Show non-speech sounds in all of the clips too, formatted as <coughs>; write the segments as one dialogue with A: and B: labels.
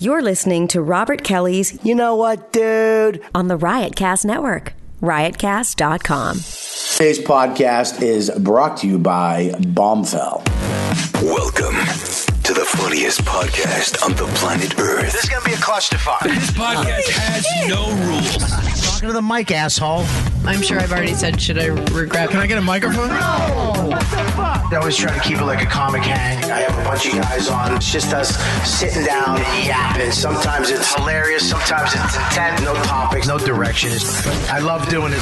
A: You're listening to Robert Kelly's
B: You know what, dude?
A: on the Riotcast Network, riotcast.com.
B: Today's podcast is brought to you by Bombfell.
C: Welcome to the funniest podcast on the planet Earth.
D: This is gonna be a clusterfuck.
E: podcast has no rules.
F: Talking to the mic, asshole.
G: I'm sure I've already said, should I regret?
E: Can I get a microphone?
D: I always try to keep it like a comic hang. I have a bunch of guys on. It's just us sitting down and yapping. Sometimes it's hilarious. Sometimes it's intent. No topics. No direction. It's- I love doing it.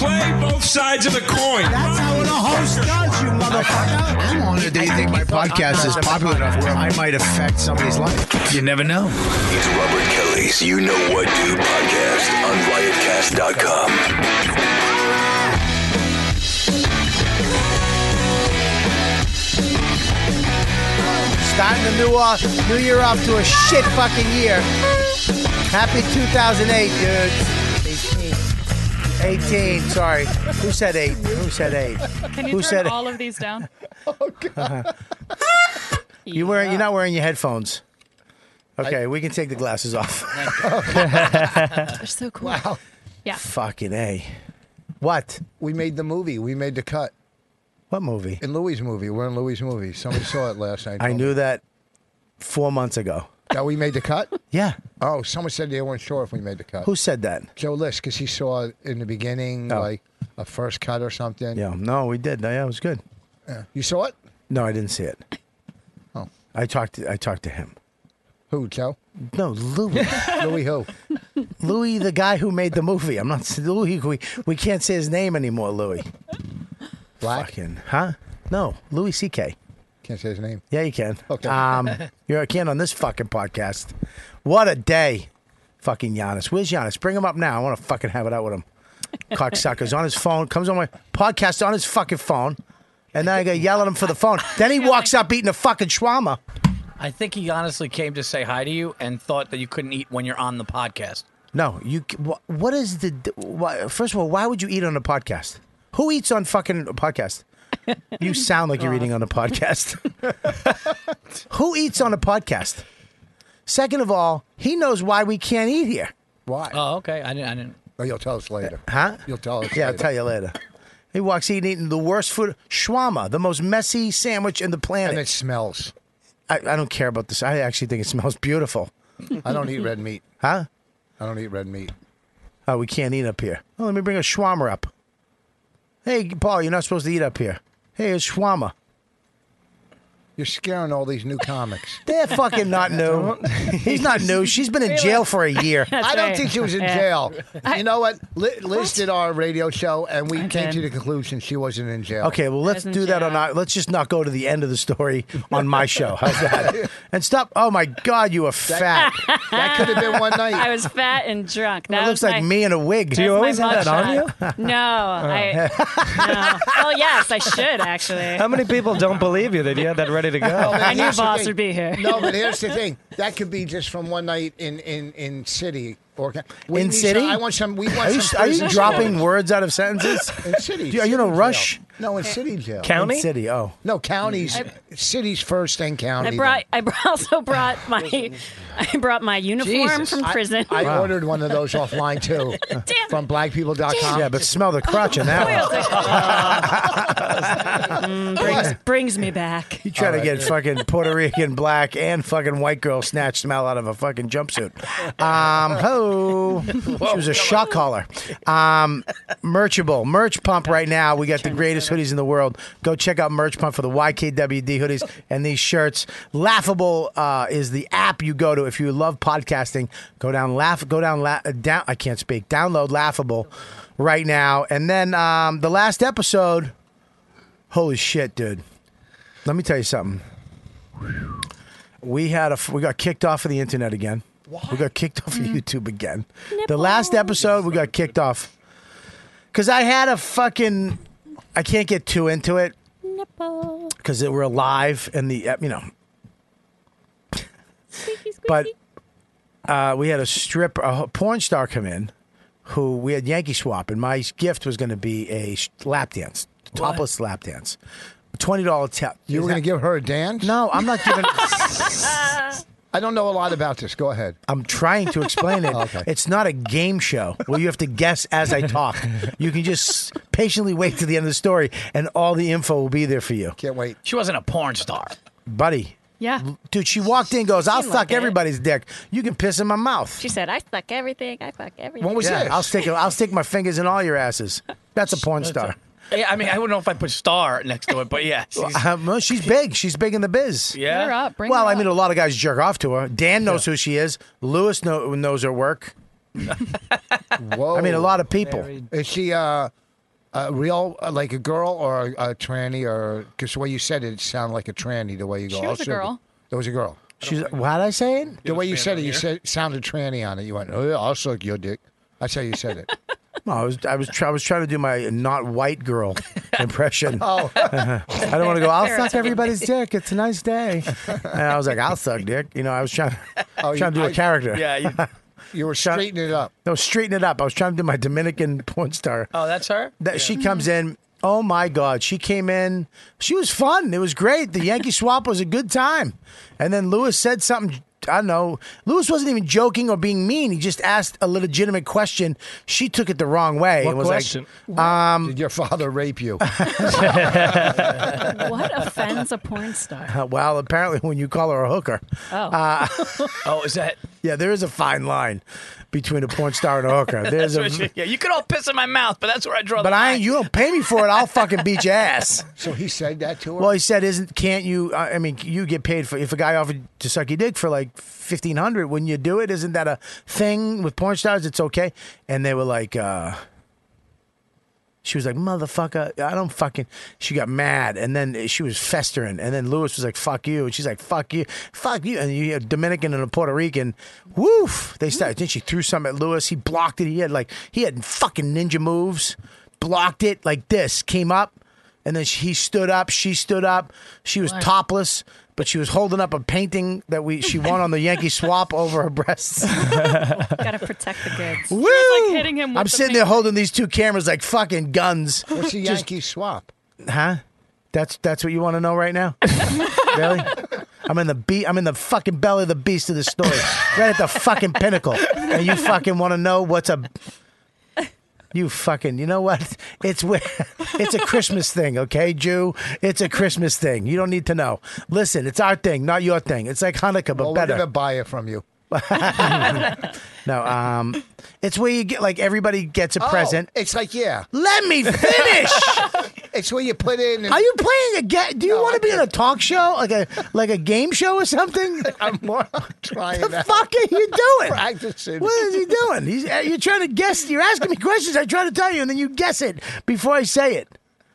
E: Play both sides of the coin.
F: That's how a host does, you motherfucker.
D: I'm honored that you think my podcast is popular enough where I might affect somebody's life.
E: You never know.
C: It's Robert Kelly's You Know What Do podcast on riotcast.com.
F: Starting the new off, new year off to a shit fucking year. Happy 2008, dudes. 18. 18, sorry. Who said eight? Who said eight?
H: Can you turn
F: Who said it?
H: all of these
F: <laughs>
H: down? <laughs>
F: You wearing, You're not wearing your headphones. Okay, we can take the glasses off.
H: They're so cool. Wow. Yeah.
F: fucking A. What?
I: We made the movie. We made the cut
F: What movie?
I: in Louis' movie. We're in Louis' movie. Somebody saw it last night.
F: I knew that four months ago.
I: that we made the cut.
F: Yeah.
I: Oh, someone said they weren't sure if we made the cut.
F: Who said that?
I: Joe List? Because he saw it <laughs> in the beginning,
F: Oh.
I: like a first cut or something.
F: Yeah. No, we did. Yeah, it was good.
I: Yeah. You saw it?
F: No, I didn't see it.
I: Oh.
F: I talked. To, I talked to him.
I: Who, Joe?
F: No, Louis.
I: <laughs> Louis who?
F: Louis, the guy who made the movie. I'm not Louis. We, we can't say his name anymore. Louis.
I: Black.
F: Fucking huh? No, Louis C.K.
I: Can't say his name.
F: Yeah, you can.
I: Okay. <laughs>
F: Um, you are can on this fucking podcast. What a day, fucking Giannis. Where's Giannis? Bring him up now. I want to fucking have it out with him. Cocksucker's on his phone. Comes on my podcast on his fucking phone. And then I go yell at him for the phone. Then he walks up eating a fucking shawarma.
J: I think he honestly came to say hi to you and thought that you couldn't eat when you're on the podcast.
F: No, you. wh- What is the? Why, first of all, why would you eat on a podcast? Who eats on fucking a podcast? You sound like you're eating on a podcast. Who eats on a podcast? Second of all, he knows why we can't eat here,
I: Why?
J: Oh, okay. I didn't. I didn't.
I: oh, you'll tell us later.
F: Uh, huh?
I: You'll tell us.
F: Yeah, I'll
I: later.
F: tell you later. He walks in eating the worst food, shawarma, the most messy sandwich in the
I: And
F: planet.
I: it smells.
F: I, I don't care about this. I actually think it smells beautiful,
I: I don't eat red meat.
F: huh?
I: I don't eat red meat.
F: Oh, we can't eat up here. Oh, let me bring a shawarma up. Hey, Paul, you're not supposed to eat up here. Hey, it's shawarma.
I: You're scaring all these new comics.
F: <laughs> They're
I: <laughs>
F: fucking not new. He's not new. She's been in jail for a
H: <laughs>
F: year.
I: I don't
H: right.
I: think she was in jail. you know what? Li- Liz did our radio show, and we came
H: did.
I: to the conclusion she wasn't in jail.
F: Okay, well let's
H: Doesn't
F: do that on
H: jail.
F: our. Let's just not go to the end of the story on my show.
I: <laughs>
F: How's that? And stop. Oh my God, you
H: <laughs>
F: are fat.
I: That could have been one night.
H: I was fat and drunk. That
F: It looks
H: was
F: like
H: my-
F: me in a wig.
H: that's my mugshot. <laughs> No, I. No. Well, yes, I should actually.
K: How many people don't believe you that you had that ready to
I: No,
K: go?
I: but <laughs>
H: I knew
I: here's the
H: Boss
I: thing.
H: would be here.
I: No,
H: <laughs>
I: but here's the thing. That could be just from one night in in in city or we
F: In
I: need
F: city?
I: Some, I want some. We want
F: Are you,
I: some.
F: are you
I: prison
F: dropping
I: stories.
F: words out of sentences?
I: in city?
F: Are you in a
I: city
F: rush?
I: Jail. No, in city jail.
K: County?
F: In city. Oh,
I: no, counties. cities first, then county.
H: I brought. <laughs> I br- also brought my. I brought my uniform
J: Jesus.
H: from prison.
I: I
H: <laughs>
I: ordered one
G: <laughs>
I: of those offline too
H: it.
I: from blackpeople.com.
F: yeah, but smell the crotch in that one.
H: Mm, brings, brings me back.
F: <laughs> You try to get fucking Puerto Rican black and fucking white girl snatch smell out of a fucking jumpsuit. Um, ho. She was a shock caller. Um, Merchable, Merch Pump right now. We got the greatest hoodies in the world. Go check out Merch Pump for the YKWD hoodies and these shirts. Laughable uh, is the app you go to if you love podcasting. Go down, laugh, go down, la- uh, down. I can't speak. Download Laughable right now. And then um, the last episode. Holy shit, dude. Let me tell you something. We had a we got kicked off of the internet again. We got kicked off of YouTube again. The last episode we got kicked off because I had a fucking I can't get too into it because we're live and the you know. But uh, we had a strip a porn star come in who we had Yankee swap, and my gift was going to be a sh- lap dance, topless lap dance, twenty dollar tip.
I: You were going to give her a dance?
F: No, I'm not giving.
I: I don't know a lot about this. Go ahead.
F: I'm trying to
I: <laughs>
F: explain it. It's not a game show where you have to guess as I
I: <laughs>
F: talk. You can just patiently wait to the end of the story, and all the info will be there for you.
I: Can't wait.
J: She wasn't a porn star.
F: Buddy.
H: Yeah.
F: Dude, she walked in, goes, "I'll
H: She
F: suck
H: like it.
F: everybody's dick. You can piss in my mouth."
H: She said, "I fuck everything. I fuck everything."
F: yeah,
H: <laughs>
F: I'll stick. I'll stick my fingers in all your asses. That's a porn star.
J: Yeah, I mean, I wouldn't know if I put star next to it, but yeah. she's-
F: Um, well, she's big. She's big in the biz.
J: Yeah. Bring her up, bring
F: well,
J: her
F: I mean, a lot of guys jerk off to her. Dan knows who she is. Lewis know, knows her work.
I: Whoa.
F: I mean, a lot of people.
I: Is she uh, a real, uh, like a girl or a, a tranny? Or because the way you said it, it sounded like a tranny. The way you go,
G: She
I: I'll
G: was a
I: serve it.
G: girl.
I: There was a girl.
F: She's. How did I say it?
I: The way you said it, you said sounded tranny on it. You went, oh, yeah, I'll suck your dick. That's how you said it.
F: No, I was. I was. Try, I was trying to do my not
I: <laughs>
F: white girl impression. <laughs>
I: oh,
F: I don't want to go. I'll suck
I: <laughs>
F: everybody's dick. It's a nice <laughs> day. And I was like, I'll suck dick. You know, I was trying.
I: Oh,
F: trying to
I: you-
F: do a
I: I-
F: character.
J: yeah. You,
I: you
F: <laughs>
I: were straightening it up.
F: No, straighten it up. I was trying to do my Dominican porn star.
J: oh, that's her?
F: that she
J: <laughs>
F: comes in. Oh my God, she came in. She was fun. It was great. The Yankee swap was a good time. And then Lewis said something. I don't know. Lewis wasn't even joking or being mean. He just asked a legitimate question. She took it the wrong way.
K: What
F: and was um,
K: question?
I: Did your father rape you?
H: What offends a porn star?
F: Like, uh, <laughs> well, apparently when you call her a hooker. Uh,
H: Oh,
J: Oh, is that?
F: Yeah, there is a fine line between a porn star and a hooker. There's a.
J: yeah, you could all piss in my mouth, but that's where I draw
F: But
J: the
F: I ain't.
J: line. <laughs>
F: You don't pay me for it. I'll fucking beat your ass.
I: so he said that to her.
F: Well, he said, "Isn't can't you? I I mean, you get paid for if a guy offered to suck your dick for like fifteen hundred, wouldn't you do it? Isn't that a thing with porn stars? It's okay." And they were like, uh, "She was like, motherfucker, I don't fucking." She got mad, and then she was festering, and then Lewis was like, "Fuck you," and she's like, "Fuck you, fuck you," and you have Dominican and a Puerto Rican, woof, they started. Then she threw something at Lewis. He blocked it. He had like he had fucking ninja moves, blocked it like this, came up. And then she- he stood up. She stood up. She was topless, but she was holding up a painting that we she won on the Yankee swap over her breasts.
H: gotta protect the kids.
F: Woo!
H: was, like, hitting him with
F: I'm
H: the
F: sitting there
H: painting.
F: holding these two cameras like fucking guns.
I: What's a Yankee swap?
F: Huh? That's that's what you want to know right
H: <laughs>
F: now? really? I'm in the be- I'm in the fucking belly of the beast of the story, right at the fucking pinnacle, and you fucking want to know what's a you fucking you know what? <laughs> It's where it's a Christmas thing, okay, Jew? It's a Christmas thing. You don't need to know. Listen, it's our thing, not your thing. It's like Hanukkah, but
I: Well, we're
F: better.
I: gonna buy it from you.
F: <laughs> No, um, it's where you get like everybody gets a
I: Oh,
F: present.
I: It's like yeah.
F: Let me finish.
I: <laughs> It's where you put in. And
F: Are you playing a game? Do you
I: No,
F: want
I: I
F: to be in a talk show, like a like a game show or something?
I: <laughs> I'm more trying.
F: the
I: that.
F: fuck are you doing?
I: Practicing.
F: What is he doing? He's, uh, you're trying to guess. You're asking me questions. I try to tell you, and then you guess it before I say it.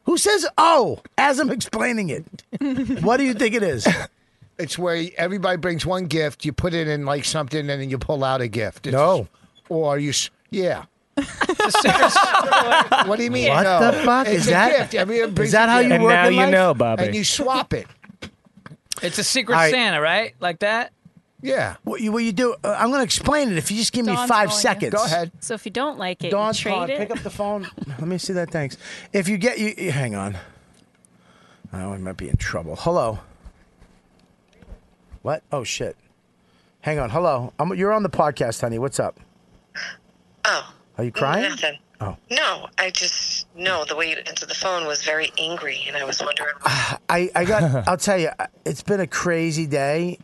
F: Who says "oh" as I'm
I: <laughs>
F: explaining <laughs> it? what do you think it is?
I: It's where everybody brings one gift. You put it in like something, and then you pull out a gift. It's,
F: No.
I: Or you. s- Yeah.
J: It's a secret-
I: What do you mean?
F: <laughs> What
I: no?
F: the fuck
I: It's
F: is
I: a
F: that?
I: Gift. Everyone brings
F: Is that
I: a
F: how
I: gift.
F: you
K: And
F: work
K: now
F: in
K: you
F: life?
K: know, Bobby.
I: And you swap
F: <laughs>
I: it.
J: it's a secret
F: All right.
J: Santa, right? Like that?
I: <laughs> Yeah.
F: What you, what you do? uh, I'm going to explain it if you just give me
H: Dawn's
F: five
H: calling you.
F: seconds.
I: Go ahead.
H: So if you don't like it,
F: Dawn,
H: you trade
F: Dawn,
H: it.
F: pick up
H: <laughs>
F: the phone. Let me see that. Thanks. If you get you, you- hang on. Oh, I might be in trouble. Hello. What? Oh shit. Hang on. Hello. I'm, you're on the podcast, honey. What's up?
L: Oh.
F: Are you crying?
L: Nothing.
F: Oh.
L: No, I just no. The way you answered the phone was very angry, and I was wondering.
F: I, I got. I'll tell you. I- It's been a crazy day,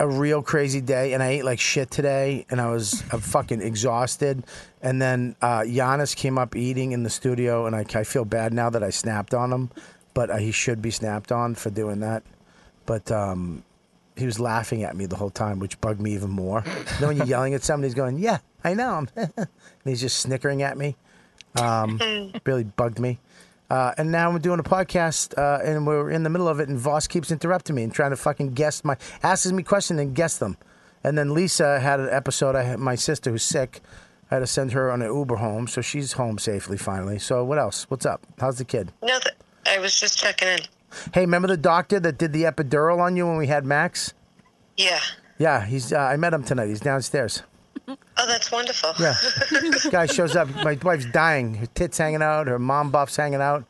F: a real crazy day, and I ate like shit today, and I was I'm fucking exhausted. And then uh, Giannis came up eating in the studio, and I, I feel bad now that I snapped on him, but uh, he should be snapped on for doing that. But um, he was laughing at me the whole time, which bugged me even more. then when you're yelling at somebody, he's going, "Yeah, I know," <laughs> and he's just snickering at me. Um, really bugged me. Uh, and now I'm doing a podcast, uh, and we're in the middle of it, and Voss keeps interrupting me and trying to fucking guess my asks me questions and guess them. And then Lisa had an episode. I had my sister who's sick. I had to send her on an Uber home, so she's home safely finally. So what else? What's up? How's the kid?
L: No, th- I was just checking in.
F: Hey, remember the doctor that did the epidural on you when we had Max?
L: Yeah.
F: Yeah, he's. Uh, I met him tonight. He's downstairs.
L: Oh, that's wonderful.
A: <laughs>
F: Yeah. Guy shows up. My wife's dying. Her tits hanging out. Her mom buff's hanging out.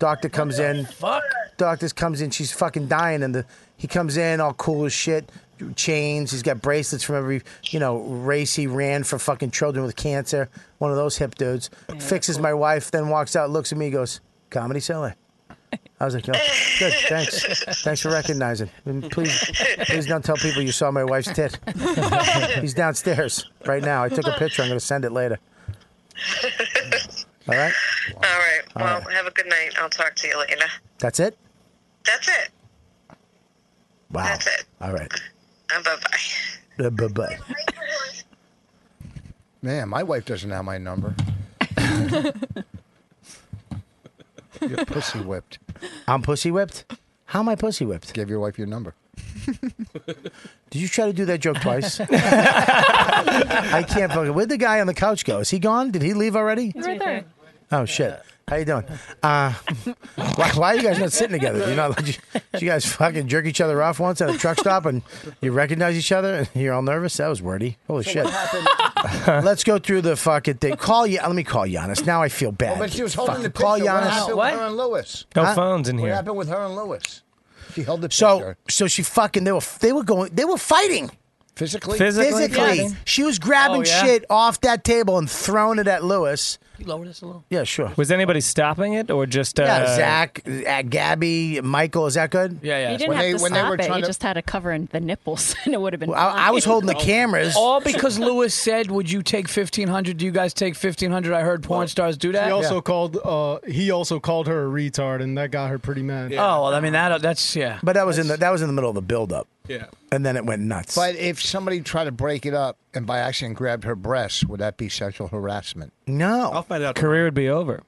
F: Doctor comes in.
J: Fuck.
F: Doctor comes in. She's fucking dying, and the He comes in all cool as shit, chains. He's got bracelets from every you know race he ran for fucking children with cancer. One of those hip dudes fixes my wife, then walks out, looks at me, goes, "Comedy seller." I was like, "Oh, good, thanks, thanks for recognizing." And please, please don't tell people you saw my wife's tit. <laughs> He's downstairs right now. I took a picture. I'm going to send it later. All right,
L: <laughs> All right.
F: All
L: Well,
F: right.
L: have a good night. I'll talk to you later.
F: that's it.
L: That's it.
F: Wow.
L: That's it.
F: All right.
L: Uh, bye bye.
F: Uh, bye bye.
I: Man, my wife doesn't have my number. <laughs> You're pussy whipped.
F: I'm pussy whipped. How am I pussy whipped?
I: Give your wife your number.
F: <laughs> Did you try to do that joke
I: <laughs>
F: twice? I can't fucking. Where'd the guy on the couch go? Is he gone? Did he leave already?
H: He's right there.
F: Oh shit! How you doing? Uh, why, why are you guys not sitting together? You know, did you, did you guys fucking jerk each other off once at a truck stop, and you recognize each other, and you're all nervous. That was wordy. Holy shit! Let's go through the fucking thing. Call you. Let me call Giannis. Now I feel bad.
I: Oh, but she was holding
F: Fuck.
I: the picture.
F: Call
I: What
F: Giannis.
I: happened with her and Lewis?
F: No Huh? phones in
I: what
F: here.
I: What happened with her and Lewis? She held the picture.
F: So, so she fucking they were they were going they were fighting.
I: Physically?
F: Physically,
I: fighting?
F: she was grabbing
I: Oh, yeah?
F: shit off that table and throwing it at Lewis.
J: You lower this a little.
F: <laughs> Yeah, sure.
K: Was anybody stopping it or just uh,
F: yeah, Zach, uh, Gabby, Michael. Is that good?
H: You didn't have to stop it. You just had to cover in the nipples, <laughs> and it would have been.
F: I, I was holding the cameras.
J: All
H: <laughs>
J: because Lewis said, "Would you take fifteen hundred? Do you guys take fifteen hundred? I heard porn stars do that.
M: She also called. Uh, he also called her a retard, and that got her pretty mad.
J: Oh, well, I mean
F: Uh,
J: that. That's yeah.
F: But that was in the that was in the middle of the build up.
M: Yeah.
F: And then it went nuts.
I: But if somebody tried to break it up and by accident grabbed her breasts, would that be sexual harassment?
F: No.
N: I'll find out.
K: career would be over?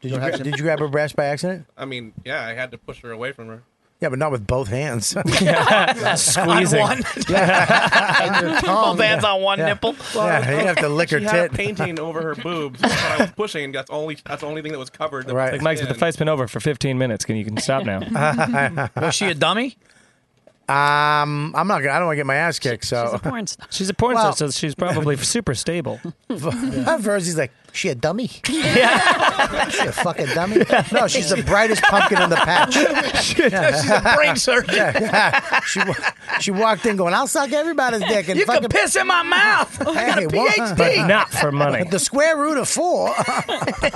F: Did
I: You'll
F: you,
I: have
F: gra-
I: to-
F: did you grab her breast by accident?
N: I mean, yeah, I had to push her away from
F: <laughs>
N: her.
F: Yeah, but not with
K: <laughs>
F: both hands. <laughs>
K: Squeezing.
F: On
K: <laughs>
F: one. <laughs> Yeah.
N: Both
F: hands
K: on one
F: nipple? Yeah, you'd have to lick her
N: she had a
F: tit. <laughs>
N: painting over her boobs that I was pushing. That's only. That's the only thing that was covered. That
K: Like Mike's, the
N: in.
K: fight's been over for 15 minutes. Can you can stop
F: <laughs>
K: now?
J: Was she
N: <laughs>
J: a dummy?
F: Um, I'm not gonna. I don't want to get my ass kicked. So she's a
H: porn star.
K: She's a porn
F: Well-
K: star, so she's probably <laughs> super stable.
J: Hmm.
F: Verzi's like, she a
J: <laughs>
F: dummy. she a fucking dummy. No, she's the brightest pumpkin in
J: <laughs>
F: the patch.
J: She's a brain surgeon.
F: Yeah, <laughs> yeah. She, wa- she walked in going, I'll suck everybody's dick. And
J: You can
F: fucking
J: piss in my
F: <laughs>
J: mouth. I got a PhD.
K: But not for money.
F: The square root of four.
J: <laughs>
F: I,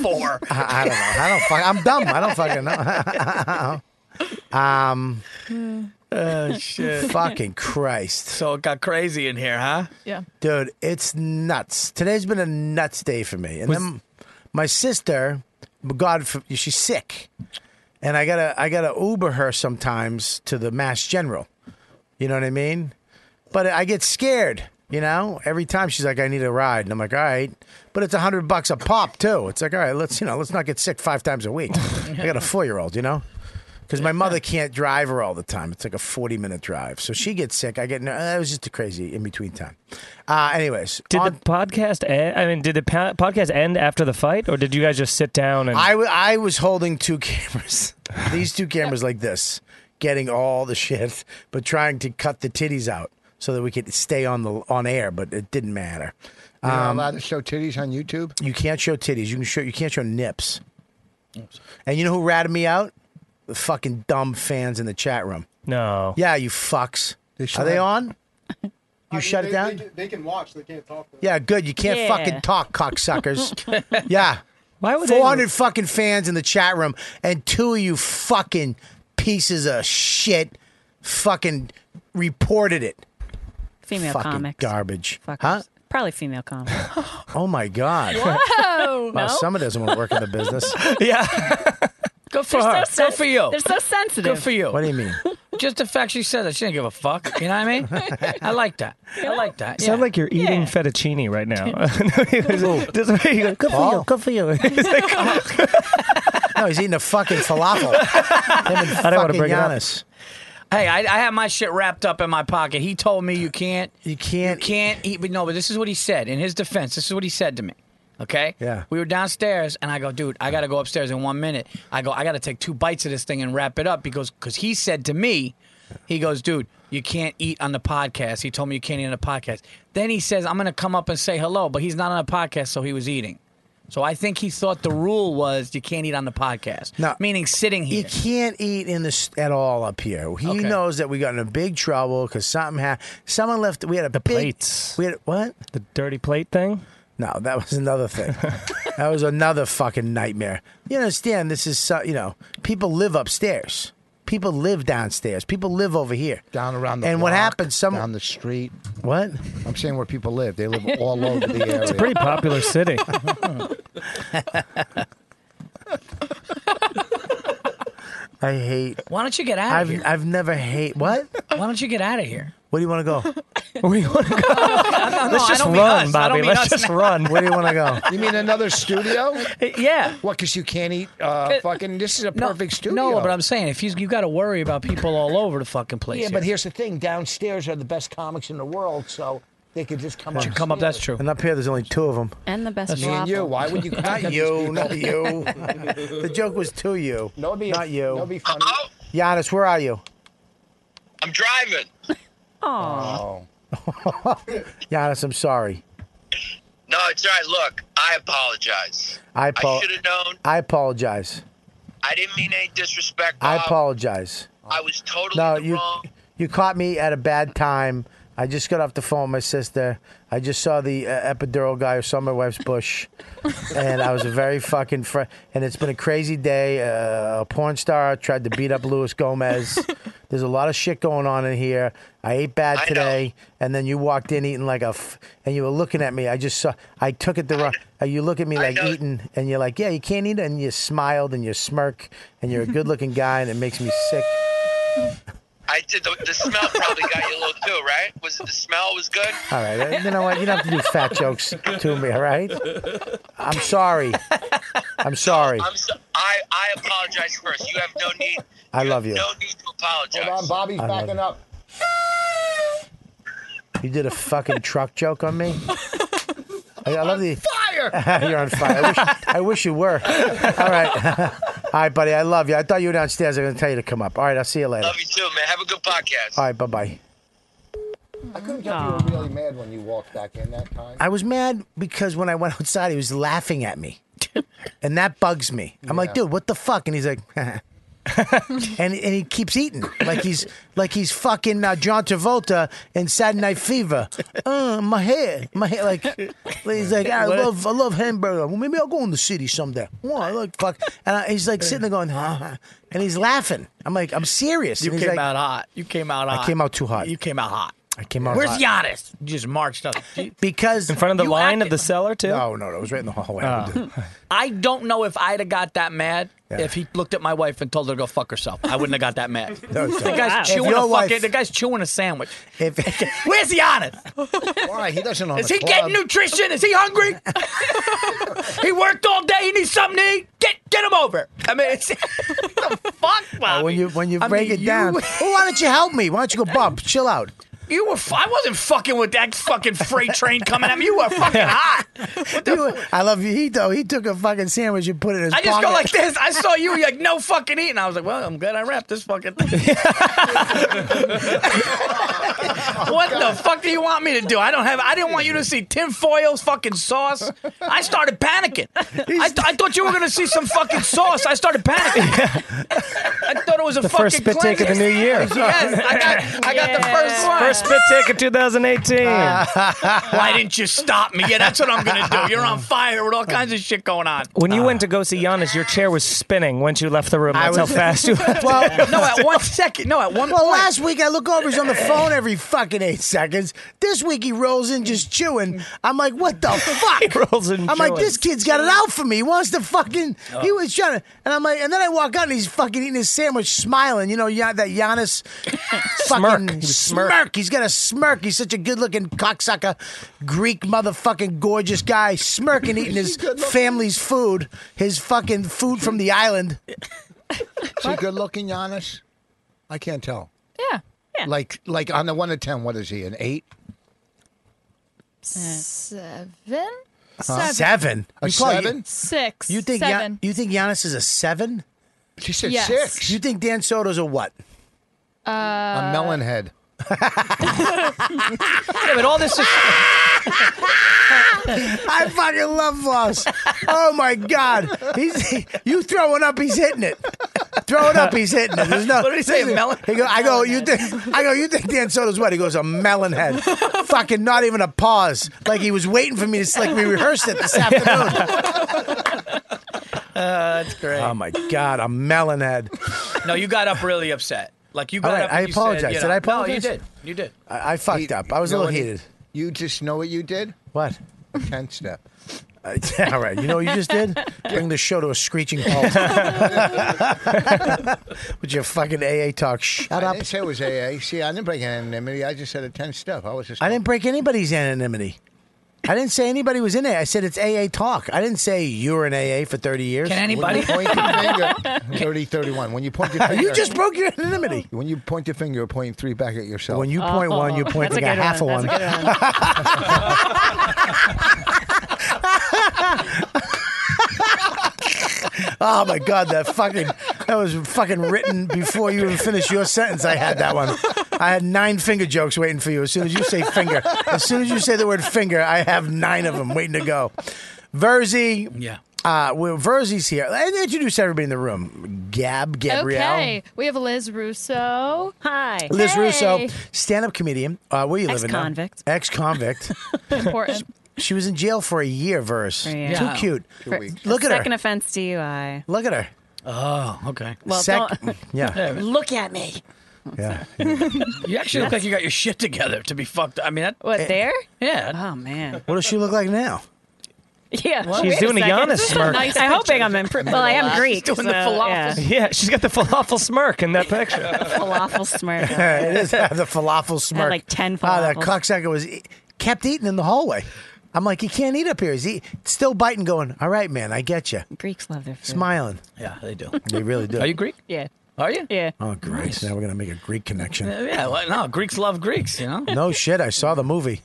J: four.
F: I don't know. I don't fuck. I'm dumb. I don't fucking know. <laughs> um,
J: Oh shit!
F: Fucking Christ!
J: So it got crazy in here, huh?
G: Yeah.
F: Dude, it's nuts. Today's been a nuts day for me. And then my sister, God, for- she's sick, and I gotta I gotta Uber her sometimes to the Mass General. You know what I mean? But I get scared. You know, every time she's like, "I need a ride," and I'm like, "All right," but it's a hundred bucks a pop too. It's like, all right, let's you know, let's not get sick five times a week. I got a four year old, you know. Because my mother can't drive her all the time. It's like a 40 minute drive. So she gets sick. I get, no, that was just a crazy in between time. Uh, anyways,
K: Did the podcast end? I mean, did the po- podcast end after the fight, or did you guys just sit down and?
F: I, w- I was holding two <laughs> cameras, these two cameras like this, getting all the shit, but trying to cut the titties out so that we could stay on the on air, but it didn't matter.
I: You're not
F: Um,
I: allowed to show titties on YouTube?
F: you can't show titties. You can show. You can't show nips. And you know who ratted me out? The fucking dumb fans in the chat room.
K: No.
F: Yeah, you fucks. Are they
M: have-
F: on? You shut it down.
M: They, they can watch. They can't talk.
F: Yeah, good. You can't
M: Yeah.
F: fucking talk, cocksuckers.
H: <laughs>
F: yeah.
K: Why
M: would they-
F: 400 fucking fans in the chat room and two of you fucking pieces of shit fucking reported it.
H: Female
F: fucking
H: comics.
F: garbage.
H: Huh? Probably female comics.
F: <laughs> Oh my god.
J: <laughs>
H: Whoa, no?
F: wow, someone doesn't want to work in the business.
K: <laughs> yeah.
J: Good for
H: They're
J: her.
H: so
J: Good for you.
H: They're so sensitive.
J: Good for you.
F: What do you mean?
J: <laughs> Just the fact she said that she didn't give a fuck. You know what I
H: <laughs>
J: mean? I like that. I like that.
K: Sound like you're eating fettuccine right now. <laughs> Just- you go, good for you. Good for you. <laughs>
F: <laughs>
J: <laughs>
F: no, he's eating a fucking
K: <laughs>
F: falafel. I
K: don't wanna bring it up.
F: Giannis.
J: Hey, I, I have my shit wrapped up in my pocket. He told me you can't.
F: You can't.
J: You can't eat. But no, but this is what he said. In his defense, this is what he said to me. Okay? Yeah. We were downstairs, and I go, dude, I got to go upstairs in one minute. I go, I got to take two bites of this thing and wrap it up because cause he said to me, he goes, dude, you can't eat on the podcast. He told me you can't eat on the podcast. Then he says, I'm going to come up and say hello, but he's not on a podcast, so he was eating. So I think he thought the rule was you can't eat on the podcast. No, meaning sitting <laughs> here.
F: You can't eat in this at all up here. He knows that we got into big trouble because something had someone left. We had a the big, plates. We had what? The dirty plate thing. No, that was another thing. that was another fucking nightmare. You understand? This is so, you know people live upstairs. People live downstairs. People live over here. Down around
I: the
F: and what
I: block,
F: happened? Some
I: down the street.
F: What?
I: I'm <laughs> saying where people live. They live all over the area.
K: It's a pretty popular city.
F: <laughs> I hate.
J: Why don't you get out
F: I've
J: of here?
F: I've never hate what?
J: Why don't you get out of here?
F: Where do you want
J: <laughs>
F: to
K: go? Where do you want to go? Let's
J: I
K: just
J: don't mean us.
K: run,
J: I
K: Bobby.
J: don't mean
K: Let's
J: us
K: just
J: now.
K: run.
F: Where do you want to
J: <laughs>
F: go?
I: <laughs> You mean another studio?
F: <laughs>
J: yeah.
I: What? Because you can't eat. Uh, fucking. This is a perfect studio.
J: No, but I'm saying if he's, you got to worry about people all over the fucking place.
I: Yeah,
J: here.
I: but here's the thing: downstairs are the best comics in the world, so they could just come up.
F: Should come up. That's
J: true.
F: And up here, there's only two of them.
I: And the best That's me and
F: and
I: waffle. you. Why would you
F: <laughs>
I: contact
F: not
I: these
F: you,
I: people? <laughs>
F: not you. the joke was to you.
I: No, be
F: not you.
I: That'd be funny.
F: Giannis, where are you?
O: I'm driving.
F: Oh. <laughs> Giannis, I'm sorry.
O: No, it's all right. Look, I apologize.
F: I, apo-
O: should have known.
F: I apologize.
O: I didn't mean any disrespect.
F: I
O: Bob.
F: apologize.
O: I was totally
F: No,
O: in the
F: you
O: wrong.
F: you caught me at a bad time. I just got off the phone with my sister. I just saw the uh, epidural guy who saw my wife's
O: <laughs>
F: bush, and I was a very fucking friend. And it's been a crazy day. Uh, a porn star tried to beat up Luis
O: <laughs>
F: Gomez. There's a lot of shit going on in here. I ate bad today, and then you walked in eating like a, f- and you were looking at me. I just saw. I took it the wrong. Uh, you look at me like eating, and you're like, yeah, you can't eat, it. and you smiled and you smirk, and you're a good-looking guy, and it makes me sick.
O: I did the, the smell probably got you a little too, right? Was the smell was good?
F: All right. uh, You know what? You don't have to do fat jokes to me, all right? I'm sorry. I'm sorry.
O: I'm so, I I apologize first. You have no need.
F: I love you.
O: No need to apologize.
I: Hold on, Bobby's
F: I love
I: backing
F: it.
I: up.
F: You did a fucking truck joke on me.
O: <laughs>
F: I, I love the
I: fire.
F: <laughs> You're on fire. I wish, I wish you were. All right. <laughs> All right, buddy. I love you. I thought you were downstairs. I'm going to tell you to come up. All right. I'll see you later.
O: Love you too, man. Have a good podcast.
F: All right. Bye bye.
I: I couldn't tell you were really mad when you walked back in that time.
F: I was mad because when I went <laughs> outside, he was laughing
J: <laughs>
F: at me. and that bugs me. I'm like,
I: Yeah.
F: dude, what the fuck? And he's like, <laughs> and and he keeps eating like he's like he's fucking uh, John Travolta in Saturday
J: <laughs>
F: Night Fever. Uh, my hair, <laughs> my hair. Like he's like, I
P: What?
F: love I love hamburger. Well, maybe I'll go in the city someday. Well, I like fuck. And I, he's like sitting there going, huh, huh. and he's laughing. I'm like, I'm serious.
J: You
F: And
J: came
F: he's like,
J: out hot. You came out
F: I
J: hot.
F: came out too hot.
J: You
F: <laughs>
J: came out hot.
F: I came out.
J: Where's
F: hot.
J: Giannis? You just marched up.
F: Because in
K: front of the line of the cellar too. Ah.
F: No, no, no. It was right in the hallway. I would do-
J: I don't know if I'd have got that mad if he looked at my wife and told her to go fuck herself. I wouldn't have got that mad.
F: it's
J: the
F: not.
J: guy's
F: Wow. If
J: chewing
F: your
J: a fucking.
F: wife-
J: the guy's chewing a sandwich.
F: If,
J: Where's
I: <laughs>
J: Giannis?
I: Why? He doesn't own
J: Is
I: a
J: he
I: club.
J: getting nutrition? Is he hungry? <laughs> he worked all day. He needs something to eat. Get get him over. I mean, it's <laughs> fuck, Bobby.
F: Uh, when you when you
J: I
F: break
J: mean,
F: it
J: <laughs>
F: down,
J: you-
F: well, why don't you help me? Why don't you go, Bob?
J: <laughs>
F: Chill out.
J: You were. F- I wasn't fucking with that fucking freight train coming at me. You were fucking hot.
F: You- I love you. He though he took a fucking sandwich and put it in his
J: I just
F: pocket.
J: go like this. I saw
F: <laughs>
J: you <laughs> you're like no fucking eating. I was like, well, I'm glad I wrapped this fucking thing. <laughs> what the fuck do you want me to do? I don't have. I didn't want you to see tinfoil's fucking sauce. I started panicking. I, th- I thought you were gonna see some fucking sauce. I started panicking.
K: <laughs>
J: I thought it was a
K: The
J: fucking
K: first spit take of the
J: cleanse.
K: new year.
J: yes, I got. I got the first one.
K: First spit take of 2018.
J: Why didn't you stop me? Yeah, that's what I'm gonna do. You're on fire with all kinds of shit going on.
K: When you went to go see Giannis, your chair was spinning once you left the room.
J: I
K: That's how
J: was-
K: fast you
F: <laughs>
K: left.
J: Well, no, at one second. No, at one
F: Well,
J: point.
F: last week I look over, he's on the phone every fucking eight seconds. This week he rolls in just chewing. I'm like, what the
J: <laughs>
F: fuck?
K: rolls in
F: I'm like,
K: chewing.
F: this kid's got it out for me. He wants to fucking.
I: Oh.
F: He was trying to, and I'm like, and then I walk out and he's fucking eating his sandwich, smiling. You know, yeah,
I: <laughs>
F: that Giannis fucking
K: Smirk. He was
F: smirk.
K: smirk.
F: He's got a smirk. He's such a good-looking cocksucker, Greek motherfucking gorgeous guy, smirking,
I: <laughs>
F: eating his family's food, his fucking food from the island.
I: <laughs> Is he good looking, Giannis? I can't tell.
H: Yeah. Yeah.
I: Like, like on the one to ten, what is he? An eight?
Q: Seven?
I: Huh?
F: Seven.
I: A
F: You call-
I: seven?
Q: Six.
F: You think
Q: seven.
F: Gian- you think Giannis is a seven?
I: She
Q: said Yes. six.
F: You think Dan Soto's a what?
Q: uh,
P: Um,
I: melon head.
F: <laughs>
J: Yeah, but all this is.
F: I fucking love Floss. Oh my god, he's you throwing up, he's hitting it. Throwing up, he's hitting it. There's no.
J: What did he say, a melon-
F: He go, I go. You think? I go. You think Dan Soda's what? He goes a melon head. fucking not even a pause. Like he was waiting for me to. Like we rehearsed it this afternoon.
J: <laughs> Uh, that's great.
F: Oh my god, a melon head.
J: <laughs> No, you got up really upset. Like you
F: All
J: got
F: right,
J: up.
F: I
J: and you
F: apologize.
J: Said, you
F: Did
J: know-
F: I
J: No, you
F: apologize?
J: did. You did.
F: I, I fucked
I: You-
F: up. I was
I: you
F: a
I: know what
F: little
I: he-
F: heated.
I: You just know what you did?
F: What?
I: A ten
F: <laughs>
I: step.
F: Uh, All right, you know what you just did? Bring the show to a screeching
I: Oh. <laughs>
F: halt. <laughs> With your fucking AA talk. Shut
I: I
F: up.
I: didn't say it was AA. See, I didn't break anonymity. I just said a ten step. I was just.
F: I didn't break anybody's anonymity. I didn't say anybody was in it. I said it's AA talk. I didn't say you were in AA for 30 years.
I: When you point your finger, 30, 31. When you point your
F: <laughs> You
I: finger,
F: just broke your anonymity.
I: <laughs> When you point your finger, you're pointing three back at yourself.
F: When you point one,
I: one,
F: Oh, you're pointing that's a at good half a one. That's a
I: one.
F: <laughs> Oh my god, that fucking that was fucking written before you even finished your sentence. I had that one. I had nine finger jokes waiting for you. As soon as you say finger, as soon as you say the word finger, I have nine of them waiting to go. Verzi,
J: yeah.
F: Uh, well, Verzi's here. And introduce everybody in the room. Gab, Gabrielle.
P: Okay, we have Liz Russo. Hi,
F: Liz Russo, stand-up comedian. Uh, where you living now?
P: Ex-convict.
Q: <laughs>
F: Ex-convict.
P: Important.
F: she was in jail for a year. Verse,
P: Yeah.
F: too cute.
P: For-
F: Look at her.
Q: Second offense DUI.
F: Look at her.
J: Oh,
Q: <laughs>
J: okay.
Q: Well,
F: Sec-
Q: don't-
F: <laughs> yeah.
Q: Look at me.
F: <laughs> Yeah.
J: You actually look like you got your shit together to be fucked. I mean, that, Eh.
Q: What there?
J: Yeah.
Q: Oh man.
F: Eh. What does she look like now?
Q: Yeah.
J: She's Wait a doing a second. Giannis This is a smirk. nice
H: I hope I'm improving. Well, I am Greek.
J: Doing the
H: so,
J: falafel.
H: yeah.
K: Yeah, she's got the falafel smirk in that picture.
Q: falafel
F: <laughs>
Q: smirk.
F: it is have the falafel smirk.
Q: like 10
F: Oh, that
Q: falafels.
F: cocksucker was e- kept eating in the hallway. I'm like, he can't eat up here. He's eat, still biting, going, all right, man, I get you.
Q: Greeks love their food.
F: Smiling.
J: Yeah, they <laughs> do.
F: They really do.
J: Are you <laughs> Greek?
Q: Yeah.
J: Are you? Uh,
Q: Yeah.
F: Oh, great. Now we're going to make a Greek connection.
Q: <laughs>
J: yeah. Well, no, Greeks love Greeks. You
F: <laughs>
J: know.
F: No shit, I saw the movie.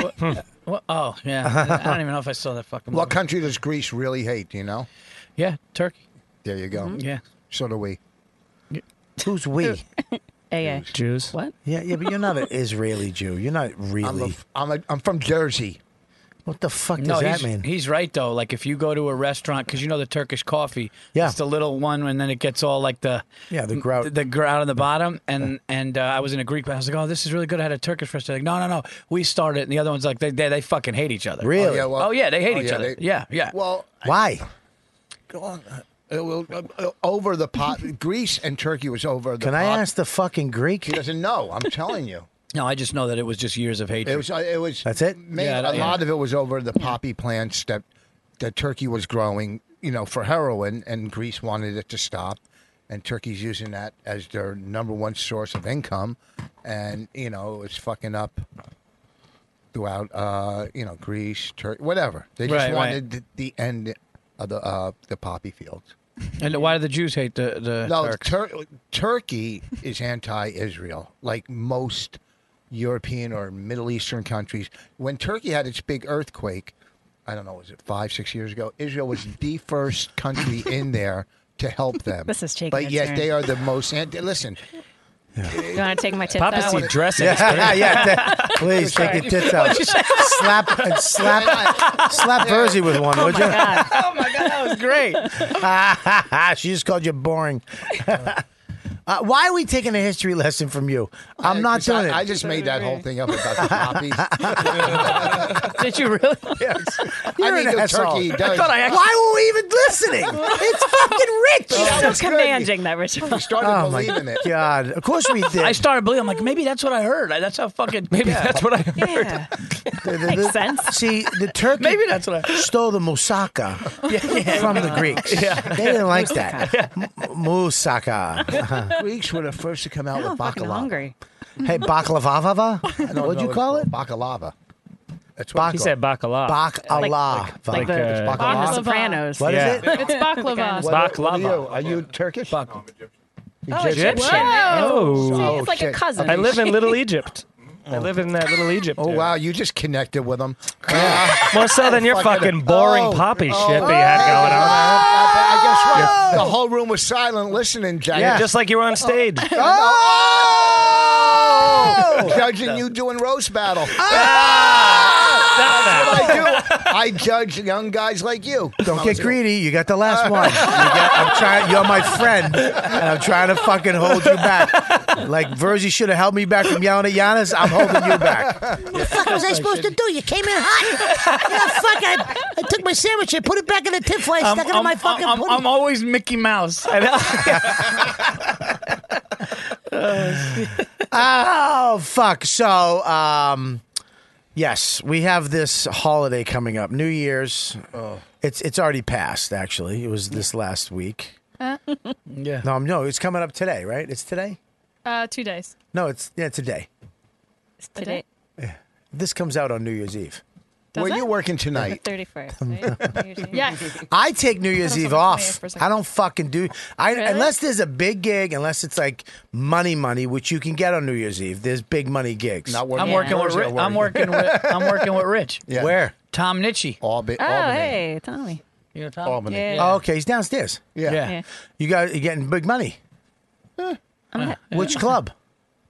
J: What? Oh, yeah. I don't even know if I saw that
I: <laughs>
J: fucking.
I: What country does Greece really hate? Do you know?
J: Yeah, Turkey.
I: There you go.
J: Yeah.
I: So do we.
F: Mm-hmm. Who's <laughs> we?
Q: AA.
K: Jews.
Q: What?
F: Yeah, yeah, but
J: <laughs>
F: you're not an Israeli Jew. You're not really.
I: I'm, a, I'm, a, I'm from Jersey.
F: What the fuck
J: No,
F: does that
J: he's,
F: mean?
J: he's right though. Like if you go to a restaurant, because you know the Turkish coffee,
F: Yeah.
J: it's the little one, and then it gets all like the
F: Yeah, the grout.
J: the, grout on the bottom. And and uh, I was in a Greek, but I was like, oh, this is really good. I had a Turkish restaurant. Like, no, no, no, we started, it. and the other one's like, they they, they fucking hate each other.
F: Really?
J: Oh yeah,
I: well-
J: they hate
I: oh,
J: each
I: yeah,
J: other.
I: they-
J: yeah, yeah.
I: Well,
F: Why?
I: go on. Uh, well, uh, uh, over the pot.
F: <laughs>
I: Greece and Turkey was over the
F: Can I
I: pot.
F: ask the fucking Greek?
I: He doesn't know. I'm telling you.
J: No, I just know that it was just years of hatred.
I: It was. uh, It was.
F: That's it?
I: Man,
J: Yeah,
I: a
J: yeah.
I: lot of it was over the poppy plants that that Turkey was growing. You know, for heroin, and Greece wanted it to stop, and Turkey's using that as their number one source of income, and you know, it's fucking up throughout. Uh, you know, Greece, Turkey, whatever. They just
J: Right, right.
I: wanted The, the end of the uh, the poppy fields.
J: And why do the Jews hate the the
I: No,
J: Turks?
I: Tur- Turkey is anti-Israel, like most European or Middle Eastern countries. When Turkey had its big earthquake, I don't know, was it five, six years ago? Israel was the first country in there to help them.
Q: This is taking
I: But
Q: a
I: yet
Q: turn.
I: they are the most. Anti- Listen,
Q: You want to take my tits
K: Papa
Q: out?
K: Steve dressing. is
H: <laughs>
F: Yeah,
K: great.
F: yeah. <laughs> that- please take your tits out. slap and slap, slap Verzi with one, would you? <laughs>
J: Oh my god, that was great.
F: she just called you boring. <laughs> uh, why are we taking a history lesson from you? I'm not doing
I: I,
F: it.
I: I just made that whole thing up about the
F: <laughs>
I: poppies.
J: Did you really?
F: You're
I: I mean,
F: an
I: the
F: asshole.
I: Turkey does.
J: thought I actually-
F: Why were we even listening? It's fucking rich.
H: So
I: That's good.
H: commanding that Richard.
I: We started
F: Oh my
I: believing it.
F: god! Of course we did.
J: I started believing. I'm like, maybe that's what I heard. I- That's how fucking.
K: Maybe
J: yeah.
K: that's what I heard.
Q: Yeah.
F: The- the-
Q: Makes
F: the-
Q: sense.
F: See, the Turkey
J: Maybe that's what I.
F: stole the moussaka from the Greeks. They didn't like that. M- moussaka.
I: <laughs> <laughs>
F: Uh-huh.
I: Greeks were the first to come out
Q: I'm
I: with
Q: fucking
I: baklava.
Q: hungry.
F: Hey,
Q: <laughs>
F: baklavava?
I: I don't
F: What'd
I: know
F: you
I: what
F: call
I: it's
F: it?
I: called. Baklava. That's
F: Bak-
I: what
K: He
I: it's
K: said bacala.
F: Baklava.
Q: Like
K: Like,
Q: the,
K: uh,
Q: on the
I: Baklava.
Q: Sopranos.
F: What is
K: Yeah.
F: it?
P: It's baklava.
K: What- Baklava.
I: What are you? Are you Turkish?
Q: Oh,
K: Egyptian. Oh.
Q: See, it's like
I: shit.
Q: a cousin.
K: I live in Little
I: <laughs>
K: Egypt. I live in that Little Egypt.
I: Oh
K: there.
I: wow, you just connected with them. Ah.
K: More so than your fucking boring poppy shit that you had
I: I, I guess what? The whole room was silent listening, Jack.
K: going on. Just like you were on stage.
I: Oh! Oh, judging you doing roast battle. That's what I do.
K: <laughs>
I: I judge young guys like you.
F: Don't get greedy. You got the last one. You got- I'm trying. You're my friend, and I'm trying to fucking hold you back. Like Verzi should have held me back from yelling at Giannis. I'm holding you back.
R: What the fuck was I supposed to do? You came in
F: <laughs>
R: hot. Yeah, fuck. I, I took my sandwich and put it back in the tin foil. I stuck it on my fucking
J: I'm,
R: pudding.
J: I'm always Mickey Mouse. And
F: <laughs> oh fuck. So, um, yes, we have this holiday coming up, New Year's. It's it's already passed. Actually, it was this last week.
P: Huh?
F: Yeah. No, I'm- no, it's coming up today, right? It's today.
P: uh, two days.
F: No, it's yeah today.
P: It's today.
F: This comes out on New Year's Eve.
P: Does Where it? you <laughs>
F: working
P: The
F: <laughs>
P: 31st. Right? yes.
F: I take New Year's Eve off.
P: for a second.
F: I don't fucking do. I unless there's a big gig, unless it's like money, money, which you can get on New Year's Eve. There's big money gigs.
J: Not working- I'm working with Ri- I'm working with- I'm
F: <laughs>
J: working with Rich. Yeah.
F: Where
J: Tom Nitchie.
I: Albany.
J: Oh,
F: Albany.
J: hey,
H: Tommy.
J: You know Tom?
F: Albany.
J: Yeah.
F: Oh, okay, he's downstairs.
I: Yeah.
H: Yeah. Yeah.
F: You got you getting big money. Which club?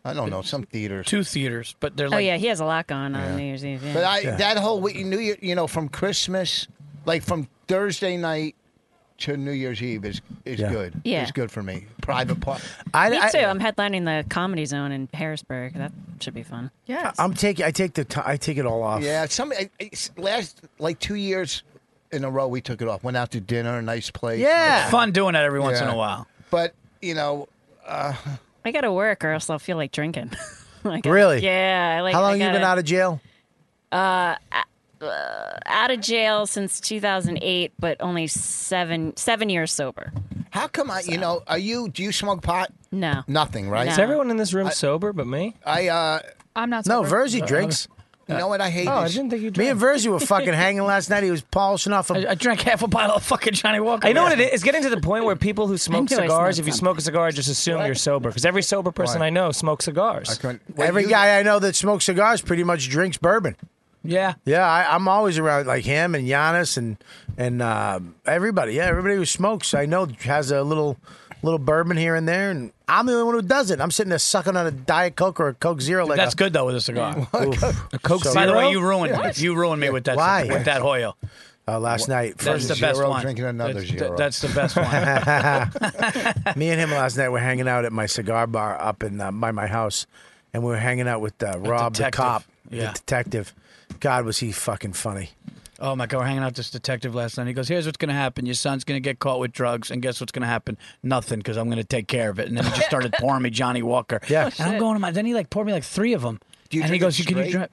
I: I don't know. Some theaters.
J: Two theaters, but they're
H: Oh yeah, he has a lot going on New Year's Eve. Yeah.
I: But I that whole week, New Year, you know, from Christmas, like from Thursday night to New Year's Eve is is good.
H: Yeah.
I: it's good for me. Private part.
H: Me too. I'm headlining the Comedy Zone in Harrisburg. That should be fun.
F: Yeah. I'm taking. I take the. T- I take it all off.
I: Yeah, some I- it's last like two years in a row we took it off. Went out to dinner, a nice place.
J: It's fun doing that every once in
I: Yeah.
J: a while.
I: But you know, uh,
H: I gotta work, or else I'll feel like drinking. <laughs> Like,
F: Really?
H: Yeah. I Like,
F: How long
H: I
F: you been
H: gotta-
F: out of jail?
H: Uh, a- uh, out of jail since 2008, but only seven seven years sober.
I: How come I? You know, are you? Do you smoke pot?
H: No.
I: Nothing, right?
K: Is everyone in this room sober but me?
I: I uh,
P: I'm not.
F: No,
P: sober.
F: Verzi drinks.
I: You know what? I hate.
K: Oh, I
I: this.
K: didn't think you
F: Me and Verzi were fucking hanging last night. He was polishing off. a-
J: I drank half a bottle of fucking Johnny Walker.
K: I know what it is. It's getting to the point where people who smoke
J: knew <laughs> I
K: cigars,
J: smoked
K: if you smoke a cigar, just assume you're sober. Because every sober person
F: Right.
K: I know smokes cigars.
F: Every guy I know that smokes cigars pretty much drinks bourbon.
J: Yeah.
F: Yeah, I, I'm always around like him and Giannis and and uh, everybody. Yeah, everybody who smokes I know has a little little bourbon here and there, and I'm the only one who does it. I'm sitting there sucking on a diet coke or a Coke Zero. Like
J: That's
F: a,
J: good though with
K: <laughs>
J: a cigar.
F: Oof.
J: Coke
F: So-
J: By the way, you ruined it. you ruined me with that
F: Why?
J: with that Hoyo.
F: Uh, last night,
J: That's
F: first
J: the best one. that's, th- that's
F: <laughs>
J: the best one. <laughs>
F: Me and him last night were hanging out at my cigar bar up in uh, by my house, and we were hanging out with uh, Rob, the
J: detective.
F: cop,
J: Yeah.
F: the detective. God, was he fucking funny.
J: Oh my god, we're hanging out with this detective last night. He goes, "Here's what's going to happen. Your son's going to get caught with drugs, and guess what's going to happen? Nothing, because I'm going to take care of it." And then he just started pouring me Johnny Walker.
K: Yeah.
J: and I'm going to my. Then he like poured me like three of them. and he
K: drink it
J: goes, "You- "Can you
K: straight?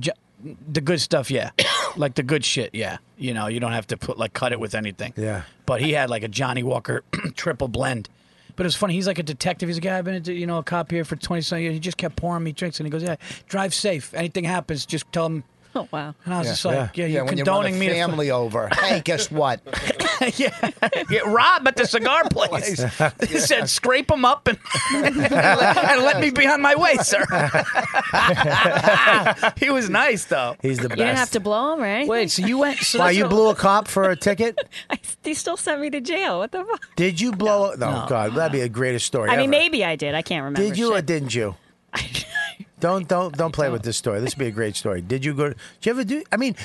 J: drink ju- the good stuff? Yeah, <coughs> like the good shit. Yeah, you know, you don't have to put like cut it with anything.
F: Yeah.
J: But he had like a Johnny Walker <coughs> triple blend. But it was funny. He's like a detective. He's a guy I've been, a, you know, a cop here for twenty something years. He just kept pouring me drinks, and he goes, "Yeah, drive safe. Anything happens, just tell him."
H: Oh wow.
J: And I was just like, yeah, you're
I: when
J: condoning
I: you
J: me
I: run
J: to
I: a
J: fu-
I: family over. Hey, guess
J: <laughs>
I: what?
J: Get Rob at
I: <laughs>
J: the cigar place. he said, <laughs> scrape him up and, and, let, and let me be on my way, sir. Ah, he was nice, though.
F: He's the
H: You didn't have to blow him, right?
J: Wait, so you went?
H: <laughs>
J: So
F: Why you blew a cop for a ticket?
H: They still sent me to jail. What the fuck?
F: Did you blow? No, God, that'd be the greatest story.
H: I mean,
F: ever.
H: maybe I did. I can't remember. <laughs>
F: Did you or
H: shit.
K: <laughs>
F: didn't you? don't don't don't play with this story. This would be
K: <laughs>
F: a great story. Did you go? Did you ever do? I mean,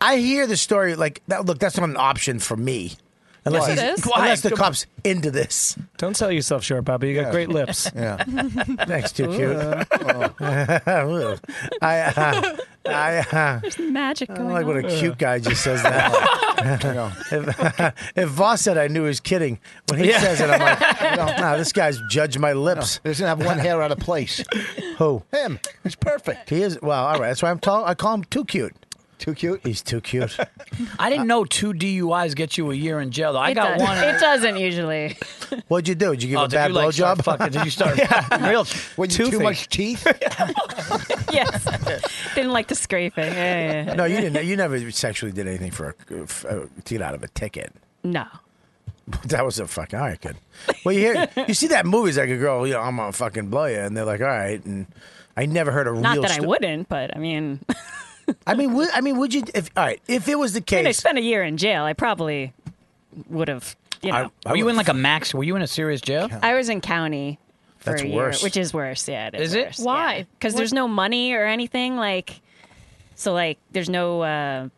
F: I hear the story like that. Look, that's not an option for me. Unless,
K: Yes, it
F: he's-
K: is. Why?
F: unless the
K: Come on.
F: cops into this.
K: Don't sell yourself short, Papa. You got great lips.
I: Yeah.
F: Thanks,
K: <laughs>
F: too
K: Ooh.
F: cute. <laughs> I, uh, I, uh,
P: There's magic
F: I
P: going
F: don't like
P: on.
F: when a cute guy just says that.
I: <laughs>
F: if, <laughs> if Voss said I knew he was kidding, when he
I: Yeah.
F: says it,
I: <laughs>
F: I'm like, nah, this guy's judged my lips.
I: doesn't have one hair out of place.
F: <laughs> Who?
I: Him. He's perfect.
F: He is. Well, all right. That's why I'm tall. I call him too cute.
I: Too cute.
F: He's too cute.
J: I didn't know two DUIs get you a year in jail, though. I
H: It
J: got
H: does-
J: one.
H: It doesn't usually.
J: <laughs>
H: <laughs>
F: What'd you do? Did you give
J: Oh,
F: a
J: did
F: bad
J: you, like,
F: blowjob?
J: start fucking- did you start real?
I: When you <laughs> too
F: toothy?
I: much teeth.
H: yes. Didn't like the scraping. Yeah, yeah, yeah.
F: <laughs> No, you didn't. You never sexually did anything for a, for- to get out of a ticket. <laughs>
H: No.
F: That was a fucking all right, good. Well, you hear, you see that movies like a girl, you know, I'm gonna fucking blow you, and they're like, all right, and I never heard a
H: Not
F: real.
H: that I
F: sto-
H: wouldn't, but I mean,
F: I mean, would, I mean, would you? If all right, if it was the
H: I mean, I
F: case,
H: spent a year in jail. I probably would have. You know,
J: Were you in like a max? Were you in a serious jail?
H: I was in county. for
F: That's
H: a
F: worse.
H: year, which is worse. Yeah, it is.
F: Is it?
H: Why? Because there's no money or anything. Like, so like there's no. Uh,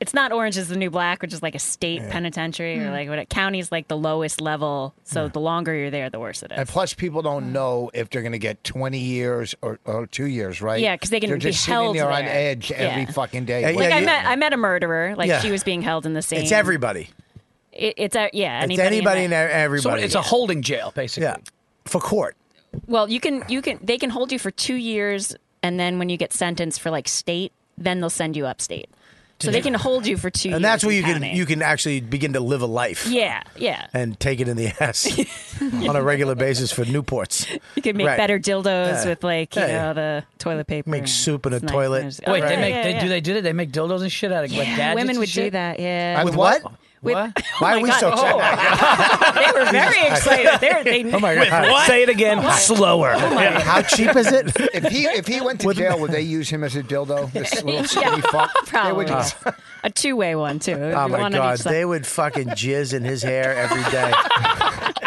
H: it's not Orange is the New Black, which is like a state penitentiary or
F: Hmm.
I: Mm.
H: like what county is like the lowest level. So the longer you're there, the worse it is.
I: And plus, people don't know if they're going to get 20 years or, or two years, right?
H: Yeah, 'cause they can
I: They're
H: be
I: just
H: held
I: sitting there, on
H: there.
I: edge every
H: Yeah.
I: fucking day.
H: like I met, I met a murderer. Like
I: Yeah.
H: she was being held in the same.
F: It's everybody.
H: It, it's a, yeah.
F: It's
H: anybody e-, in
F: anybody and
H: that-
F: everybody.
J: So it's a holding jail, basically.
F: Yeah. For court.
H: Well, you can you can they can hold you for two years, and then when you get sentenced for like state, then they'll send you upstate. So
F: Did
H: they
F: you-
H: can hold you for two years.
F: And that's where
H: in
F: you can
H: county.
F: you can actually begin to live a life.
H: Yeah, yeah.
F: And take it in the
H: <laughs>
F: ass on a regular basis for Newports.
H: You can make
F: Right.
H: better dildos
F: Yeah.
H: with like you
F: Yeah, yeah.
H: know the toilet paper.
F: Make
H: and
F: soup in a
H: it's nice.
F: toilet.
H: There's-
J: Wait,
H: Yeah,
J: they make
H: yeah,
J: they,
H: yeah.
J: do they do that? They make dildos and shit out of like
H: Yeah,
J: gadgets.
H: women
J: and
H: would do
J: shit?
H: that, yeah. Oh
F: With what?
H: <laughs>
J: What?
F: Why are we so excited?
H: they were
F: <laughs>
H: very excited. They were, they
F: Oh my God.
I: With what?
K: Say
I: <laughs>
K: it again,
I: What?
K: slower.
H: Oh
K: Yeah.
F: How cheap is it?
I: if he if he went to jail, would they use him as a
H: <laughs>
I: dildo? This little skinny fuck. They would-
H: probably a two way one too. It'd
F: Oh
H: be
F: my
H: one on each
F: God!
H: side.
F: They would fucking jizz in his hair every
K: <laughs>
F: day.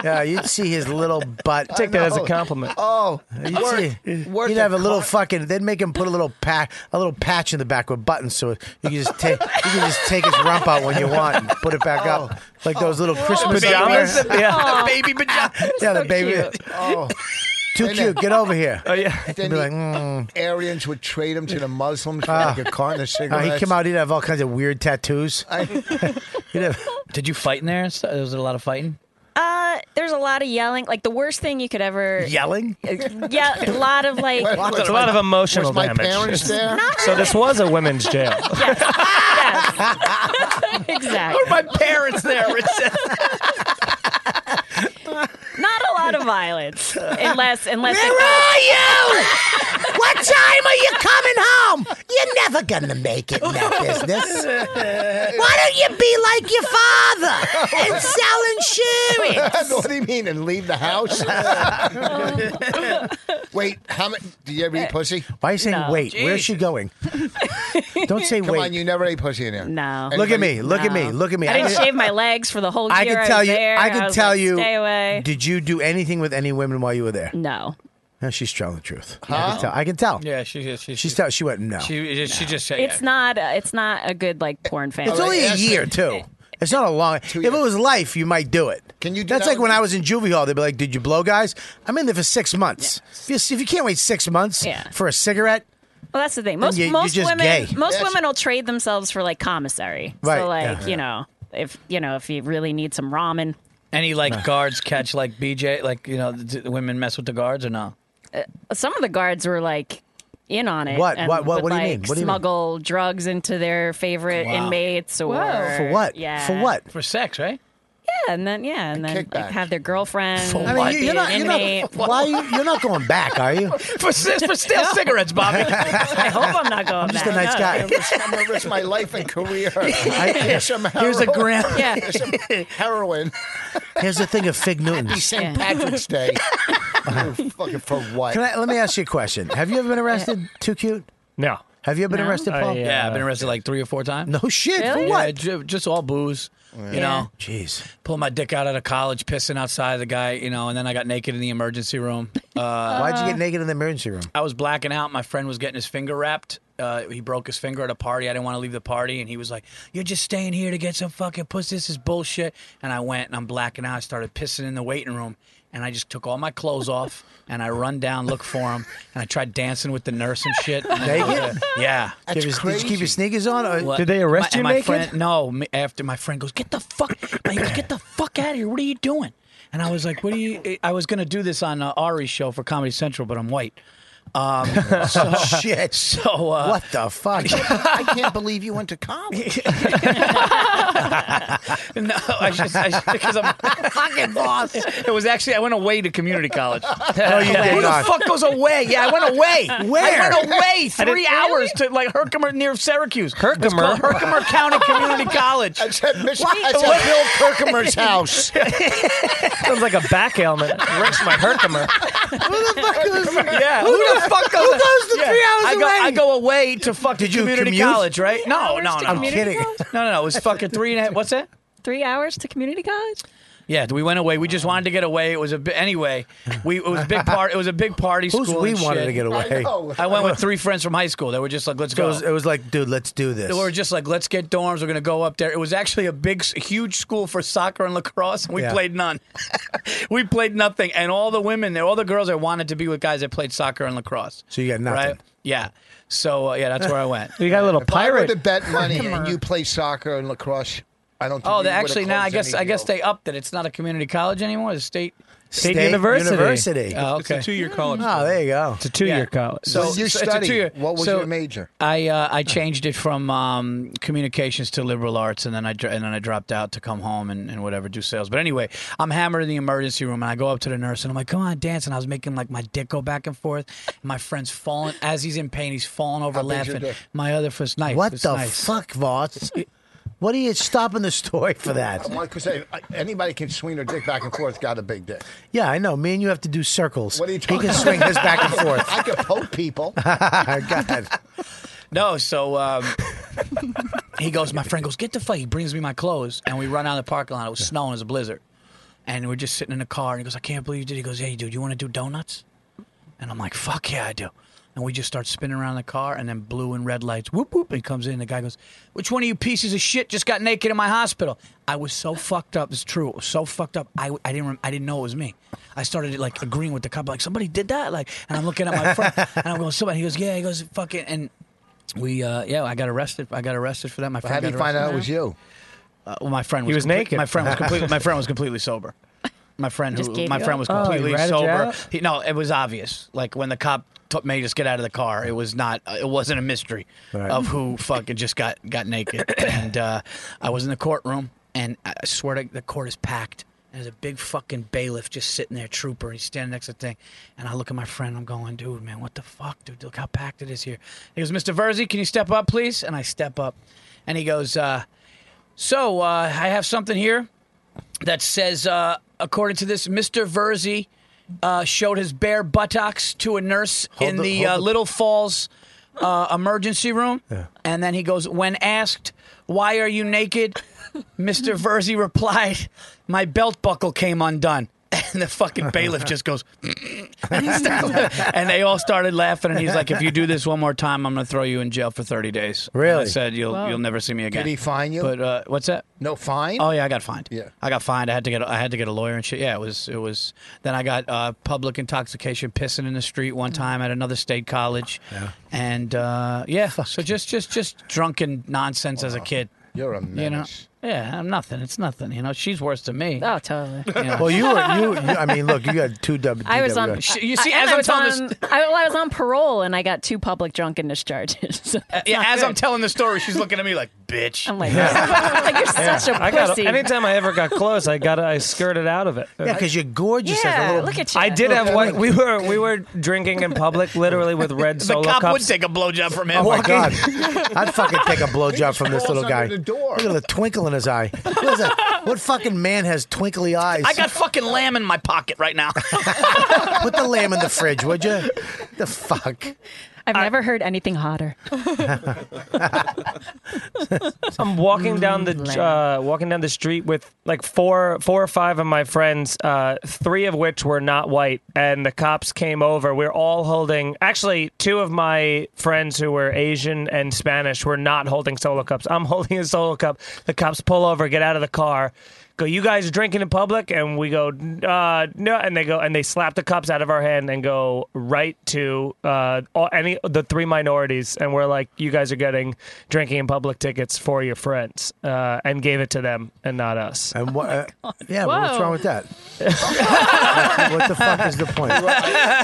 F: yeah, you'd see his little butt.
K: Take that as a compliment.
I: Oh,
F: you'd
I: worth-
F: see.
I: worth
F: you'd
I: the
F: have a little fucking. They'd make him put a little pat, a little patch in the back with buttons, so you can just take, you can just take his rump out when you want and put it back up, like those little crisp
K: The
F: pajamas.
K: babies? Oh.
H: Oh.
K: Yeah. The
F: baby
H: <laughs>
J: Ah.
F: pajamas. Yeah, the
K: So
F: baby.
K: cute.
I: Oh.
F: Too
I: Then
F: cute.
I: the-
F: Get over here.
K: Oh yeah.
F: Be
I: the
F: like, mm.
I: Aryans would trade him to the Muslims for
F: Ah.
I: like a carton of
F: Uh,
I: cigarettes.
F: he came out. He'd have all kinds of weird tattoos. <laughs> He'd have-
J: Did you fight in there? and stuff? Was there a lot of
H: <laughs>
J: fighting?
H: Uh, there's a lot of yelling. Like the worst thing you could ever Uh,
F: Yelling?
H: Yeah, a lot of like.
K: It's a lot of emotional
I: Was my
K: damage.
I: parents there?
K: <laughs> So this was a women's
J: <laughs>
K: jail.
J: Oh,
H: <laughs> exactly.
J: my parents there?
H: Not a lot of violence, unless unless.
R: Where
H: it-
R: are you?
H: <laughs>
R: what time are you coming home? You're never gonna make it in that business. Why don't you be like your father and sell insurance?
I: <laughs> what do you mean? And leave the
H: <laughs>
I: house? Wait, how many? Do you ever eat pussy?
F: Why are you saying wait? Where's she going? Don't say
I: Come
F: wait.
I: on, you never ate pussy in there.
H: No.
F: Look at me. Look at me.
H: No.
F: Look at me.
H: I didn't
F: can- <laughs>
H: shave my legs for the whole year.
F: I can tell
H: was
F: you.
H: there.
F: I can
H: was
F: tell
H: like,
F: you.
H: Stay away.
F: Did you do anything with any women while you were there?
H: No.
F: No, she's telling the truth. I
H: Huh?
F: can tell. I can tell.
J: Yeah, she she she,
F: She's tell, she went no.
J: she, she just said
H: It's not. A, it's not a good like porn fan.
F: it's only a year too. It's not a long. If it was life, you might do it. Can you? Do That's
I: that
F: like
I: with
F: when
I: me?
F: I was in juvie hall. They'd be like, "Did you blow guys?" I'm in there for six months. If, you, if you can't wait six months
H: Yeah.
F: for a cigarette,
H: Well, that's the thing.
F: Then
H: Most
F: you- you're
H: most
F: just
H: women
F: gay.
H: most
F: Yes.
H: women will trade themselves for like commissary.
J: Right,
H: So like
J: yeah.
H: you know if you know if you really need some ramen.
J: Any like guards catch like BJ? Like you know, d- women mess with the guards or no?
H: Uh, some of the guards were like in on it.
J: What?
H: and
J: What- what-
H: would,
J: what do you
H: like,
J: mean? What do you mean?
H: smuggle drugs into their favorite
J: Wow.
H: inmates or
J: For what?
H: Yeah.
J: For what? For sex, right?
H: Yeah, and then yeah, and then like, have their girlfriend.
F: I mean, you,
H: be
F: you're
H: an
F: not. You're
H: inmate.
F: not <laughs> why are you, you're not going back, are you?
J: <laughs> For si- for stale
I: <laughs>
J: cigarettes, Bobby.
H: I hope I'm not going
F: I'm just
H: back.
F: a nice guy.
I: I'm gonna risk my life and career.
F: <laughs> I-
I: Some
F: Here's a
I: heroin.
F: gram.
H: Yeah.
I: Here's
F: <laughs>
I: some heroin.
F: <laughs> Here's the thing of Fig
I: Happy
F: Newtons.
I: St. Patrick's
F: <laughs>
I: Day.
J: Oh,
I: Fucking for what?
F: Can I, let me ask you a question. Have you ever been arrested? Too cute?
K: No.
F: Have you ever been
J: No. uh,
F: arrested, Paul?
J: yeah, I've been arrested like three or four times.
F: No shit. For
J: Yeah,
F: what?
J: ju- just all booze. You know,
F: jeez,
J: pull my dick out at a college, pissing outside the guy. You know, and then I got naked in the emergency room. Uh,
F: Why'd you get naked in the emergency
J: <laughs>
F: room?
J: I was blacking out. My friend was getting his finger wrapped. Uh, he broke his finger at a party. I didn't want to leave the party, and he was like, "You're just staying here to get some fucking pussy. This is bullshit." And I went, and I'm blacking out. I started pissing in the waiting room, and I just took all my clothes off, <laughs> and I run down, look for him, and I tried dancing with the nurse and shit. And then-
F: Naked?
J: Yeah.
F: Did you- did you keep your sneakers on? Or
J: What- my, and my Friend, no, me- after my friend goes, get the fuck, he goes, get the fuck out of here. What are you doing? And I was like, what are you? I was gonna do this on uh, Ari's show for Comedy Central, but I'm white. Um,
F: <laughs>
J: so,
F: shit.
J: So uh,
F: what the fuck?
I: I can't believe you went to college.
J: <laughs> no, I just because
F: <laughs>
J: I'm fucking boss. It was actually I went away to community
F: <laughs>
J: college.
F: No, Oh, you did
J: Who
F: not.
J: the fuck goes away? Yeah, I went away.
F: <laughs> Where?
J: I went away
F: I
J: three hours to like Herkimer near Syracuse. Herkimer, Herkimer County
F: <laughs>
J: Community College.
I: That's at, Mich-
J: What?
I: that's at
J: What?
I: Bill
J: <laughs>
I: Kirkmer's house.
K: <laughs> Sounds like a back ailment. Wrecks my Herkimer.
F: Who the fuck goes?
J: Yeah, who, the fuck goes?
F: Who goes to
J: yeah.
F: three hours
J: I go,
F: away?
J: I go away to fuck
F: Did you
J: community
F: commute?
J: college, right? No, no, no.
F: I'm kidding.
J: No, no, no. It was fucking three and a half. What's that?
H: Three hours to community college.
J: Yeah, we went away. We just wanted to get away. It was a bi- anyway. We it was a big part. It was a big party.
F: Who's
J: school
F: we
J: and
F: wanted
J: shit.
F: to get away? I know.
J: I went with three friends from high school. They were just like, let's
F: So it
J: go.
F: was, it was like, dude, let's do this.
J: They were just like, let's get dorms. We're gonna go up there. It was actually a big, s- huge school for soccer and lacrosse, and we
F: Yeah.
J: played none. <laughs> we played nothing, and all the women there, all the girls, I wanted to be with guys that played soccer and lacrosse.
F: So you got nothing.
J: Right? Yeah. So uh, yeah, that's where I went.
K: You got a little
J: If I were
I: I
K: pirate.
I: would have
J: <laughs>
I: bet money and you play soccer and lacrosse. I don't. Think
J: Oh,
I: you
J: they
I: would've
J: actually now I
I: closed
J: guess
I: any
J: I guess
I: deal.
J: they upped it. It's not a community college anymore. It's a state
K: State State university. university.
J: Oh,
K: It's a
J: okay.
K: two-year college.
F: Oh, there you go.
K: It's a two-year college.
J: So,
I: What did you
J: so it's a
I: study?
J: two-year-
I: What was
J: so
I: your major?
J: I uh, I changed it from um, communications to liberal arts, and then I dr- and then I dropped out to come home and, and whatever do sales. But anyway, I'm hammered in the emergency room, and I go up to the nurse, and I'm like, "Come on, dance!" And I was making like my dick go back and forth. My friend's falling as he's in pain. He's falling over
F: How big's your
J: laughing.
F: dick?
J: My other foot's nice.
F: What
J: It's
F: the
J: nice.
F: fuck, Voss? <laughs> What are you stopping the story for that?
I: Because anybody can swing their dick back and forth. Got a big dick.
F: Yeah, I know. Me and you have to do circles.
I: What are you
F: he
I: talking
F: can swing
I: about?
F: his back and forth. <laughs>
I: I could poke people.
F: God.
J: No, so um, he goes. My friend goes, "Get the fuck." He brings me my clothes, and we run out of the parking lot. It was snowing, it was a blizzard, and we're just sitting in the car. And he goes, "I can't believe you did." He goes, "Hey, dude, you want to do donuts?" And I'm like, "Fuck yeah, I do." And we just start spinning around the car, and then blue and red lights. Whoop whoop! And he comes in. And the guy goes, "Which one of you pieces of shit just got naked in my hospital?" I was so fucked up. It's true. It was so fucked up. I, I didn't rem- I didn't know it was me. I started like agreeing with the cop, like somebody did that. Like, and I'm looking at my friend, and I'm going, "Somebody." He goes, "Yeah." He goes, "Fucking." And we uh, yeah, I got arrested. I got arrested for that. My
I: But
J: friend.
I: how did
J: got
I: you find out
J: arrested.
I: it was you?
J: Uh, well, my friend
K: He
J: was,
K: was
J: complete-
K: naked. <laughs>
J: My friend was completely. My friend was completely sober. My friend
K: Just
J: who
K: gave
J: my
K: you
J: friend
K: up?
J: was
K: Oh, he
J: completely
K: ratted you
J: sober.
K: out?
J: He, no, it was obvious. Like when the cop t- made us get out of the car, it was not. uh, It wasn't a mystery
K: Right.
J: of who fucking just got got naked.
K: <coughs>
J: and uh, I was in the courtroom, and I I swear to the court is packed. And there's a big fucking bailiff just sitting there, trooper. He's standing next to the thing, and I look at my friend. I'm going, dude, man, what the fuck, dude? Look how packed it is here. He goes, Mr. Verzi, can you step up, please? And I step up, and he goes, uh, so uh, I have something here that says, uh, according to this, Mr. Verzi uh, showed his bare buttocks to a nurse in
K: the-
J: the,
K: hold
J: uh,
K: the-
J: Little Falls uh, emergency room. And then he goes, when asked, why are you naked? Mr. Verzi replied, my belt buckle came undone. <laughs> And the fucking bailiff just goes, <laughs> and they all started laughing. And he's
I: <laughs>
J: like, "If you do this one more time, I'm going to throw you in jail for 30 days." And I
I: Really?
J: said, "You'll
I: Wow.
J: you'll never see me again."
I: Did he fine you?
J: But uh, what's that?
I: No fine.
J: <laughs> Oh yeah, I got fined.
I: Yeah.
J: I got fined. I had to get I had to get a lawyer and shit. Yeah, it was it was. Then I got uh, public intoxication, pissing in the street one time at another state college, yeah. and uh, yeah. So just just just drunken nonsense as a kid.
I: You're a
J: You know. Yeah, I'm nothing. It's nothing. You know, she's worse than me.
H: Oh,
J: <laughs>
H: totally.
F: Well, you were you. you I mean, <laughs> look, you got two W.
H: <laughs> I was on.
F: DWI.
J: You see,
H: I-
J: as
H: I
J: I'm
H: was
J: telling
H: on, I, well, I was on parole and I got two public drunkenness charges. <laughs> So that's
J: Uh, yeah,
H: not
J: as
H: good.
J: I'm telling the story, she's looking at me like, "Bitch."
H: I'm like, like you're such
K: <laughs>
H: a pussy.
K: I got anytime I ever got close, I got I skirted out of it.
F: Yeah, 'cause you're gorgeous as a
H: Yeah, little- look at you.
K: I did
H: Look
K: have
H: at
K: one. We were we were drinking in public, literally with red
J: the
K: solo
J: cop
K: cups.
J: would take a blowjob from him.
F: Oh my
J: Walking-
F: God! I'd fucking take a blowjob from this little
J: crawls
F: guy.
J: under the door.
F: Look at the twinkle in his eye.
I: <laughs>
F: What, is that? what
J: <laughs>
F: fucking man has twinkly eyes?
J: I got fucking lamb in my pocket right now. <laughs>
F: Put the lamb in the fridge, would you? The fuck.
H: I've never heard anything hotter.
K: <laughs> I'm walking down
H: Mm,
K: the uh, walking down the street with like four four or five of my friends, uh, three of which were not white, and the cops came over. We're all holding. Actually, two of my friends who were Asian and Spanish were not holding solo cups. I'm <laughs> holding a solo cup. The cops pull over, get out of the car. Go, you guys are drinking in public, and we go, uh, no, and they go, and they slap the cups out of our hand and go right to uh, all, any the three minorities, and we're like, you guys are getting drinking in public tickets for your friends, uh, and gave it to them and not us.
F: And what? yeah,
K: but
F: well, what's wrong with that? <laughs> what
H: <laughs>
F: the fuck is the point?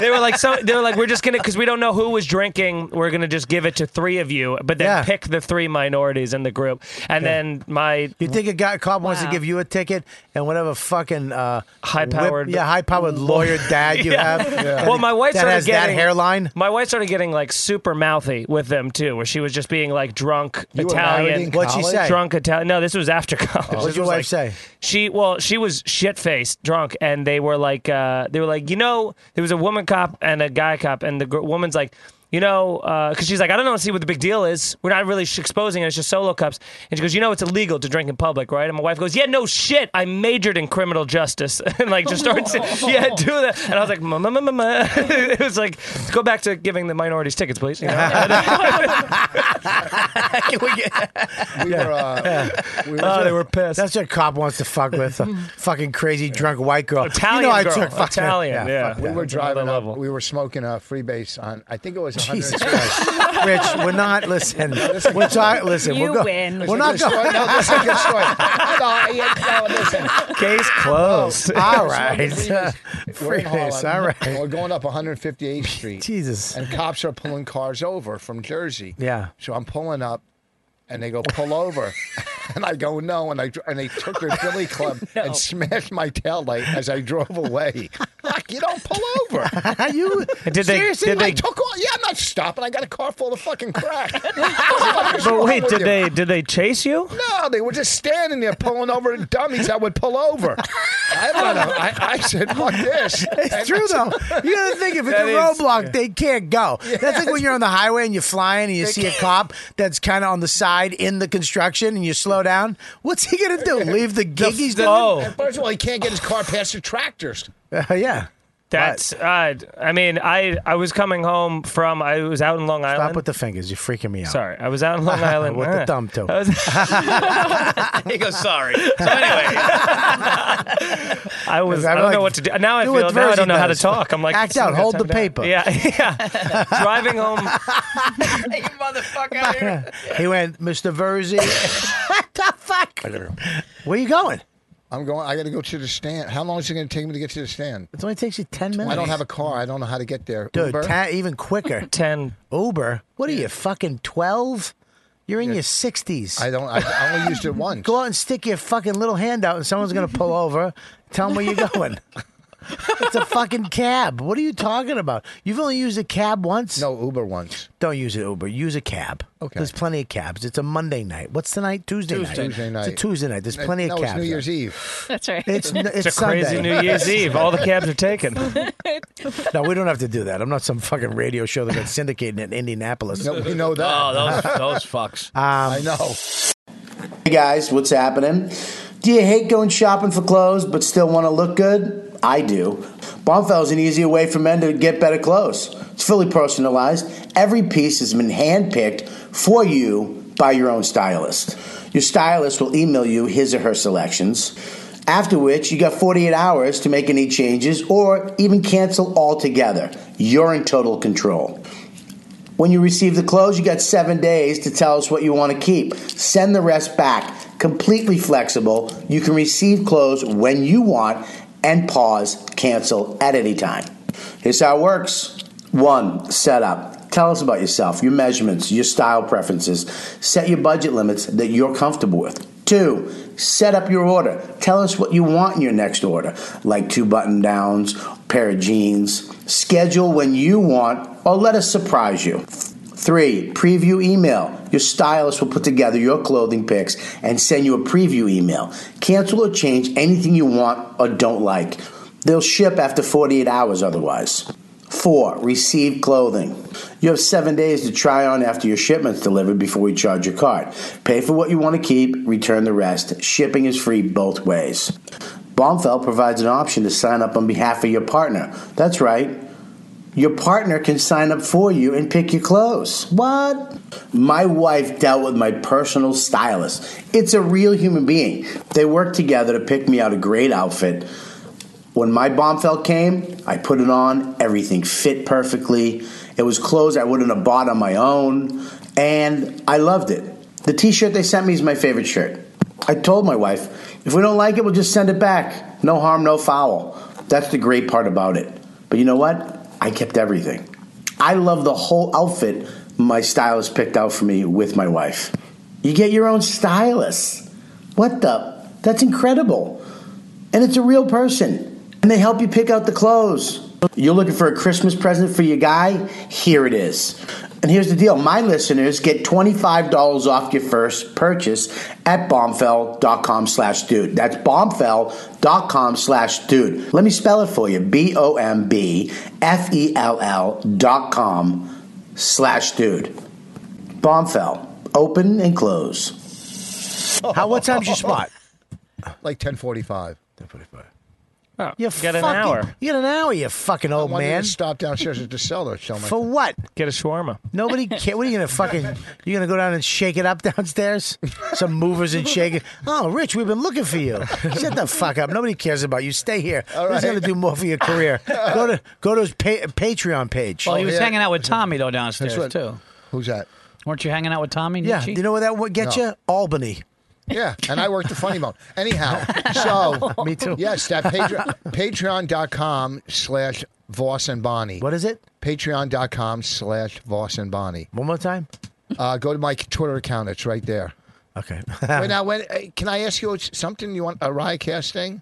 K: <laughs> they were like, so they were like, we're just gonna because we don't know who was drinking. We're gonna just give it to three of you, but then
F: Yeah.
K: pick the three minorities in the group, and
F: Yeah.
K: then my
F: You think a guy a cop
K: Oh.
F: wants to give you a ticket and whatever fucking uh,
K: High-powered-
F: whip- yeah,
K: <laughs>
F: high powered lawyer dad you
K: Yeah.
F: have.
K: Well, my wife
F: that
K: started
F: has
K: getting
F: that hairline.
K: My wife started getting like super mouthy with them too, where she was just being like drunk
F: You were married
K: Italian.
F: in What'd she college? say?
K: Drunk Italian. No, this was after college.
F: What'd
K: Oh. This
F: your
K: was,
F: wife
K: like-
F: say?
K: She well, she was shit faced, drunk, and they were like, uh, they were like, you know, there was a woman cop and a guy cop, and the gr- woman's like. you know, because she's like, I don't know, see what the big deal is. We're not really sh- exposing it. It's just solo cups. And she goes, you know, it's illegal to drink in public, right? And my wife goes, yeah, no shit. I majored in criminal justice. <laughs> and like just starts, yeah, do that. And I was like, ma, ma, ma, ma, ma. <laughs> it was like, go back to giving the minorities tickets, please. You know?
I: We were, uh, we
J: Oh,
I: were-
P: they were pissed. That's what a cop wants to fuck with. A fucking crazy drunk white girl.
K: Italian
P: you know, I
K: girl.
P: took fucking,
K: Italian, yeah.
I: we
P: fuck that.
I: were driving up. We were smoking a freebase on. I think it was. 100
P: Jesus Christ.
I: <laughs>
P: Rich, we're not, listen, we're talking, listen,
I: You
P: we're go-
I: win.
P: We're not
I: It's a good
P: going.
I: story. No, that's a good story.
R: <laughs>
P: <laughs>
K: Case
I: Oh,
K: closed.
P: All right.
I: We're in
P: Freebase,
I: Harlem.
P: all right.
I: We're going up 158th Street. Jesus. And cops are pulling cars over from Jersey.
P: Yeah.
I: So I'm pulling up, and they go pull over, <laughs> and I go no, and I dr- and they took their billy
P: <laughs>
I: club and smashed my taillight as I drove away. Like you don't pull over. <laughs>
P: you
I: did
K: they-
I: seriously?
K: did they-
I: I took off. Yeah, I'm not stopping. I got a car full of fucking crack.
K: <laughs>
I: <laughs>
P: <laughs>
K: but wait, did they did they chase you?
I: No, they were just standing there pulling over dummies that would pull over. I don't know. I, I said, fuck this.
P: <laughs> It's true
I: <laughs>
P: though. You gotta think if it's
I: That
P: a
I: is-
P: roadblock, they can't go. That's like when you're on the highway and you're flying and you
I: They
P: see a cop that's kind of on the side in the construction and you slow down. What's he
I: <laughs>
P: gonna do? Leave the Oh. gig? He's doing?
I: And First of all, he can't get his car past the tractors.
P: Uh, <laughs> yeah.
K: That's. Uh, I mean, I I was coming home from. I was out in Long Island.
P: Stop with the fingers. You're freaking me out.
K: Sorry, I was out
P: <laughs>
K: in Long Island
P: with the
K: Uh,
P: thumb toe.
K: I
J: he
H: <laughs>
J: goes, sorry. So
K: <laughs>
J: anyway,
K: I
P: <laughs>
K: was.
P: I'm
K: I don't
P: like,
K: know what to do. Now I
P: do
K: feel.
P: what
K: Now I
P: Verzi
K: don't know how to
P: does.
K: talk. I'm like.
P: Act out,
K: I got
P: hold the
K: time down.
P: paper.
K: Yeah, yeah. Driving
F: <laughs>
K: home.
J: you motherfucker out here.
P: <laughs> he went,
I: <laughs>
P: Mr. Verzi. what the fuck? Where you going?
I: I'm going. I got to go to the stand. How long is it going to take me to get to the stand?
P: It only takes you ten minutes.
I: I don't have a car. I don't know how to get there.
P: Dude,
I: Uber?
P: ta- even <laughs> quicker.
K: Ten.
P: Uber. What are you fucking twelve? You're in your sixties.
I: I don't. I, I only used it once.
P: Go out and stick your fucking little hand out, and someone's gonna pull over. Tell them where you're
I: <laughs>
P: going. it's a fucking cab. What are you talking about? You've only used a cab once.
I: No Uber once.
P: Don't use an Uber. Use a cab.
I: Okay.
P: There's plenty of cabs. It's a Monday night. What's the night? Tuesday,
I: Tuesday.
P: night.
I: Tuesday
P: It's a
I: night.
P: Tuesday night. There's
I: No,
P: plenty of
I: no, it's
P: cabs.
I: New
P: out.
I: Year's Eve.
S: That's right.
P: It's n-
K: It's,
P: it's
K: a crazy
P: Sunday.
K: New
P: <laughs>
K: Year's Eve. All
F: <laughs>
K: the cabs
I: <laughs>
K: are taken.
P: No, we don't have to do that. I'm not some fucking radio show that got syndicated in Indianapolis.
I: No, we know that.
J: Oh, those those fucks.
P: Um,
I: I know.
F: Hey guys, what's happening? Do you hate going shopping for clothes but still want to look good? I do. Bombfell is an easier way for men to get better clothes. It's fully personalized. Every piece has been handpicked for you by your own stylist. Your stylist will email you his or her selections. After which, you got 48 hours to make any changes or even cancel altogether. You're in total control. When you receive the clothes, you got seven days to tell us what you want to keep. Send the rest back. Completely flexible. You can receive clothes when you want and pause, cancel at any time. Here's how it works one, setup. Tell us about yourself, your measurements, your style preferences. Set your budget limits that you're comfortable with. Two, set up your order. Tell us what you want in your next order, like two button downs, pair of jeans. Schedule when you want, or let us surprise you. Three, preview email. Your stylist will put together your clothing picks and send you a preview email. Cancel or change anything you want or don't like. They'll ship after 48 hours otherwise. Four, receive clothing. You have seven days to try on after your shipment's delivered before we charge your card. Pay for what you want to keep, return the rest. Shipping is free both ways. Bombfell provides an option to sign up on behalf of your partner. That's right. Your partner can sign up for you and pick your clothes. What? My wife dealt with my personal stylist. It's a real human being. They worked together to pick me out a great outfit. When my Bombfell came, I put it on. Everything fit perfectly. It was clothes I wouldn't have bought on my own, and I loved it. The T-shirt they sent me is my favorite shirt. I told my wife, if we don't like it, we'll just send it back. No harm, no foul. That's the great part about it. But you know what? I kept everything. I love the whole outfit my stylist picked out for me with my wife. You get your own stylist. What the? That's incredible and it's a real person. And they help you pick out the clothes. You're looking for a Christmas present for your guy? Here it is. And here's the deal my listeners get $25 off your first purchase at bombfell.com slash dude. That's bombfell.com slash dude. Let me spell it for you B O M B F E L L dot com
B: slash dude. Bombfell. Open and close.
F: How? What time's your spot?
I: <laughs> Like ten forty-five. Ten forty-five.
K: Oh,
F: you
I: got an hour.
F: You got an hour. You fucking old
I: Why
F: man.
I: man, stop downstairs at the cellar. Show my
F: For what?
K: Get a shawarma.
I: <laughs>
F: Nobody care. What are you gonna fucking? You gonna go down and shake it up <laughs> downstairs? Some movers and shaking. Oh, Rich, we've been looking for you. Shut the fuck up. Nobody cares about you. Stay here.
J: All
F: This is
J: right.
F: gonna do more for your career. Go to go to his pa- Patreon page.
J: Well, he was hanging out with Tommy though downstairs
F: Oh, That's what-
J: too.
I: Oh, Who's that?
J: Weren't you hanging out with Tommy?
F: Yeah.
J: Nucci?
F: You know where that would get
J: No.
F: you? Albany.
I: Yeah, and I worked the
F: <laughs>
I: funny <laughs> bone. Anyhow, so
F: Me too.
I: Yes, that Patreon, patreon.com slash Voss and Bonnie. What
F: is it?
I: Patreon.com slash Voss and Bonnie.
F: One more time.
I: Uh, go to my Twitter account. It's right there.
F: Okay. <laughs>
I: Wait, now, when, uh, can I ask you something? You want a Riotcast thing?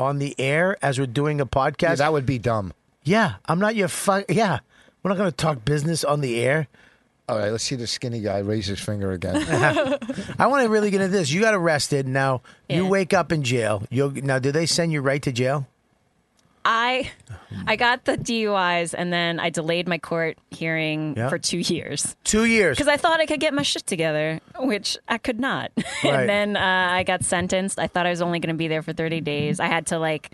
F: On the air as we're doing a podcast.
I: Yeah, that would be dumb.
F: Yeah, I'm not your fuck. Yeah, we're not gonna talk business on the air.
I: All right, let's see the skinny guy raise his finger again.
F: <laughs> I want to really get into this. You got arrested. Now you wake up in jail. You now, do they send you right to jail?
H: I I got the DUIs and then I delayed my court hearing
F: Yeah.
H: for two years.
F: Two years.
H: Because I thought I could get my shit together, which I could not. <laughs>
F: Right.
H: and then uh, I got sentenced. I thought I was only going to be there for 30 days. I had to, like,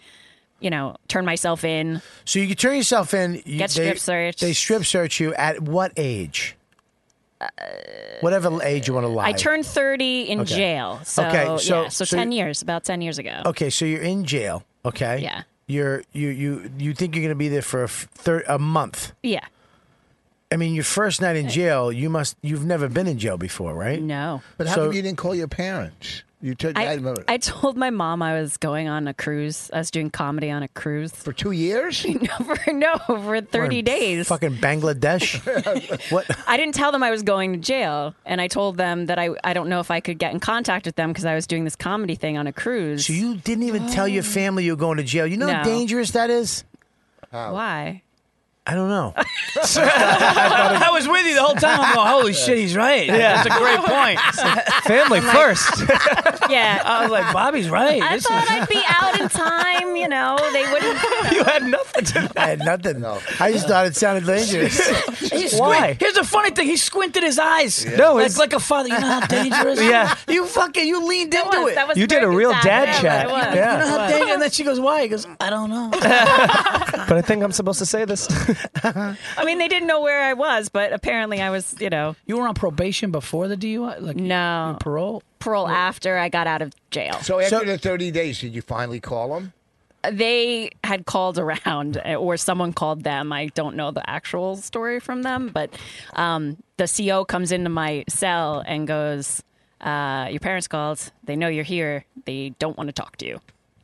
H: you know, turn myself in.
F: So you turn yourself in. You,
H: Get strip searched.
F: They strip search you at what age? Whatever age you want to lie.
H: Uh, I turned 30 in
F: Okay.
H: jail. So,
F: Okay, so-
H: yeah, so,
F: so
H: 10
F: you-
H: years, about 10 years ago.
F: Okay, so you're in jail. Okay.
H: Yeah.
F: You're you you you think you're going to be there for a, f- thir- a month.
H: Yeah.
F: I mean, your first night in jail, you must you've never been in jail before, right?
H: No.
I: But how
F: So-
I: come you didn't call your parents? You took I,
H: I, I told my mom I was going on a cruise. I was doing comedy on a cruise. For
I: two years?
H: <laughs> no, for, no, for 30
F: in
H: days.
F: Fucking Bangladesh.
I: <laughs>
F: what?
H: I didn't tell them I was going to jail, and I told them that I, I don't know if I could get in contact with them because I was doing this comedy thing on a cruise.
F: So you didn't even tell your family you were going to jail. You know how
H: No.
F: dangerous that is.
J: <laughs>
H: Why?
F: I don't know.
J: <laughs> I was with you the whole time. I'm going, holy shit, he's right.
K: Yeah.
J: That's a
I: <laughs>
J: great point. <laughs>
K: Family first.
H: Yeah.
J: I was like, Bobby's right.
H: I
J: This
H: thought
J: is- <laughs>
H: I'd be out in time, you know. They wouldn't.
J: you had nothing to
F: <laughs> I had nothing. I just thought it sounded dangerous.
J: <laughs> He
F: Why?
J: squint- Here's the funny thing. He squinted his eyes.
K: No,
J: like,
K: it's-
J: like a father. You know
K: <laughs>
J: how dangerous.
K: Yeah.
J: You fucking you leaned into
H: was-
J: it.
H: that was
K: You did a
H: very
K: real
H: sad.
K: dad
H: Yeah,
K: chat.
H: it was.
K: Yeah.
J: You know how
H: What?
J: dangerous. And then she goes, why? He goes, <laughs> I don't know.
K: but I think I'm supposed to
P: <laughs>
K: say this.
H: I mean, they didn't know where I was, but apparently I was, you know,
J: You were on probation before the DUI. Like
H: no
J: parole.
H: Parole after I got out of jail.
I: So after the 30 days, did you finally call him?
H: they had called around <laughs> or someone called them i don't know the actual story from them but um, the co comes into my cell and goes uh, your parents called they know you're here they don't want to talk to you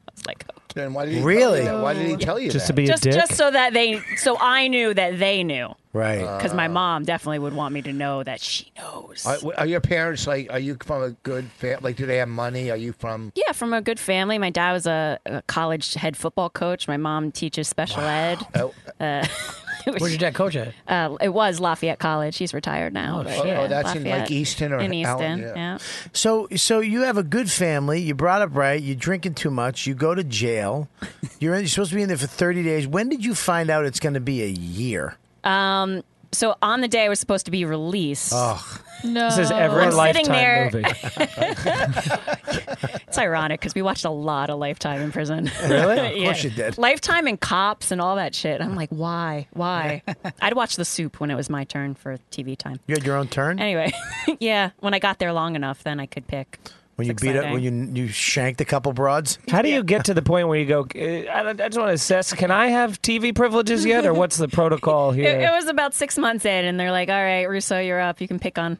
H: i was like
I: Then why did he
F: Really?
I: Tell you that? Why did
H: Oh.
I: he tell you
K: Just
I: that?
K: to be
H: just,
K: a dick.
H: just so that they so i knew that they knew
F: Right.
H: because Uh,
I: Uh.
H: my mom definitely would want me to know that she knows
I: Are, are your parents like? Are you from a good family? Like, do they have money? Are you
F: <laughs>
I: from?
H: yeah from a good family my dad was a, a college head football coach my mom teaches special ed
I: Oh,
H: uh, <laughs>
J: Where's your dad coach at?
H: Uh, it was Lafayette College. He's retired now.
J: Oh,
H: but
J: shit.
H: yeah,
J: Oh,
I: that's in, like,
H: Lafayette.
I: Easton or
H: in
I: out-
H: Easton.
I: yeah.
H: yeah.
F: So, so you have a good family. You brought up right. You're drinking too much. You go to jail. You're, in, you're supposed to be in there for 30 days. When did you find out it's going to be a year?
H: Um. So on the day I was supposed to be released,
F: Oh,
P: No.
K: This is every
H: I'm
K: lifetime
H: sitting there.
K: movie.
H: <laughs>
J: <laughs>
H: it's ironic because we watched a lot of Lifetime in prison. <laughs>
F: Really? Of course you did.
H: Lifetime and Cops and all that shit. I'm like, why? Why? I'd watch The Soup when it was my turn for TV time.
F: you had your own turn
H: Anyway, <laughs> yeah. When I got there long enough, then I could pick.
F: when you
H: It's
F: beat up when you you shanked a couple broads.
K: How do you get to the point where you go? "Eh, I, don't- I just want to assess. Can I have TV privileges yet, or what's the <laughs> protocol here?
H: It, it was about six months in, and they're like, "All right, Russo, you're up. You can pick on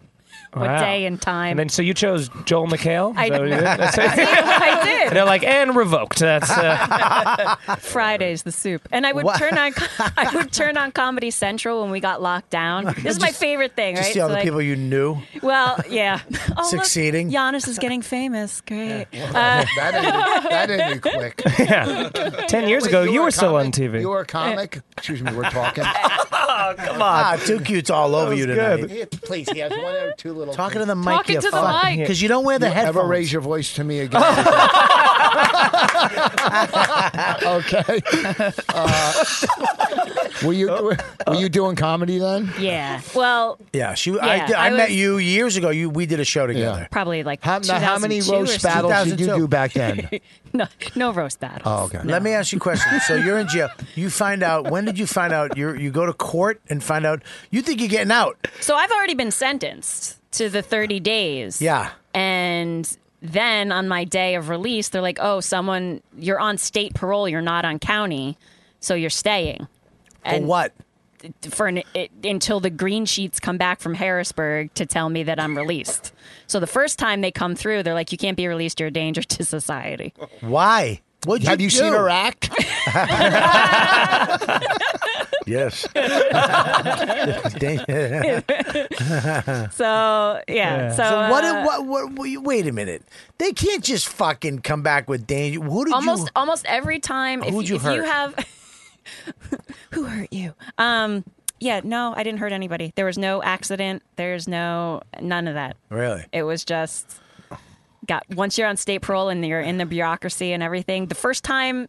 H: what
K: Wow.
H: day and time."
K: and then so you chose Joel McHale. Is
H: I-
K: that what you <laughs> did? That's it?
H: <laughs> See, I did.
K: They're like and revoked.
P: <laughs>
K: That's uh,
H: Fridays the soup, and I would
K: What?
H: turn on I would turn on Comedy Central when we got locked down. This is my favorite thing,
F: Just
H: right?
F: see all
H: So,
F: the
H: like,
F: people you knew.
H: well, yeah, <laughs> oh, look,
F: Succeeding.
H: Giannis is getting famous. Great. Uh,
I: that, ended, that ended quick.
K: <laughs>
J: <laughs>
K: yeah. Ten years ago, you were still on TV.
I: You were a comic. Excuse me, we're
F: <laughs>
I: talking.
K: Come
F: Ah, too cute's all over you tonight.
I: Here, Please, he has one
H: <laughs>
I: or two little.
F: Talking to
I: things.
F: the mic, you fuck. because you don't wear the
I: You
F: headphones.
I: Ever raise your voice to me again? <laughs> okay. Uh, were you
F: Oh.
I: were you doing comedy then?
H: Uh, Yeah. Well,
F: Yeah, she.
H: Yeah,
F: I, I,
H: I
F: met
H: was-
F: you years ago. You we did a show together.
H: probably like
I: How- now, how many
H: 2002 or
I: roast battles
H: something.
I: did you do back then?
H: <laughs> no, no roast battles.
I: Oh, okay.
F: Let me ask you a question. So you're
H: <laughs>
F: in jail. You find out when did you find out? You you go to court and find out. You think you're getting out?
H: So I've already been sentenced to the 30 days.
F: Yeah.
H: And then on my day of release, they're like, oh, someone, you're on state parole, you're not on county, so you're staying.
F: For what?
H: For an, it, until the green sheets come back from Harrisburg to tell me that I'm released. So the first time they come through, they're like, you can't be released, you're a danger to society.
F: Why? What
I: Have you seen her act?
H: <laughs>
F: yes.
H: <laughs>
F: <laughs>
H: So, yeah. So,
F: what,
H: uh,
F: what, what, what? you- Wait a minute. They can't just fucking come back with danger. Who did
H: almost
F: you?
H: almost every time if,
F: Who'd you
H: if
F: hurt?
H: you have <laughs> who hurt you um yeah no i didn't hurt anybody there was no accident there's no none of that
F: Really?
H: it was just got once you're on state parole and you're in the bureaucracy and everything the first time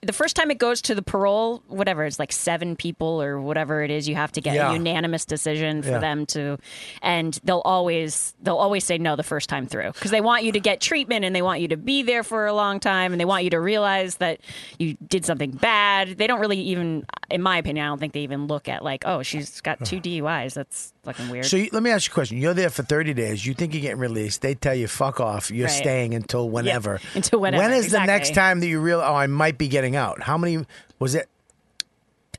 H: the first time it goes to the parole whatever it's like seven people or whatever it is you have to get
Q: Yeah.
H: a unanimous decision for
Q: Yeah.
H: them to and they'll always they'll always say no the first time through because they want you to get treatment and they want you to be there for a long time and they want you to realize that you did something bad they don't really even in my opinion i don't think they even look at like oh she's got two duis that's fucking weird
F: So you, let me ask you a question. You're there for 30 days. You think you're getting released. They tell you, fuck off. You're
H: Right.
F: staying until whenever.
H: until whenever,
F: When is the
H: exactly.
F: next time that you realize, oh, I might be getting out? How many, was it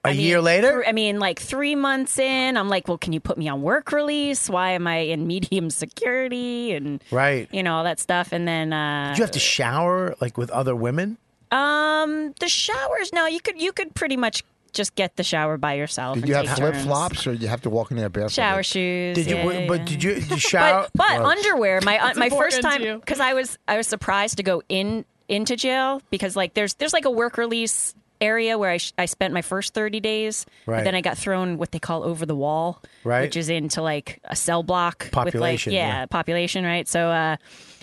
F: a
H: I mean,
F: year later?
H: thr- I mean, like three months in, I'm like, well, can you put me on work release? Why am I in <laughs> medium security and
F: Right.
H: you know all that stuff? And then uh,
F: Did you have to shower like with other women?
H: um the showers. No, you could you could pretty much just get the shower by yourself.
I: Did
H: and
I: you have
H: take
I: flip
H: turns.
I: flops or you have to walk in there barefoot?
H: Shower shoes.
I: Did you-
H: yeah, yeah,
I: but
H: yeah.
I: did you- did you
H: But- <laughs>
I: shower-
H: But,
I: Gross.
H: underwear. My uh,
I: It's
H: my first
I: important to
H: time
I: you.
H: because I was I was surprised to go in into jail because like there's there's like a work release area where I, sh- I spent my first 30 days
Q: Right.
H: but then I got thrown what they call over the wall
Q: Right.
H: which is into like a cell block
Q: Population,
H: with like yeah,
Q: yeah.
H: population right so uh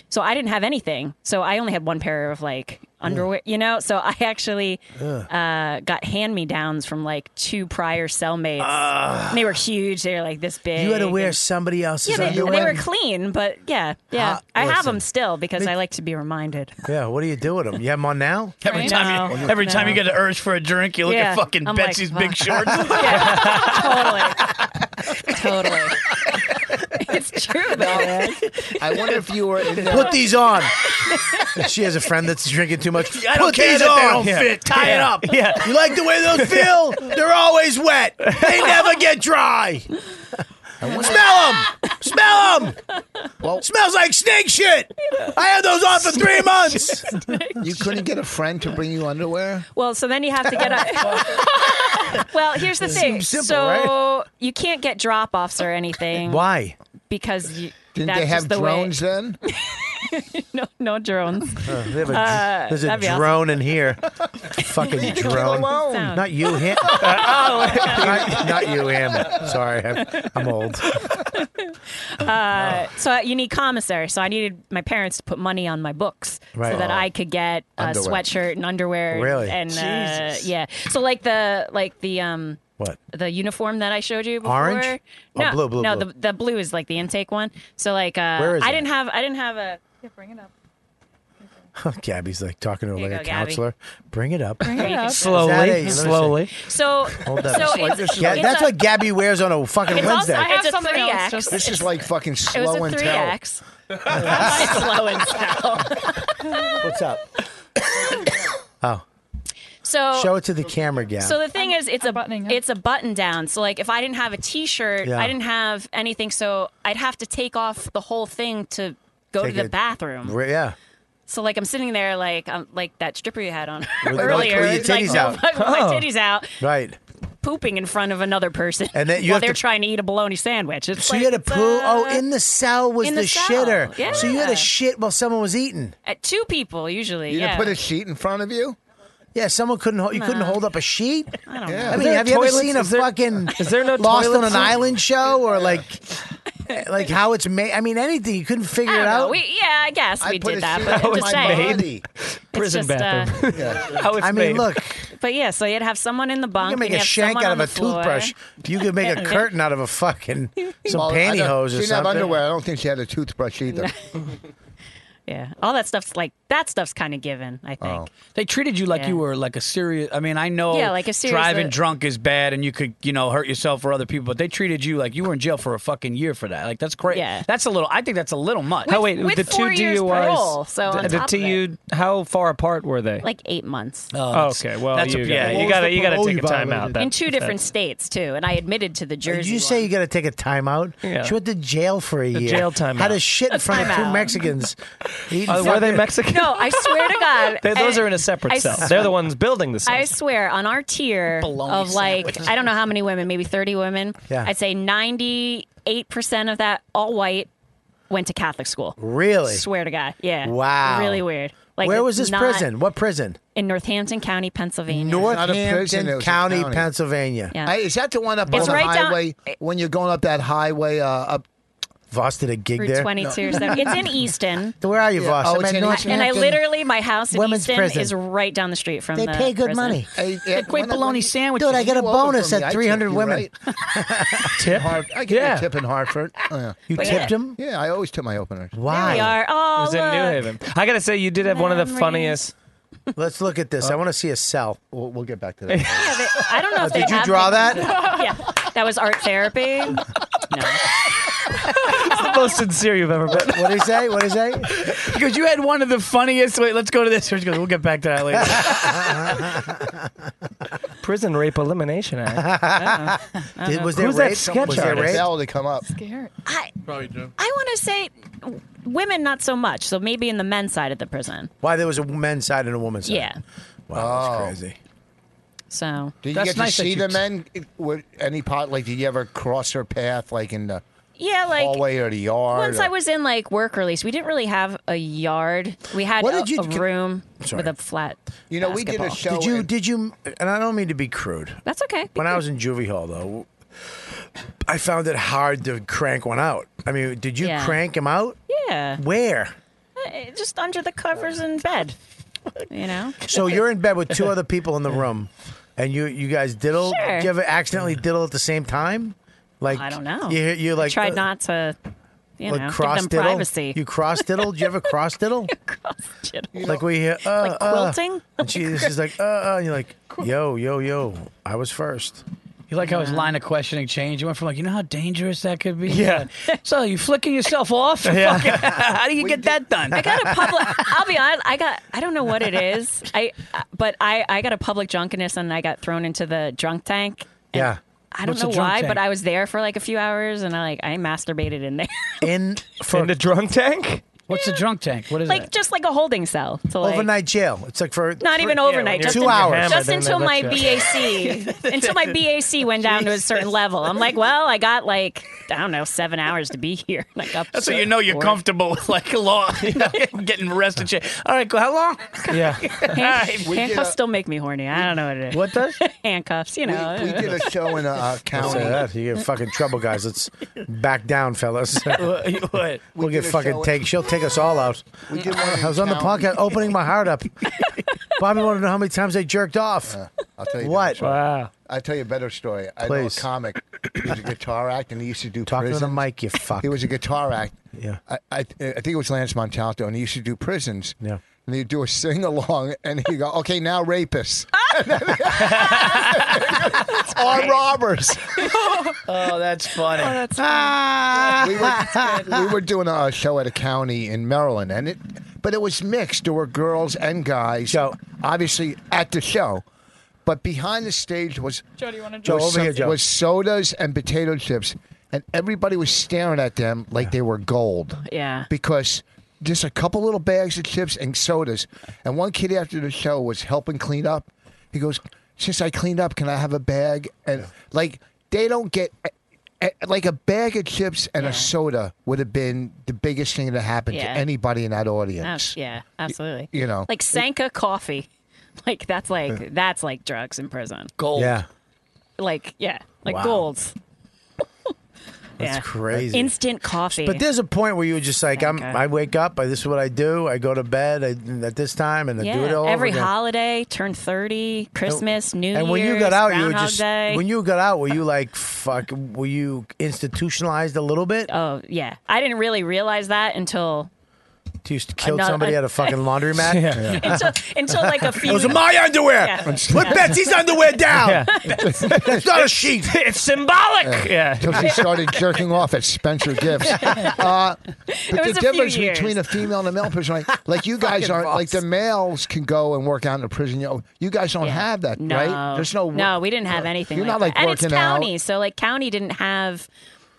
H: so I didn't have anything so I only had one pair of like underwear you know so I actually
Q: Ugh.
H: uh, got hand me downs from like two prior cellmates and they were huge they were like this big
F: You had to
H: and-
F: wear somebody else's
H: yeah, they,
F: underwear?
H: they were clean, but yeah, yeah.
F: Ah,
H: I have
F: listen.
H: them still because I like to be reminded.
F: yeah, what do you do with them? You have them on now?
H: Every Right. time you- No.
J: Every
H: No.
J: time you get an urge for a drink, you look
H: Yeah.
J: at fucking
H: I'm like,
J: Betsy's
H: wow.
J: big shorts.
H: <laughs>
F: <laughs>
H: Totally. it's true though. man.
I: I wonder if you
F: <laughs>
I: were in there.
F: Put these on. she has a friend that's drinking too much.
I: I
F: Put
I: don't care
F: these
I: that
F: on.
I: they don't fit. Tie it
F: Yeah.
I: up.
F: <laughs> Yeah. You like the way those feel? They're always wet. They never get <laughs> dry. Smell them. Smell them. Smells like snake shit. I had those on
I: <laughs>
F: for three months.
I: You couldn't get a friend to bring you underwear?
H: Well, so then you have to get a. well, here's the thing.
I: Seems simple,
H: so
I: right?
H: you can't get drop offs or anything.
F: Why?
H: Because you.
I: Didn't
H: that's
I: they have
H: just the
I: drones
H: way.
I: then?
H: <laughs> no, no drones.
F: Uh, they have a,
H: Uh,
F: there's a
H: that'd be awesome.
F: drone in here. Fucking
H: Leave it
F: drone.
H: alone. Oh,
F: Not
H: <laughs>
F: you, him. not, not you, him. Sorry, I'm, I'm old.
H: Uh, so you need commissary. So I needed my parents to put money on my books
Q: Right.
H: so that
Q: Oh.
H: I could get a
Q: Underwear.
H: sweatshirt and underwear.
Q: Really?
H: And uh,
Q: Jesus.
H: yeah. So like the like the um
F: What?
H: the uniform that I showed you before.
F: Orange? Oh,
H: No,
F: blue, blue,
H: no.
F: blue.
H: The the blue is like the intake one. So like uh,
F: Where is
H: I
F: that?
H: didn't have I didn't have a. Yeah, bring it up.
F: Gabby's like talking to her
H: Here you
F: like a
H: go, Gabby.
F: counselor. Bring it
H: <laughs>
F: up.
H: Bring it up.
K: Slowly,
F: Is that a- let me
K: slowly.
F: see.
H: So
F: Hold that.
H: so it's,
F: yeah,
H: it's
F: that's
H: a,
F: what Gabby wears on a fucking
H: It's also-
F: Wednesday.
H: I have
F: It's a-
H: something
I: three
H: else.
I: This
H: Just,
I: is like fucking
H: it was
I: slow
H: a
I: and
H: three
I: tell.
H: X. <laughs> slow and tell.
F: <laughs>
H: <coughs>
F: What's up? oh,
H: So
F: show it to the camera, Gab.
H: So the thing is, it's a it's a button down. So like, if I didn't have a T-shirt,
F: Yeah.
H: I didn't have anything, so I'd have to take off the whole thing to go
F: Take
H: to the
F: it-
H: bathroom.
F: Re- yeah.
H: So like, I'm sitting there like um, like that stripper you had on <laughs>
F: With- with-
H: earlier.
F: with your
H: It's like,
F: titties
H: <laughs>
F: out.
H: with my
F: Oh.
H: titties out,
F: Right.
H: pooping in front of another person,
F: And then you
H: while
F: have
H: they're
F: to-
H: trying to eat a bologna sandwich. It's
F: So
H: like,
F: you had to
H: it's,
F: poo.
H: uh,
F: Oh, in the cell was
H: in
F: the,
H: the cell.
F: shitter. So you had
H: Yeah.
F: to shit while someone was eating.
H: at two people usually.
I: You
H: yeah.
I: didn't put a sheet in front of you?
F: Yeah, someone couldn't. Hold, you couldn't
H: No.
F: hold up a sheet. I
H: don't
F: I
H: know.
F: mean,
H: Is there
F: have you ever
H: <laughs>
K: toilets?
F: seen a
K: Is there-
F: fucking
K: is there no
F: Lost on
K: toilets
F: an
K: in-
F: Island show or like like how it's made. I mean, anything you couldn't figure
H: I
F: it
H: don't know.
F: out.
H: We, yeah, I guess
F: I
H: we
F: put a
H: did that,
F: sheet
H: but
F: over
H: I'm just
F: my
H: saying.
F: body.
H: It's
F: Prison
H: just,
I: <laughs>
H: uh,
K: <laughs>
F: bathroom. How it's I mean, made. look.
H: But yeah, so you'd have someone in the
F: You
H: bunk.
F: can make
H: and
F: a
H: have
F: shank
H: someone
F: out
H: on
F: of
H: the
F: a
H: floor.
F: toothbrush. You
H: <laughs>
F: could make a curtain out of
I: <laughs>
F: a fucking some
I: Well, I don't- She
F: pantyhose or
I: didn't have
F: something.
I: underwear. I don't think she had a toothbrush either. <laughs>
H: Yeah, all that stuff's like that stuff's kind of given. I think.
I: Oh.
J: They treated you like
H: Yeah.
J: you were like a serious. I mean, I know
H: Yeah, like a serious- uh,
J: driving drunk is bad, and you could you know hurt yourself or other people. But they treated you like you were in jail for a fucking year for that. Like that's crazy.
H: Yeah.
J: That's a little. I think that's a little much.
H: With- Oh, wait, with the two four years DUIs, parole, so on
K: the, the
H: top of <laughs>
J: <laughs>
K: TU, how far apart were they?
H: Like eight months.
K: Oh, okay, well,
J: that's a-
K: you,
J: yeah,
K: gotta,
J: what
K: you
J: was
K: gotta
J: the
K: you gotta
J: parole
K: take
J: you
K: a time
J: violated?
K: out.
H: in two different states too, and I admitted to the
F: Did
H: Jersey.
F: you say you got to take a timeout?
K: Yeah.
F: She went to jail for a
K: A
F: year.
K: jail timeout.
F: Had a shit in
K: A
F: front of two
H: <laughs>
K: timeout.
F: Mexicans. Eating
K: Uh, were they
F: fucking-
K: Mexican?
H: No, I swear to God.
K: They- those
H: and
K: are in a separate
H: I
K: cell.
H: s-
K: They're the ones building the cell.
H: I swear, on our tier
K: <laughs> Bologna
H: of like,
K: sandwiches.
H: I don't know how many women, maybe 30 women,
K: Yeah.
H: I'd say 98% of that, all white, went to Catholic school.
F: Really?
H: Swear to God. Yeah.
F: Wow.
H: Really weird.
F: Where
H: it's
F: was this
H: not-
F: prison? What prison?
H: In Northampton County, Pennsylvania.
I: it
F: Northampton
I: was a
F: County,
I: county.
F: Pennsylvania.
H: Yeah.
I: Hey, is that the one up
H: It's
I: on
H: right
I: the
H: down-
I: highway when you're going up that highway uh, up?
F: Voss did a gig
H: Route 22 or <laughs> so. It's
F: <laughs>
I: E-
H: in Easton.
F: Where are you,
I: Yeah.
F: Voss?
I: Oh,
F: I'm
I: it's
F: at
I: in
F: North-
I: Easton.
H: And I
I: Northampton
H: literally, my house in
F: Women's
H: Easton
F: prison.
H: is right down the street from
F: They
H: the
F: pay good
H: prison.
F: money.
I: Hey,
H: The quick bologna sandwich.
F: Dude, I get a bonus at 300 women.
I: tip? I get
F: Yeah.
I: a tip in Hartford. Oh, yeah.
F: You
H: But tipped yeah.
F: him?
I: Yeah, I always tip my opener.
F: Why?
H: we are. Oh,
K: it was in New
H: look.
K: Haven. I gotta say, you did have one of the
H: Memories.
K: funniest.
F: Let's look at this. I want to see a cell.
I: We'll, we'll get back to
K: <laughs>
I: that.
H: Yeah, they- <laughs> I don't know if
F: <laughs> Did
H: they
F: you
H: have
F: draw
H: things-
F: that?
H: <laughs> yeah, that was art
I: <laughs>
H: therapy.
K: it's the most sincere you've ever been.
F: What do you say? What do you say?
J: Because you had one of the funniest. Wait, let's go to this. We're just gonna- We'll get back to that later.
K: <laughs> Prison Rape Elimination
J: <laughs>
K: Act.
J: Uh-huh.
F: Did, was there
K: Who's
F: rape?
K: that sketch
F: was there
K: artist?
F: rape?
I: Bell to come up.
H: I,
N: Probably Joe.
H: I want to say w- women not so much. So maybe in the men's side of the prison.
F: Why Uh, there was a men's side and a woman's side?
H: Yeah.
F: Wow,
I: Oh.
F: that's crazy.
H: So
I: Did you
J: That's
I: get to
J: nice that
I: see
J: you
I: the
J: t-
I: men with any pot? Like, did you ever cross her path, like in the
H: yeah, like
I: hallway or the yard?
H: once
I: or-
H: I was in like work release, we didn't really have a yard. We had
F: What
H: a,
F: did you-
H: a room with a flat.
I: You know, we did a
H: basketball.
I: show-
F: Did you? Did you? And I don't mean to be crude.
H: That's okay.
F: When I was in juvie hall, though, I found it hard to crank one out. I mean, did you
H: Yeah.
F: crank him out?
H: Yeah,
F: Where?
H: Uh, just under the covers in bed. You know.
F: So you're in bed with two other people in the room, and you you guys diddle.
H: Sure.
F: Did you ever accidentally diddle at the same time? Like
H: I don't know.
F: You you
H: I
F: like
H: tried
F: uh,
H: not to. You
F: like
H: know, give
F: cross
H: them
F: diddle.
H: privacy.
F: You cross diddle. Did you ever
H: <laughs>
F: cross diddle? <laughs> like
I: <laughs>
F: we hear uh,
H: Like
F: uh,
H: quilting?
F: and she, she's like uh, uh, and you're like yo yo yo. I was first.
J: You like how his line of questioning changed? You went from like, you know how dangerous that could be. Yeah. So you flicking yourself off?
K: Yeah.
J: Fucking- <laughs> how do you get that done?
H: I got a public. I'll be honest. I got. I don't know what it is. I. But I. I got a public drunkenness, and I got thrown into the drunk tank.
F: Yeah.
H: I don't
F: What's a
H: know
F: drunk
H: why,
F: tank?
H: but I was there for like a few hours, and I like I masturbated in there, <laughs>
F: In for
K: in the drunk tank.
J: What's the drunk tank? What is
H: like
J: that?
H: just like a holding cell. To, like,
F: overnight jail. It's like for
H: Not even overnight. just
F: two
H: in-
F: hours.
H: Just until my
F: <laughs>
H: BAC. until my BAC went down to a certain level. I'm like, well, I got like I don't know seven hours to be here. <laughs> Like up.
J: That's how you know you're comfortable <laughs> with
Q: <laughs>
J: like law, you know, <laughs> getting arrested. Shit. All right, go.
H: <laughs>
J: How long? <laughs>
K: Yeah.
I: <laughs>
H: Hand-
I: We did
H: handcuffs
I: a-
H: still make me horny. I don't know what it is. What
K: does?
H: <laughs> handcuffs? You know.
I: we, we did a show in a uh,
F: Don't
I: county.
F: say that. You get fucking trouble,
I: <laughs>
F: guys. Let's back down, fellas.
J: What? what?
F: <laughs> We'll
I: We
F: get
I: did a
F: fucking
I: show-
F: take. She'll take us all out.
I: We did one in
F: I was on the
I: town.
F: podcast opening my
I: <laughs>
F: heart up. Bobby wanted to know how many times I jerked off.
I: I'll tell you
F: What?
I: that story.
K: Wow.
I: I'll tell you a better story. I know a
F: Please.
I: comic. He was a guitar act, and he used to do
F: Talking to the
I: prisons.
F: mic, you fuck.
I: He was a guitar act.
F: Yeah.
I: I, I, I think it was Lance Montalto, and he used to do prisons.
F: Yeah.
I: And he'd do a sing along, and he'd go, "Okay, now
H: <laughs>
I: rapists or robbers."
J: <laughs> Oh, that's funny.
Q: Ah.
I: we, were, we were doing a show at a county in Maryland, and it, but it was mixed. There were girls and guys. So obviously at the show, but behind the stage was
P: Joe, do you want to
F: Joe,
I: was,
F: over
I: some-
F: here, Joe.
I: was sodas and potato chips, and everybody was staring at them like they were gold
H: yeah.
I: because. Just a couple little bags of chips and sodas. And one kid after the show was helping clean up. He goes, Since I cleaned up, can I have a bag? And like, they don't get eh, like a bag of chips and a soda would have been the biggest thing that happened
H: Yeah.
I: to anybody in that audience.
H: Abs- yeah, absolutely.
I: you know.
H: like Sanka coffee, <laughs> like that's
F: Uh.
H: like that's like drugs in prison.
J: Gold.
F: Yeah.
H: Like yeah, like
F: Wow.
H: golds.
F: That's
H: Yeah.
F: crazy.
H: Instant coffee.
F: But there's a point where you're just like, I'm,
H: God.
F: I wake up, I, this is what I do, I go to bed I, at this time, and I
H: yeah.
F: do it all
H: every
F: over again.
H: holiday, turn thirty, Christmas, New
F: and when
H: Year's,
F: you got out, you
H: Groundhog
F: were just
H: Day.
F: when you got out, were you like fuck? Were you institutionalized a little bit?
H: Oh yeah, I didn't really realize that until
F: you used to kill
H: Another- <laughs>
F: somebody at a fucking laundromat.
H: Yeah. Until- until, like, a few-
F: Those are my underwear.
H: Yeah.
F: Put
H: Yeah.
F: Betsy's underwear
K: <laughs>
F: down.
I: Yeah.
H: Oh.
I: <laughs>
F: That's not a sheet.
K: It's symbolic.
I: Until she started jerking off at Spencer Gifts. <laughs> Uh,
R: It
I: but
R: was
I: the
R: a few
I: difference
R: years.
I: between a female and a male person, like, like you guys
R: Fucking
I: aren't, like
R: boss.
I: the males can go and work out in the prison. You, know, you guys don't have that,
H: no,
I: right? There's no.
H: no. We didn't have anything.
I: You're
H: like
I: not, like,
H: that. and it's
I: working out.
H: county, so like county didn't have,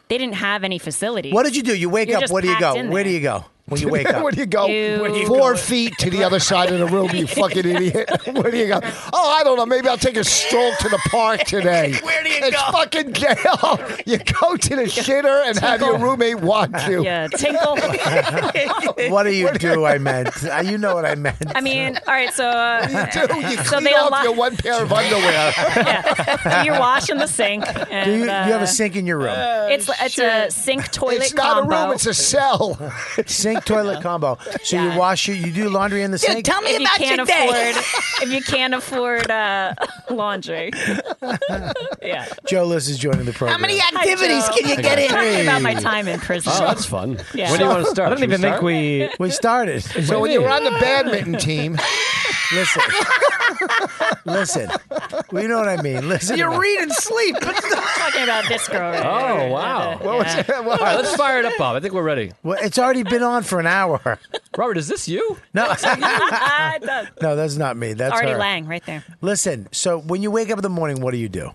H: they didn't have any facilities.
F: <laughs> What did you do? You wake
H: You're
F: up.
H: just
F: Where do you
H: packed
F: go?
H: in
F: Where
H: there.
F: do you go when
I: <laughs>
F: you wake
I: <laughs>
F: up?
I: Where do you go?
H: You- Where do you
I: Four feet to the other side of the room, you fucking idiot. Where do you go? Oh, I don't know. Maybe I'll take a stroll to the park today. Where do you it's go? fucking jail. You go to the shitter and have your roommate watch
F: <laughs>
I: you.
H: Yeah, tinkle. <laughs>
F: what do you do? I meant. Uh, You know what I meant.
H: I mean, all right,
I: <laughs>
H: so uh,
I: You do. You
H: so
I: clean
H: they
I: off
H: unlock
I: your one pair of
H: <laughs>
I: underwear.
H: you're washing the sink. <laughs> And,
F: do you, do you have
H: uh,
F: a sink in your room?
H: It's it's a sink toilet
I: oh, It's not
H: combo.
I: a room. It's a cell.
F: <laughs> sink toilet combo. So you wash your, you do laundry in the sink.
H: if you can't afford, If you can't afford uh, laundry, yeah.
F: Joe Liz is joining the program.
H: activities
R: can you
F: get in?
H: Talking about my time in prison.
T: Oh,
F: fun.
H: <laughs> Yeah. When do you wanna start?
K: I don't
H: Should we
K: even think
H: start? <laughs>
K: we
F: we started.
I: So when you were on the badminton team,
F: listen, <laughs> listen, well, you know what I
I: <laughs>
F: mean. Listen, to me.
H: and sleep. <laughs> talking about this girl. Right
T: Oh,
H: here.
T: wow.
F: <laughs>
H: What was Yeah. that?
T: All right, let's fire it up, Bob. I think we're ready.
F: Well, it's already been on for an hour.
T: <laughs> Robert, is this you?
F: No, <laughs>
H: Ah, <laughs> that's
F: no, that's not me. That's
H: Artie
F: her.
H: Lang right there.
F: Listen, so when you wake up in the morning, what do you do?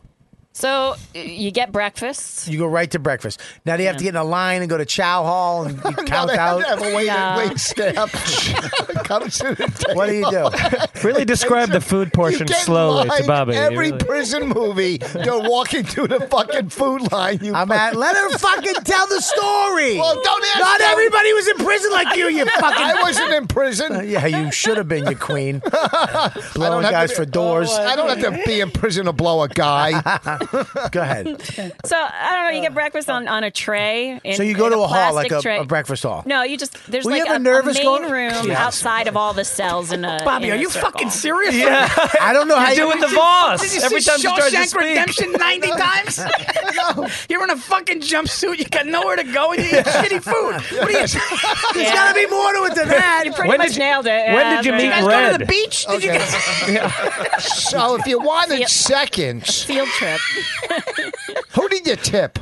H: So y- you get breakfast.
F: You go right to breakfast. Now do you have to get in a line and go to Chow
H: <laughs>
F: Hall and you count
I: they
F: out?
I: have to have a wait- No. wait <laughs> staff.
F: What do you do?
K: really describe the food portion
I: get
K: slowly to
I: lined
K: Bobby. You
I: Every <laughs>
K: really-
I: prison movie, they're walking through the fucking food line. You
F: I'm at.
I: fucking-
F: Let her fucking tell the story.
I: <laughs> Well, don't ask
F: Not
I: them.
F: everybody was in prison like you. You
I: <laughs>
F: fucking.
I: I wasn't in prison.
F: Uh, yeah, you should have been, you queen. Blowing
I: have to
F: guys
I: be-
F: for doors.
I: I don't have to be in prison to blow a guy.
F: <laughs> Go ahead.
H: <laughs> So I don't know. You get breakfast on, on a tray. In,
F: so you go
H: in
F: to a, hall, like
H: plastic
F: a,
H: tray.
F: a breakfast hall.
H: No, you just there's
F: Were you
H: like
F: ever
H: a, a
F: nervous
H: main
F: going-
H: room
F: Yes.
H: outside of all the cells in
K: <laughs>
H: a.
Q: Bobby,
H: in
Q: are
H: a
Q: you
H: circle.
Q: fucking serious?
K: Yeah.
F: <laughs> I don't know how <laughs>
K: You're doing the
Q: Did
K: Voss
Q: you
K: every
Q: see
K: time she tries to
Q: Shawshank
K: speak.
Q: Redemption
K: <laughs>
H: <laughs>
Q: 90 times? You're in a fucking jumpsuit. You got nowhere to go and you eat shitty food. What are you <laughs>
F: There's gotta be more to it than that.
Q: You
H: pretty
K: When
H: much
K: did
Q: <laughs>
K: you-
H: nailed it.
K: when
H: yeah,
K: did you
H: but-
K: meet
Q: You guys go to the
K: Red.
Q: beach? Did you
I: Okay.
Q: guys?
I: <laughs> So if you wanted seconds,
H: Field trip.
I: <laughs> <laughs> who did you tip?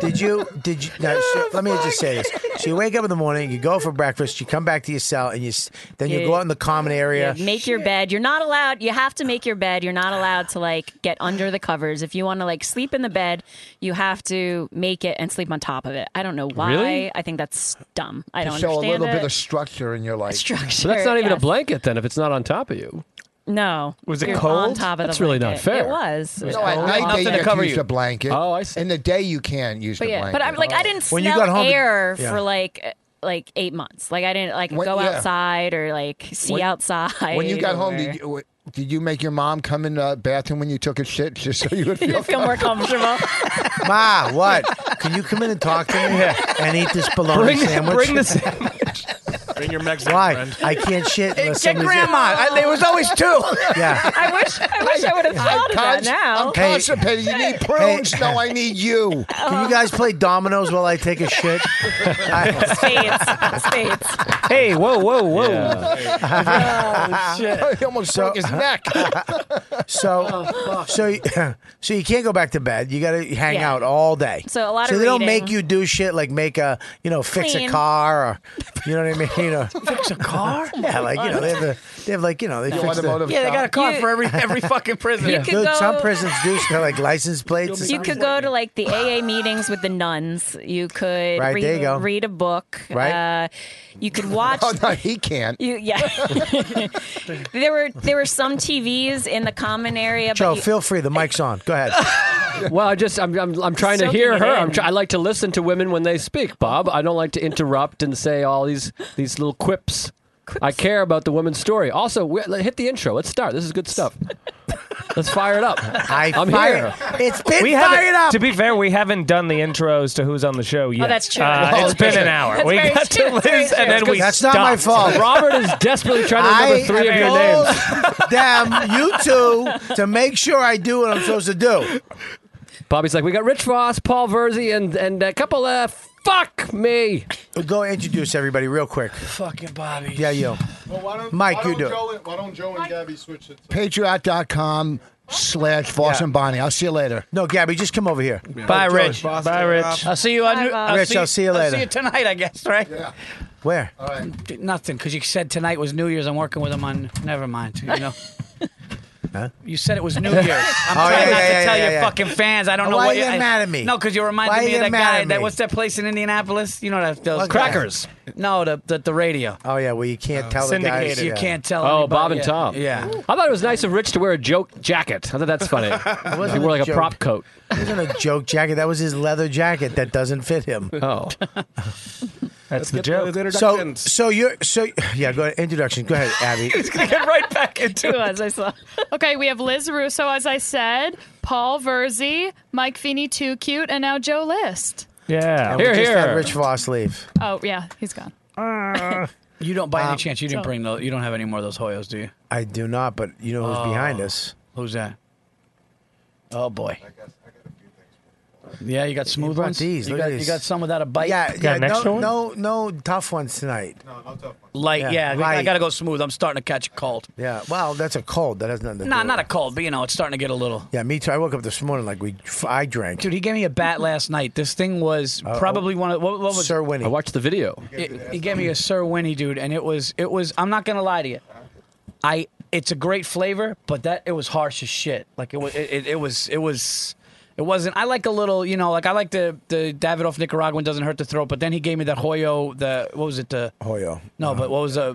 F: Did you? Did you? Now, so- let me just say this. So you wake up in the morning, you go for breakfast, you come back to your cell, and you s- then you
H: Yeah.
F: go out in the common area.
H: Yeah, make your bed. You're not allowed. You have to make your bed. You're not allowed to like get under the covers. If you want to like sleep in the bed, you have to make it and sleep on top of it. I don't know why.
T: Really?
H: I think that's dumb. I don't
I: Show a
H: understand
I: little
H: it.
I: bit of structure in your life.
H: Structure.
T: So that's not even a
H: yes.
T: blanket then if it's not on top of you.
H: No.
T: Was it
H: You're On
T: cold?
H: top of
T: That's
H: the
T: really
H: blanket.
T: not fair.
H: It was. It was
I: No, at
H: cold.
I: night
T: Nothing
I: they
T: to
I: get
T: cover
I: to use
T: you.
I: the blanket. Oh, I see. In the day you can use
H: But
I: the
H: yeah,
I: blanket.
H: but I'm like I didn't
F: When you
H: smell
F: got home,
H: air
F: yeah.
H: for like uh, like eight months. Like I didn't like
I: When-
H: go
I: yeah.
H: outside or like see
I: When-
H: outside.
I: <laughs> when you got home,
H: or-
I: did you, wait, did you make your mom come in the bathroom when you took a shit just so you would feel,
H: feel more comfortable.
I: <laughs>
F: Ma, what? Can you come in and talk to me and eat this bologna
K: Bring-
F: sandwich?
K: bring
F: <laughs>
K: the
F: sandwich.
N: Bring your Mexican
F: Why?
N: friend.
F: I can't shit unless
Q: Get
F: somebody's-
Q: grandma. I, there was always two.
F: Yeah.
H: I wish I wish I would have thought of that
I: cons-
H: now.
I: I'm constipated. You need prunes. No, I need you.
F: Can you guys play dominoes while I take a shit? I-
H: <laughs> Spades. Spades.
K: Hey, whoa, whoa, whoa.
H: Oh,
F: Oh,
I: <laughs> he almost broke his
F: <laughs>
I: neck.
F: uh,
H: Oh,
F: so, so, <clears throat> you- so you can't go back to bed. You got to hang
H: Yeah.
F: out all day.
H: So a lot
F: So
H: of
F: they don't
H: reading.
F: make you do shit like make a, you know, fix
H: Clean.
F: a car or, you know what I mean?
H: <laughs>
F: You know, fix a
Q: car?
F: Yeah, like you know they have, a, they have like you know they
I: The
F: fix the-
I: automotive
Q: Yeah, they got a car
H: You-
Q: for every every fucking prison.
H: You could
F: Dude,
H: go-
F: some prisons do so they're like license plates. and
H: You
F: stuff.
H: could go to like the AA meetings with the nuns. You could
F: Right,
H: read,
F: there you go.
H: read a book.
F: Right.
H: Uh, you could
I: <laughs>
H: watch.
I: Oh, no, he can't.
H: You, yeah. <laughs> there were there were some TVs in the common area.
F: Joe,
H: but you,
F: feel free. The mic's on. Go ahead.
T: <laughs> Well, I just I'm I'm, I'm trying to
H: Soaking
T: hear
H: it
T: her. I'm
H: in.
T: try- I like to listen to women when they speak, Bob. I don't like to interrupt and say all these these little quips. I care about the woman's story. Also, we, let- hit the intro. Let's start. This is good stuff. Let's fire it up. I am
F: fire-
T: here.
F: It's been
K: We haven't-
F: fired up.
K: To be fair, we haven't done the intros to who's on the show yet.
F: that's true.
K: Uh,
F: Oh,
K: it's been
F: okay.
K: an hour.
F: That's
K: we
F: very
K: got
F: true.
K: to
F: That's very
K: Liz, and
F: true.
K: then we
F: That's not
K: stopped.
F: my fault.
T: Robert is desperately trying to remember three of your
F: told
T: <laughs> names.
F: Damn you two to make sure I do what I'm supposed <laughs> to do.
T: Bobby's like, we got Rich Voss, Paul Verzi, and and a couple of fuck me.
F: Go introduce everybody real quick.
J: Fucking Bobby.
F: Yeah, you.
M: Well, why don't,
F: Mike,
M: why don't
F: you do it.
M: Joe And, why don't Joe and Gabby switch it?
I: Patriot.com slash Voss and Bonnie. I'll see you later.
F: No, Gabby, just come over here.
J: Bye,
F: Oh, Joe,
J: Rich.
F: boss.
J: Bye, Rich. I'll see you. on, I'll
F: Rich,
J: see,
F: I'll see you
J: I'll see
F: later.
J: you tonight, I guess, right? Yeah.
F: Where?
J: All right. Nothing, because you said tonight was New Year's. I'm working with him on. Never mind. You
F: <laughs>
J: know. You said it was New Year's. I'm
F: Oh,
J: trying not
F: yeah, yeah,
J: to
F: yeah,
J: tell
F: yeah,
J: your
F: yeah. Oh,
J: fucking fans. I don't know
F: Why
J: what
F: you
J: I-
F: mad at me?
J: No, because you reminded
F: Why
J: me
F: you
J: of that
F: mad
J: guy.
F: at
J: That
F: me?
J: what's that place in Indianapolis? You know that those
F: What's
J: crackers. No, the, the the radio.
F: Oh yeah, well you can't tell the guys.
J: You
F: yeah.
J: can't tell.
T: Oh,
J: anybody.
T: Bob and
J: Yeah.
T: Tom.
J: Yeah.
T: I thought it was nice of Rich to wear a joke jacket. I thought that's
F: <laughs>
T: funny. he
F: wasn't
T: wore
F: a
T: like a
F: joke.
T: prop coat.
F: It wasn't a joke jacket. That was his leather jacket that doesn't fit him.
T: Oh,
K: That's the joke.
F: So, so you're so yeah. Go ahead. Introduction. Go ahead, Abby.
K: gonna
J: <laughs>
F: <laughs>
K: get right back into
P: it. Was I saw? Okay, we have Liz Russo, as I said, Paul Verzi, Mike Feeney, too cute, and now Joe List.
K: Yeah.
F: And we
T: Here,
F: just had
T: here.
F: Rich Voss leave.
P: Oh yeah, he's gone.
F: Ah.
P: <laughs>
J: You don't, by any chance, you didn't
P: so-
J: bring those. You don't have any more of those Hoyos, do you?
F: I do not, but you know who's
J: Oh.
F: behind us.
J: Who's that? Oh boy. Yeah, you got smooth
F: brought
J: ones.
F: these.
J: You
F: Look
J: got,
F: at
J: you
F: these.
J: got some without a bite.
F: Yeah, yeah, no, no, no tough ones tonight.
J: Light,
F: Yeah,
J: yeah. I
F: light.
J: got to go smooth. I'm starting to catch a cold.
F: Yeah, well, that's a cold. That has nothing to do.
J: Nah,
F: with
J: not
F: it.
J: a cold, but you know, it's starting to get a little.
F: Yeah, me too. I woke up this morning like we, I drank. Uh, oh.
J: Dude, he gave me a bat last night. This thing was probably one of what, what was
F: Sir Winnie.
T: I watched the video.
J: It, he gave me a Sir Winnie, dude, and it was it was. I'm not gonna lie to you, I it's a great flavor, but that it was harsh as shit. Like it was it, it, it was it was it wasn't. I like a little, you know, like I like the the Davidoff Nicaraguan doesn't hurt the throat, but then he gave me that Hoyo, the what was it the
F: Hoyo.
J: No, but what was a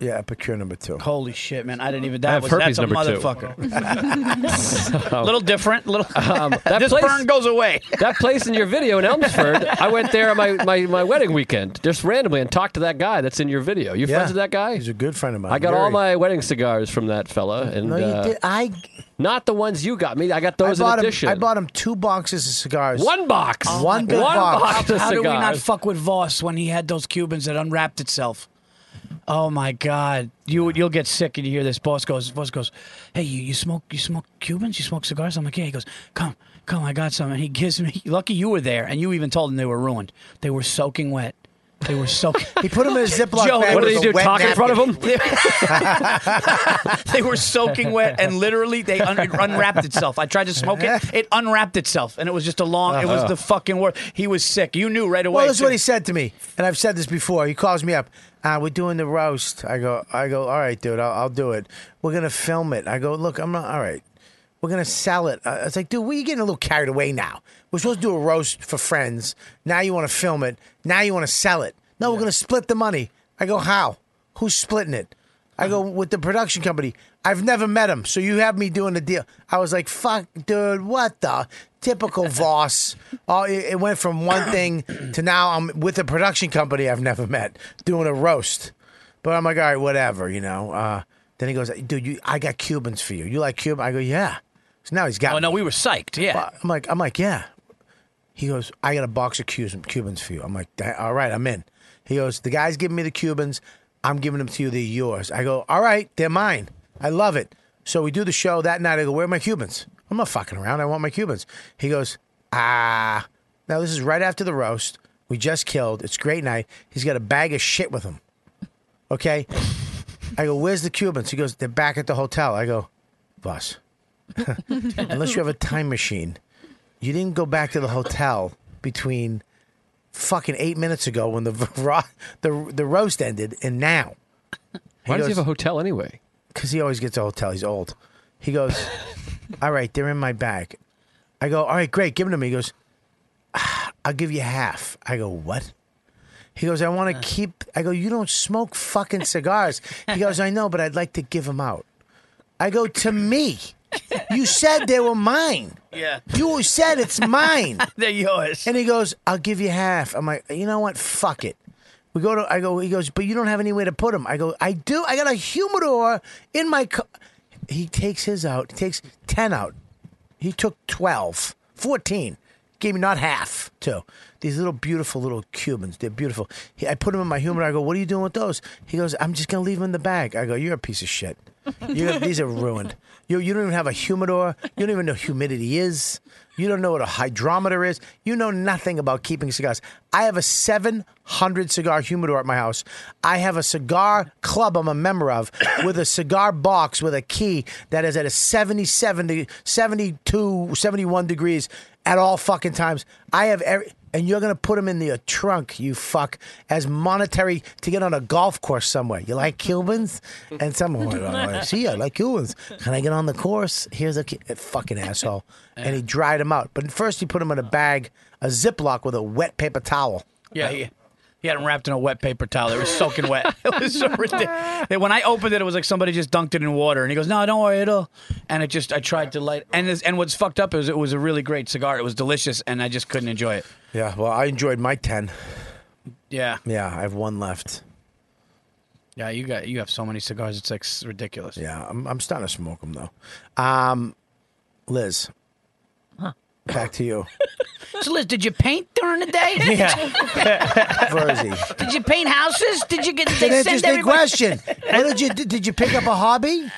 F: Yeah, Epicure number two.
J: holy shit, man! I didn't even
T: I
J: that
T: have
J: was
T: herpes
J: that's a
T: number two.
F: <laughs>
J: motherfucker. <laughs> little
T: <laughs>
J: different, little.
T: Um,
J: <laughs>
T: that
J: this
T: place-
J: burn goes away.
T: <laughs> that place in your video in
J: <laughs>
T: Elmsford, I went there on my, my, my wedding weekend just randomly and talked to that guy that's in your video. You friends with that guy?
F: He's a good friend of mine.
T: I got all
F: Very-
T: my wedding cigars from that fella, and
F: No, you
T: uh,
F: did. I
T: not the ones you got me. I got
F: I
T: those
F: bought
T: in
F: him.
T: addition.
F: I bought him two boxes of cigars.
T: one box,
F: One
T: One
F: big box.
T: box of
J: How do we not
T: cigars.
J: fuck with Voss when he had those Cubans that unwrapped itself? Oh my God! You you'll get sick and you hear this. Boss goes. Boss goes. Hey, you, you smoke you smoke Cubans? You smoke cigars? I'm like, yeah. He goes, come come. I got some. And he gives me. <laughs> Lucky you were there, and you even told him they were ruined. They were soaking wet. They were soaking.
F: <laughs> He put
J: <laughs>
F: them in a Ziploc
J: Joe,
F: bag.
J: what did
F: with
J: he do,
F: a wet
J: talk in front of
F: napkin. <laughs>
J: <laughs> they were soaking wet, and literally they un- it unwrapped itself. I tried to smoke <laughs> it. It unwrapped itself, and it was just a long. It was the fucking worst. He was sick. You knew right away.
F: Well, this is
J: too.
F: what he said to me, and I've said this before. He calls me up. Uh, we're doing the roast. I go, I go. All right, dude, I'll, I'll do it. We're gonna film it. I go, look, I'm not. All right, we're gonna sell it. I I was like, dude, we are getting a little carried away now. We're supposed to do a roast for friends. Now you want to film it. Now you want to sell it. No, we're gonna split the money. I go, how? Who's splitting it? I go with the production company. I've never met him, so you have me doing the deal. I was like, "Fuck, dude, what the
J: <laughs>
F: typical Voss?" Oh, it, it went from one thing to now I'm with a production company I've never met doing a roast. But I'm like, "All right, whatever," you know. Uh, then he goes, "Dude, you, I got Cubans for you. You like Cuban?" I go, "Yeah." So now he's got.
J: Oh no, we were psyched. Yeah.
F: I'm like, I'm like, yeah. He goes, I got a box of Cubans, Cubans for you. I'm like, "Da- all right, I'm in. He goes, the guy's giving me the Cubans. I'm giving them to you. They're yours. I go, all right, they're mine. I love it. So we do the show that night. I go, where are my Cubans? I'm not fucking around. I want my Cubans. He goes, ah. Now this is right after the roast. We just killed. It's a great night. He's got a bag of shit with him. Okay. I go, where's the Cubans? He goes, they're back at the hotel. I go, boss <laughs> unless you have a time machine, you didn't go back to the hotel between fucking eight minutes ago when the <laughs> ro- the the roast ended and now.
T: Why does he
F: goes-
T: have a hotel anyway?
F: because he always gets a hotel. He's old. He goes, <laughs> All right, they're in my bag. I go, All right, great, give them to me. He goes, "Ah, I'll give you half. I go, What? He goes, I want to keep. I go, You don't smoke fucking cigars. He goes, I know, but I'd like to give them out. I go, To me. You said they were mine.
J: Yeah.
F: You said it's mine.
J: <laughs> They're yours.
F: And he goes, I'll give you half. I'm like, you know what? Fuck it. We go to I go. He goes, but you don't have anywhere to put them. I go, I do. I got a humidor in my car. He takes his out. He takes ten out. He took 12, 14. Gave me not half too. These little beautiful little Cubans. They're beautiful. He, I put them in my humidor. I go, what are you doing with those? He goes, I'm just gonna leave them in the bag. I go, you're a piece of shit. You, these are ruined. You, you don't even have a humidor. You don't even know humidity is. You don't know what a hydrometer is. You know nothing about keeping cigars. I have a 700 cigar humidor at my house. I have a cigar club I'm a member of <coughs> with a cigar box with a key that is at a 77, de- 72, 71 degrees at all fucking times. I have every. And you're gonna put them in the trunk, you fuck, as monetary to get on a golf course somewhere. You like Cubans, and someone, <laughs> oh, see, I like Cubans. Can I get on the course? Here's a, cu- fucking asshole, and he dried them out. But first, he put them in a bag, a Ziploc with a wet paper towel.
J: Yeah, he, he had them wrapped in a wet paper towel. They were soaking wet. <laughs> It was so ridiculous. When I opened it, it was like somebody just dunked it in water. And he goes, "No, don't worry, it'll." And it just, I tried to light. And this, and what's fucked up is it was a really great cigar. It was delicious, and I just couldn't enjoy it.
F: Yeah, well, I enjoyed my ten.
J: Yeah,
F: Yeah, I have one left.
J: yeah. You got, you have so many cigars. It's like s- ridiculous.
F: Yeah, I'm, I'm starting to smoke them though. Um, Liz, back
J: <laughs>
F: to you.
Q: So, Liz, did you paint during the day? <laughs>
F: Verzi.
Q: did you paint houses? Did you get? Did
F: An
Q: they send
F: interesting
Q: everybody? <laughs>
F: question. What did you did, did you pick up
H: <laughs>
F: a hobby?
H: Uh,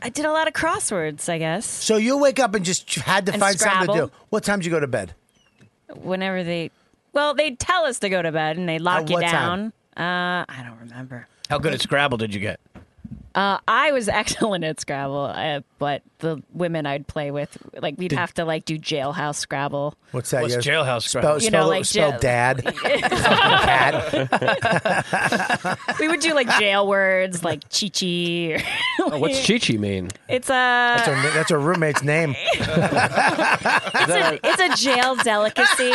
H: I did a lot of crosswords, I guess,
F: So you wake up and just had to
H: And
F: find something to
H: Scrabble.
F: do. What time did you go to bed?
H: whenever they. Well, they tell us to go to bed and they lock
J: At
H: you
J: what
H: down.
J: time?
H: Uh, I don't remember.
J: How good at Scrabble did you get?
H: Uh, I was <laughs> excellent at Scrabble, uh, but the women I'd play with, like, we'd have to like do jailhouse Scrabble.
F: What's that?
J: What's
F: You- <laughs>
J: jailhouse
F: Spell,
J: Scrabble?
F: spell,
H: You know, like
F: spell
H: jail-
F: dad.
H: <laughs> we would do like jail words, like chichi. Or,
T: Oh, what's Chichi mean?
H: It's a
F: That's her, that's her
H: <laughs>
F: roommate's name.
H: it's a it's a jail delicacy.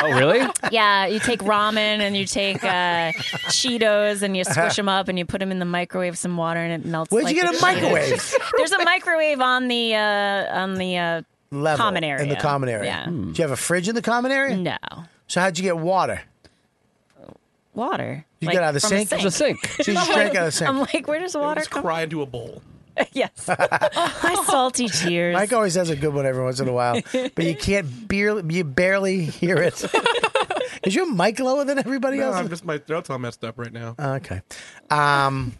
T: Oh, really?
H: Yeah, you take ramen and you take uh, Cheetos and you
F: <laughs>
H: squish them up and you put them in the microwave, some water, and it melts.
F: Where'd
H: like
F: you get
H: the
F: a
H: Cheetos.
F: microwave?
H: <laughs> There's a microwave on the uh, on the uh,
F: Level
H: common area.
F: In the common area.
H: Yeah.
T: Hmm.
F: Do you have a fridge in the common area?
H: No.
F: So how'd you get water?
H: Water.
F: You
H: Like,
F: get out of the
H: from a
F: sink?
H: sink. It's a sink.
F: So
H: <laughs>
F: you just drank out of the sink.
H: I'm like, where does water come?
N: Cry into a bowl.
H: yes. <laughs> My salty tears.
F: Mike always has a good one every once in a while, but you can't barely you barely hear it. <laughs> Is your mic lower than everybody
N: No,
F: else?
N: I'm just my throat's all messed up right now.
F: Okay. Um,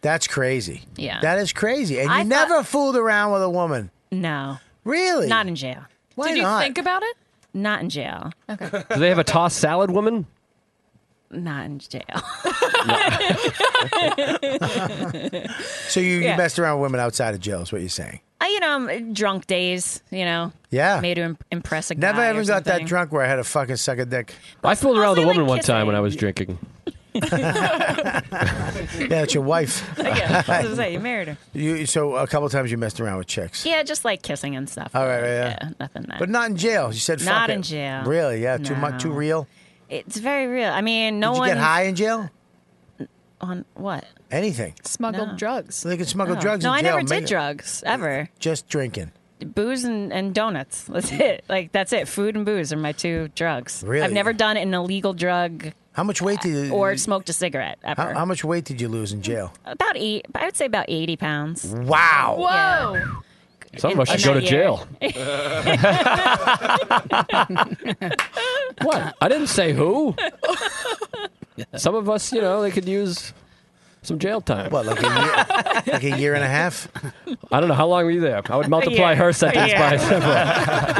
F: that's crazy.
H: Yeah.
F: That is crazy. And you
H: I thought-
F: never fooled around with a woman.
H: No.
F: Really?
H: Not in jail.
F: Why Hmm. Did you not? think
H: about it? Not in jail. Okay.
T: Do they have a tossed salad woman?
H: Not in jail. <laughs>
F: So you,
H: Yeah.
F: you messed around with women outside of jail, is what you're saying.
H: I, you know, I'm- drunk days, you know.
F: Yeah.
H: Made to im- impress a guy.
F: Never
H: or
F: ever got that
H: something.
F: drunk where I had to fucking suck a dick.
T: I fooled around with a woman one time when I was drinking.
F: Yeah, that's your wife.
H: Yeah, <laughs> I was gonna say, you
F: <laughs>
H: married her.
F: You so a couple times you messed around with chicks.
H: Yeah, just like kissing and stuff.
F: All right, yeah.
H: nothing. That.
F: But not in jail. You said fuck
H: Not
F: it.
H: in jail.
F: Really? Yeah. Too
H: No.
F: much. Too real.
H: It's very real. I mean, no
F: Did you
H: one
F: get high in jail?
H: on what?
F: Anything.
P: Smuggled drugs.
F: They can smuggle
H: No.
F: drugs
H: No,
F: in
H: I
F: jail.
H: never did
F: Make-
H: drugs ever.
F: Just drinking.
H: Booze and, and donuts. <laughs> That's it. Like that's it. Food and booze are my two drugs.
F: Really?
H: I've never done an illegal drug uh,
F: How much weight did you?
H: or smoked a cigarette ever.
F: how, how much weight did you lose in jail?
H: About eight. I would say about eighty pounds.
F: Wow.
P: Whoa.
T: Some of us
J: Oh,
T: should go to jail.
J: <laughs>
T: what? I didn't say who. Some of us, you know, they could use some jail time.
F: What, like a year, like a year and a half?
T: <laughs> I don't know. How long were you there? I would multiply
H: Yeah.
T: her sentence
H: Yeah.
T: by
J: <laughs>
T: several.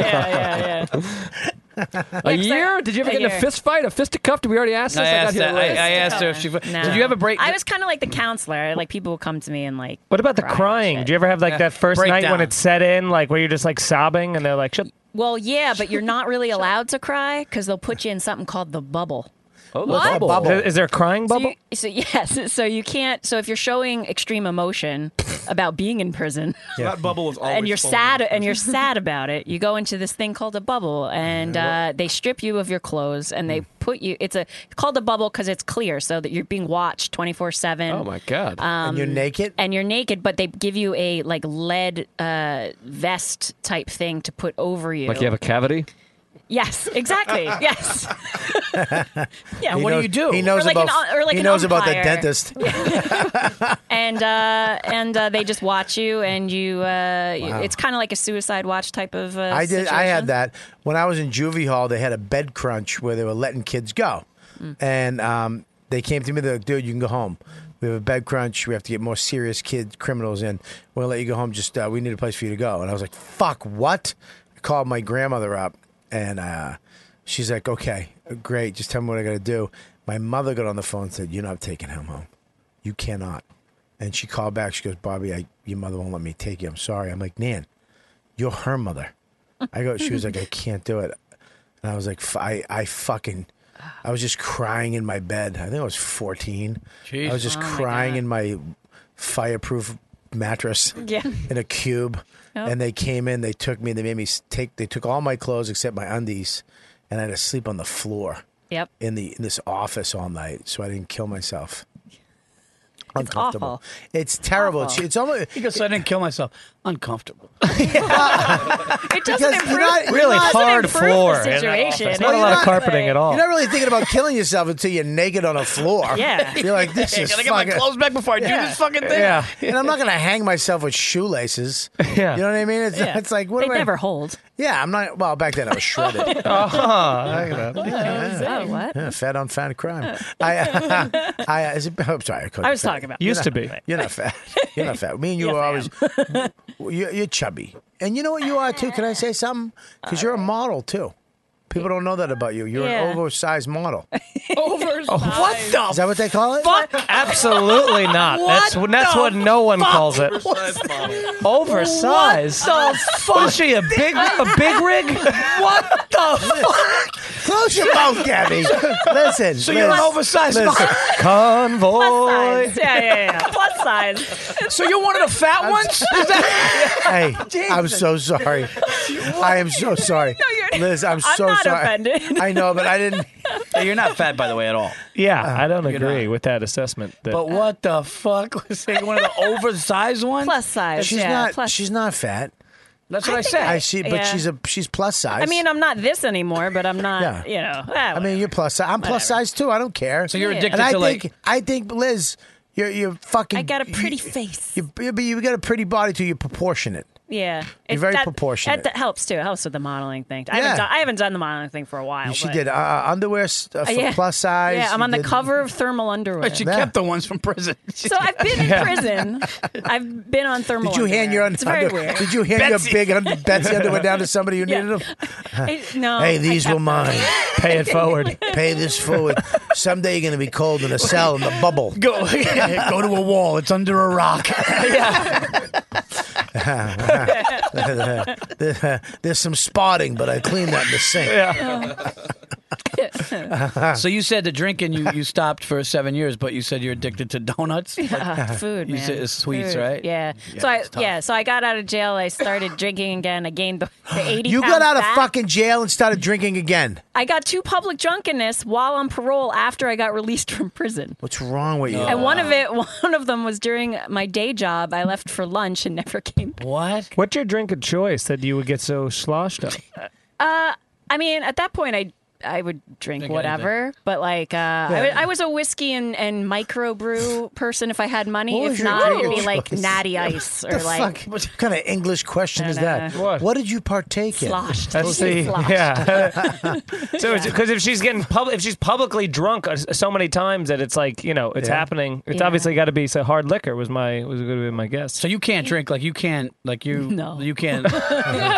H: yeah, yeah,
T: A year? Did you ever
H: a
T: get in a
H: year.
T: fist fight? A fisticuff? Did we already ask this?
J: I asked
T: got hit
J: that. I,
T: with-
J: I asked her if she. Did you ever break?
H: I was kind of like the counselor. Like people would come to me and like.
K: What about the crying? Do you ever have like that first night
H: Breakdown.
K: when it set in, like where you're just like sobbing and they're like, "Shut."
H: Well, yeah, but you're not
F: <laughs>
H: really allowed to cry because they'll put you in something called the bubble.
K: Oh,
H: What? bubble.
K: Is, is there a crying bubble?
H: So yes, so you can't. So if you're showing extreme emotion about being in prison,
N: That bubble is always
H: <laughs> and you're
N: full.
H: sad and you're sad about it you go into this thing called a bubble and uh, they strip you of your clothes and they put you it's a it's called a bubble because it's clear so that you're being watched 24 7
T: Oh my god!
H: um,
F: and you're naked.
H: and you're naked but they give you a like lead uh, vest type thing to put over you
T: like you have a cavity?
H: Yes,
F: <laughs>
H: exactly. yes. Yeah,
F: He
H: what do
F: knows-
H: you do?
F: He knows
H: Or like
F: about.
H: an- or like
F: he
H: an
F: knows about the
H: umpire.
F: dentist.
H: and uh, and uh, they just watch you, and you. Uh, you-
F: Wow.
H: It's kind of like a suicide watch type of. Uh,
F: I did. I
H: situation.
F: had that when I was in juvie hall. They had a bed crunch where they were letting kids go, and um, they came to me. They're like, "Dude, you can go home. We have a bed crunch. We have to get more serious kid criminals in. We're gonna let you go home. Just uh, we need a place for you to go." And I was like, "Fuck what?" I called my grandmother up, and uh, she's like, "Okay, great. Just tell me what I got to do." My mother got on the phone and said, "You're not taking him home. You cannot." And she called back. She goes, "Bobby, I, your mother won't let me take you. I'm sorry." I'm like, "Nan." you're her mother. I go, she was like, I can't do it. And I was like, f- I, I fucking, I was just crying in my bed. I think I was 14. I was
Q: Jeez.
F: just
Q: Oh, my
F: crying in my fireproof mattress
Q: Yeah.
F: in a cube.
Q: Yep.
F: And they came in, they took me, they made me s- take, they took all my clothes except my undies. And I had to sleep on the floor
H: Yep.
F: in the in this office all night so I didn't kill myself.
J: awful.
F: Uncomfortable. It's terrible. It's,
J: Awful.
F: it's almost.
J: He goes, so I didn't kill myself. Uncomfortable.
H: It doesn't improve.
F: Because you're not- you're
K: Really
F: not-
K: hard floor. in that office. Not a lot of carpeting at all.
F: You're not really thinking about killing yourself until you're naked on a
Q: <laughs>
F: floor.
Q: Yeah.
F: <laughs> You're
Q: <laughs>
F: like, this
Q: Yeah,
F: is
Q: gotta get my
F: fucking-
Q: clothes back before I do this fucking thing.
F: Yeah. <laughs> And I'm not going to hang myself
K: <laughs>
F: with shoelaces. Yeah. You know what I mean? It's,
Q: Yeah.
F: it's like, what
Q: They
F: am I?
Q: never
H: hold.
F: Yeah, I'm not. Well, back then I was
K: <laughs>
F: shredded.
Q: Uh-huh. Look at that.
F: Yeah.
Q: Oh, what? Oh.
F: Yeah, fat on fat crime. I, <laughs> I, is it, I'm sorry. I, called
Q: I
F: you
Q: was
F: fat.
Q: talking about-
F: You're
Q: Used to
F: not-
Q: be.
F: You're not fat. <laughs> You're not fat. Me and you
Q: Yes,
F: are
Q: I
F: always. You're, you're chubby, and you know what you are too. Can I say something? Because
H: Uh,
F: you're a model too. People don't know that about you. You're
Q: Yeah.
F: an oversized
H: <laughs>
F: model.
Q: Oversized. What the?
F: Is that what they call it? <laughs>
K: Absolutely not. that's
Q: What
K: that's
Q: the
K: what no one
Q: fuck
K: calls it. <laughs> Oversized.
Q: What the
K: What is she a big a big rig?
Q: what the fuck?
F: Close your mouth, Gabby. Listen.
Q: So you're an
F: listen,
Q: oversized
F: listen.
Q: model.
K: Convoy.
H: Yeah, yeah, yeah. Plus size.
Q: So you're one of the fat ones? Is
J: <laughs>
Q: that-
H: <laughs>
F: Hey, I'm
Q: Jesus.
F: so sorry. I am so sorry.
Q: No,
F: Liz, I'm,
Q: I'm
F: so
Q: not
F: sorry.
Q: offended.
F: I know,
H: <laughs>
F: but I didn't.
J: you're not fat, by the way, at all.
K: Yeah,
F: Uh,
K: I don't agree with that assessment. That
J: But what the fuck? Was they one of <laughs> the oversized ones?
H: Plus size.
F: She's
H: yeah,
F: not.
H: Plus.
F: She's not fat.
J: That's
H: what I I think said. I-
F: I see, but
H: yeah.
F: she's a she's plus size.
H: I mean, I'm not this anymore, but I'm not.
F: Yeah.
H: You know.
F: I
H: ah,
F: mean, you're plus. si- I'm plus size too. I don't care.
H: So you're Yeah. addicted
F: and I
H: to,
F: think,
H: like-
F: I think Liz, you're you're fucking.
H: I got a pretty face.
F: You, you, but you got a pretty body too. You're proportionate.
H: Yeah,
F: You're
H: It-
F: very
H: that-
F: proportionate.
H: That, helps too. It helps with the modeling thing. I
F: Yeah.
H: haven't done, I haven't done the modeling thing for a while.
F: You she
H: but-
F: did uh, underwear s- uh,
H: Uh,
F: for plus size.
H: Yeah, I'm
F: You
H: on the
F: did-
H: cover of thermal underwear.
J: But she kept the ones from prison.
H: So I've been in
F: <laughs> Yeah.
H: prison. I've been on thermal.
F: Did you hand your
H: underwear.
F: un-
H: It's very
F: under-
H: weird.
F: Did you hand your big under- Betsy underwear down to somebody who
H: <laughs> Yeah.
F: needed
H: <laughs>
F: them?
H: It- no.
F: hey,
H: I
F: these
H: kept <laughs>
F: were
H: them.
F: mine.
K: Pay it forward.
F: Pay this forward. Someday you're going to be cold in a cell in the bubble. <laughs>
J: Go, go to a wall. It's under a rock.
F: There's some spotting, but I cleaned that in the
H: <laughs>
F: sink.
J: so you said the drinking you, you stopped for seven years, but you said you're addicted to donuts.
F: <laughs>
H: Yeah, food,
J: You
H: man.
J: said it's sweets,
H: Food,
J: right?
H: Yeah.
J: Yeah,
H: so I
J: it's tough.
H: yeah. So I got out of jail. I started drinking again. I gained the,
F: <gasps>
H: the eighty.
F: You got
H: pounds
F: out of
H: back.
F: fucking jail and started drinking again.
H: I got two public drunkenness while on parole after I got released from prison.
F: What's wrong with you?
H: and one of it, <laughs> one of them was during my day job. I left for lunch and <laughs> never came back.
J: What?
K: What's your drink of choice that you would get so sloshed up?
H: Uh, I mean, at that point, I I would drink,
K: Drink
H: whatever, but like uh, I, was, I was a whiskey and, and microbrew person. If I had money,
F: What was
H: if
F: your
H: not, it'd
F: drink
H: be
F: of
H: like
F: choice? <laughs>
H: natty ice or
F: the
H: like
F: fuck? What kind of English question is that?
H: know.
F: What? did you partake
H: <laughs>
F: in?
H: Sloshed.
K: That's the yeah. so because if she's getting public, if she's publicly drunk uh, so many times that it's like you know it's
J: Yeah.
K: happening. It's
J: Yeah.
K: obviously got to be so hard liquor was my was going to be my guess.
J: So you can't drink like you can't like you no
H: <laughs>
J: you can't.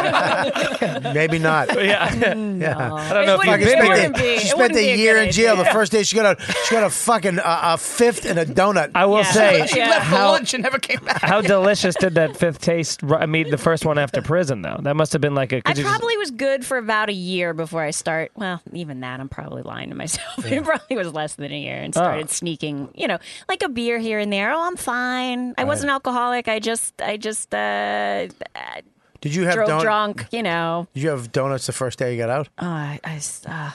F: Maybe <laughs> not.
K: Yeah.
H: Mm.
F: I
K: don't know if
F: Fucking
K: you've been
F: spent
K: there.
F: a-
K: It
F: She
K: wouldn't
F: spent
K: be
F: a
K: a
F: year
K: good
F: in jail. The
K: idea.
F: first day she got a
H: <laughs>
F: she got a fucking uh, a fifth and a donut.
K: I will
J: <laughs>
K: say
J: She left for
K: how,
J: lunch and never came back.
K: how delicious did that fifth taste? ri- I mean, the first one after prison though. That must have been like a.
H: I
K: 'cause you just-
H: probably was good for about a year before I start. Well, even that, I'm probably lying to myself. <laughs>
K: Yeah.
H: It probably was less than a year and
K: Oh.
H: started sneaking, you know, like a beer here and there. Oh, I'm fine. I
F: Right.
H: was an alcoholic. I just, I just, uh,
F: Did you have
H: drove
F: don-
H: drunk, you know.
F: Did you have donuts the first day you got out?
H: Oh, I, I s- uh,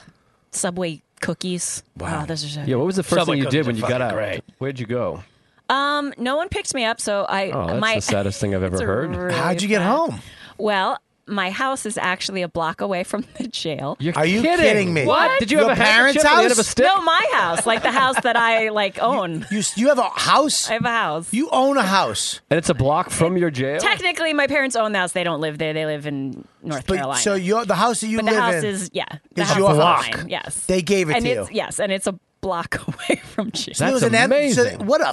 H: Subway cookies.
F: Wow.
H: Oh, those are so
T: Yeah, what was the first
K: Subway
T: thing you
K: cookies
T: did when
K: are
T: you got
K: fucking
T: out?
K: great.
T: Where'd you go?
H: Um, no one picked me up, so I
T: Oh, that's
H: my
T: the saddest thing
H: <laughs>
T: I've
H: It's
T: ever
H: a
T: heard.
H: really
F: How'd you get
H: bad-
F: home?
H: Well, my house is actually a block away from the jail.
F: You're Are you kidding. kidding me?
H: What?
F: Did you Your have a parents' handkerchief at the end house? of a stick?
H: No, my house, like the house that I like own.
F: <laughs> You, you have a house?
H: I have a house.
F: You own a house.
T: And it's a block from your jail?
H: Technically, my parents own the house. They don't live there. They live in North
F: But
H: Carolina.
F: so your the house that you
H: but
F: live
H: the house
F: in
H: is yeah,
F: <laughs>
H: the
F: is
H: house
F: your
H: is
F: house.
H: mine, Yes,
F: They gave it
H: and
F: to
H: it's,
F: you.
H: Yes, and it's a block <laughs> away from jail.
F: So there was an em- so what a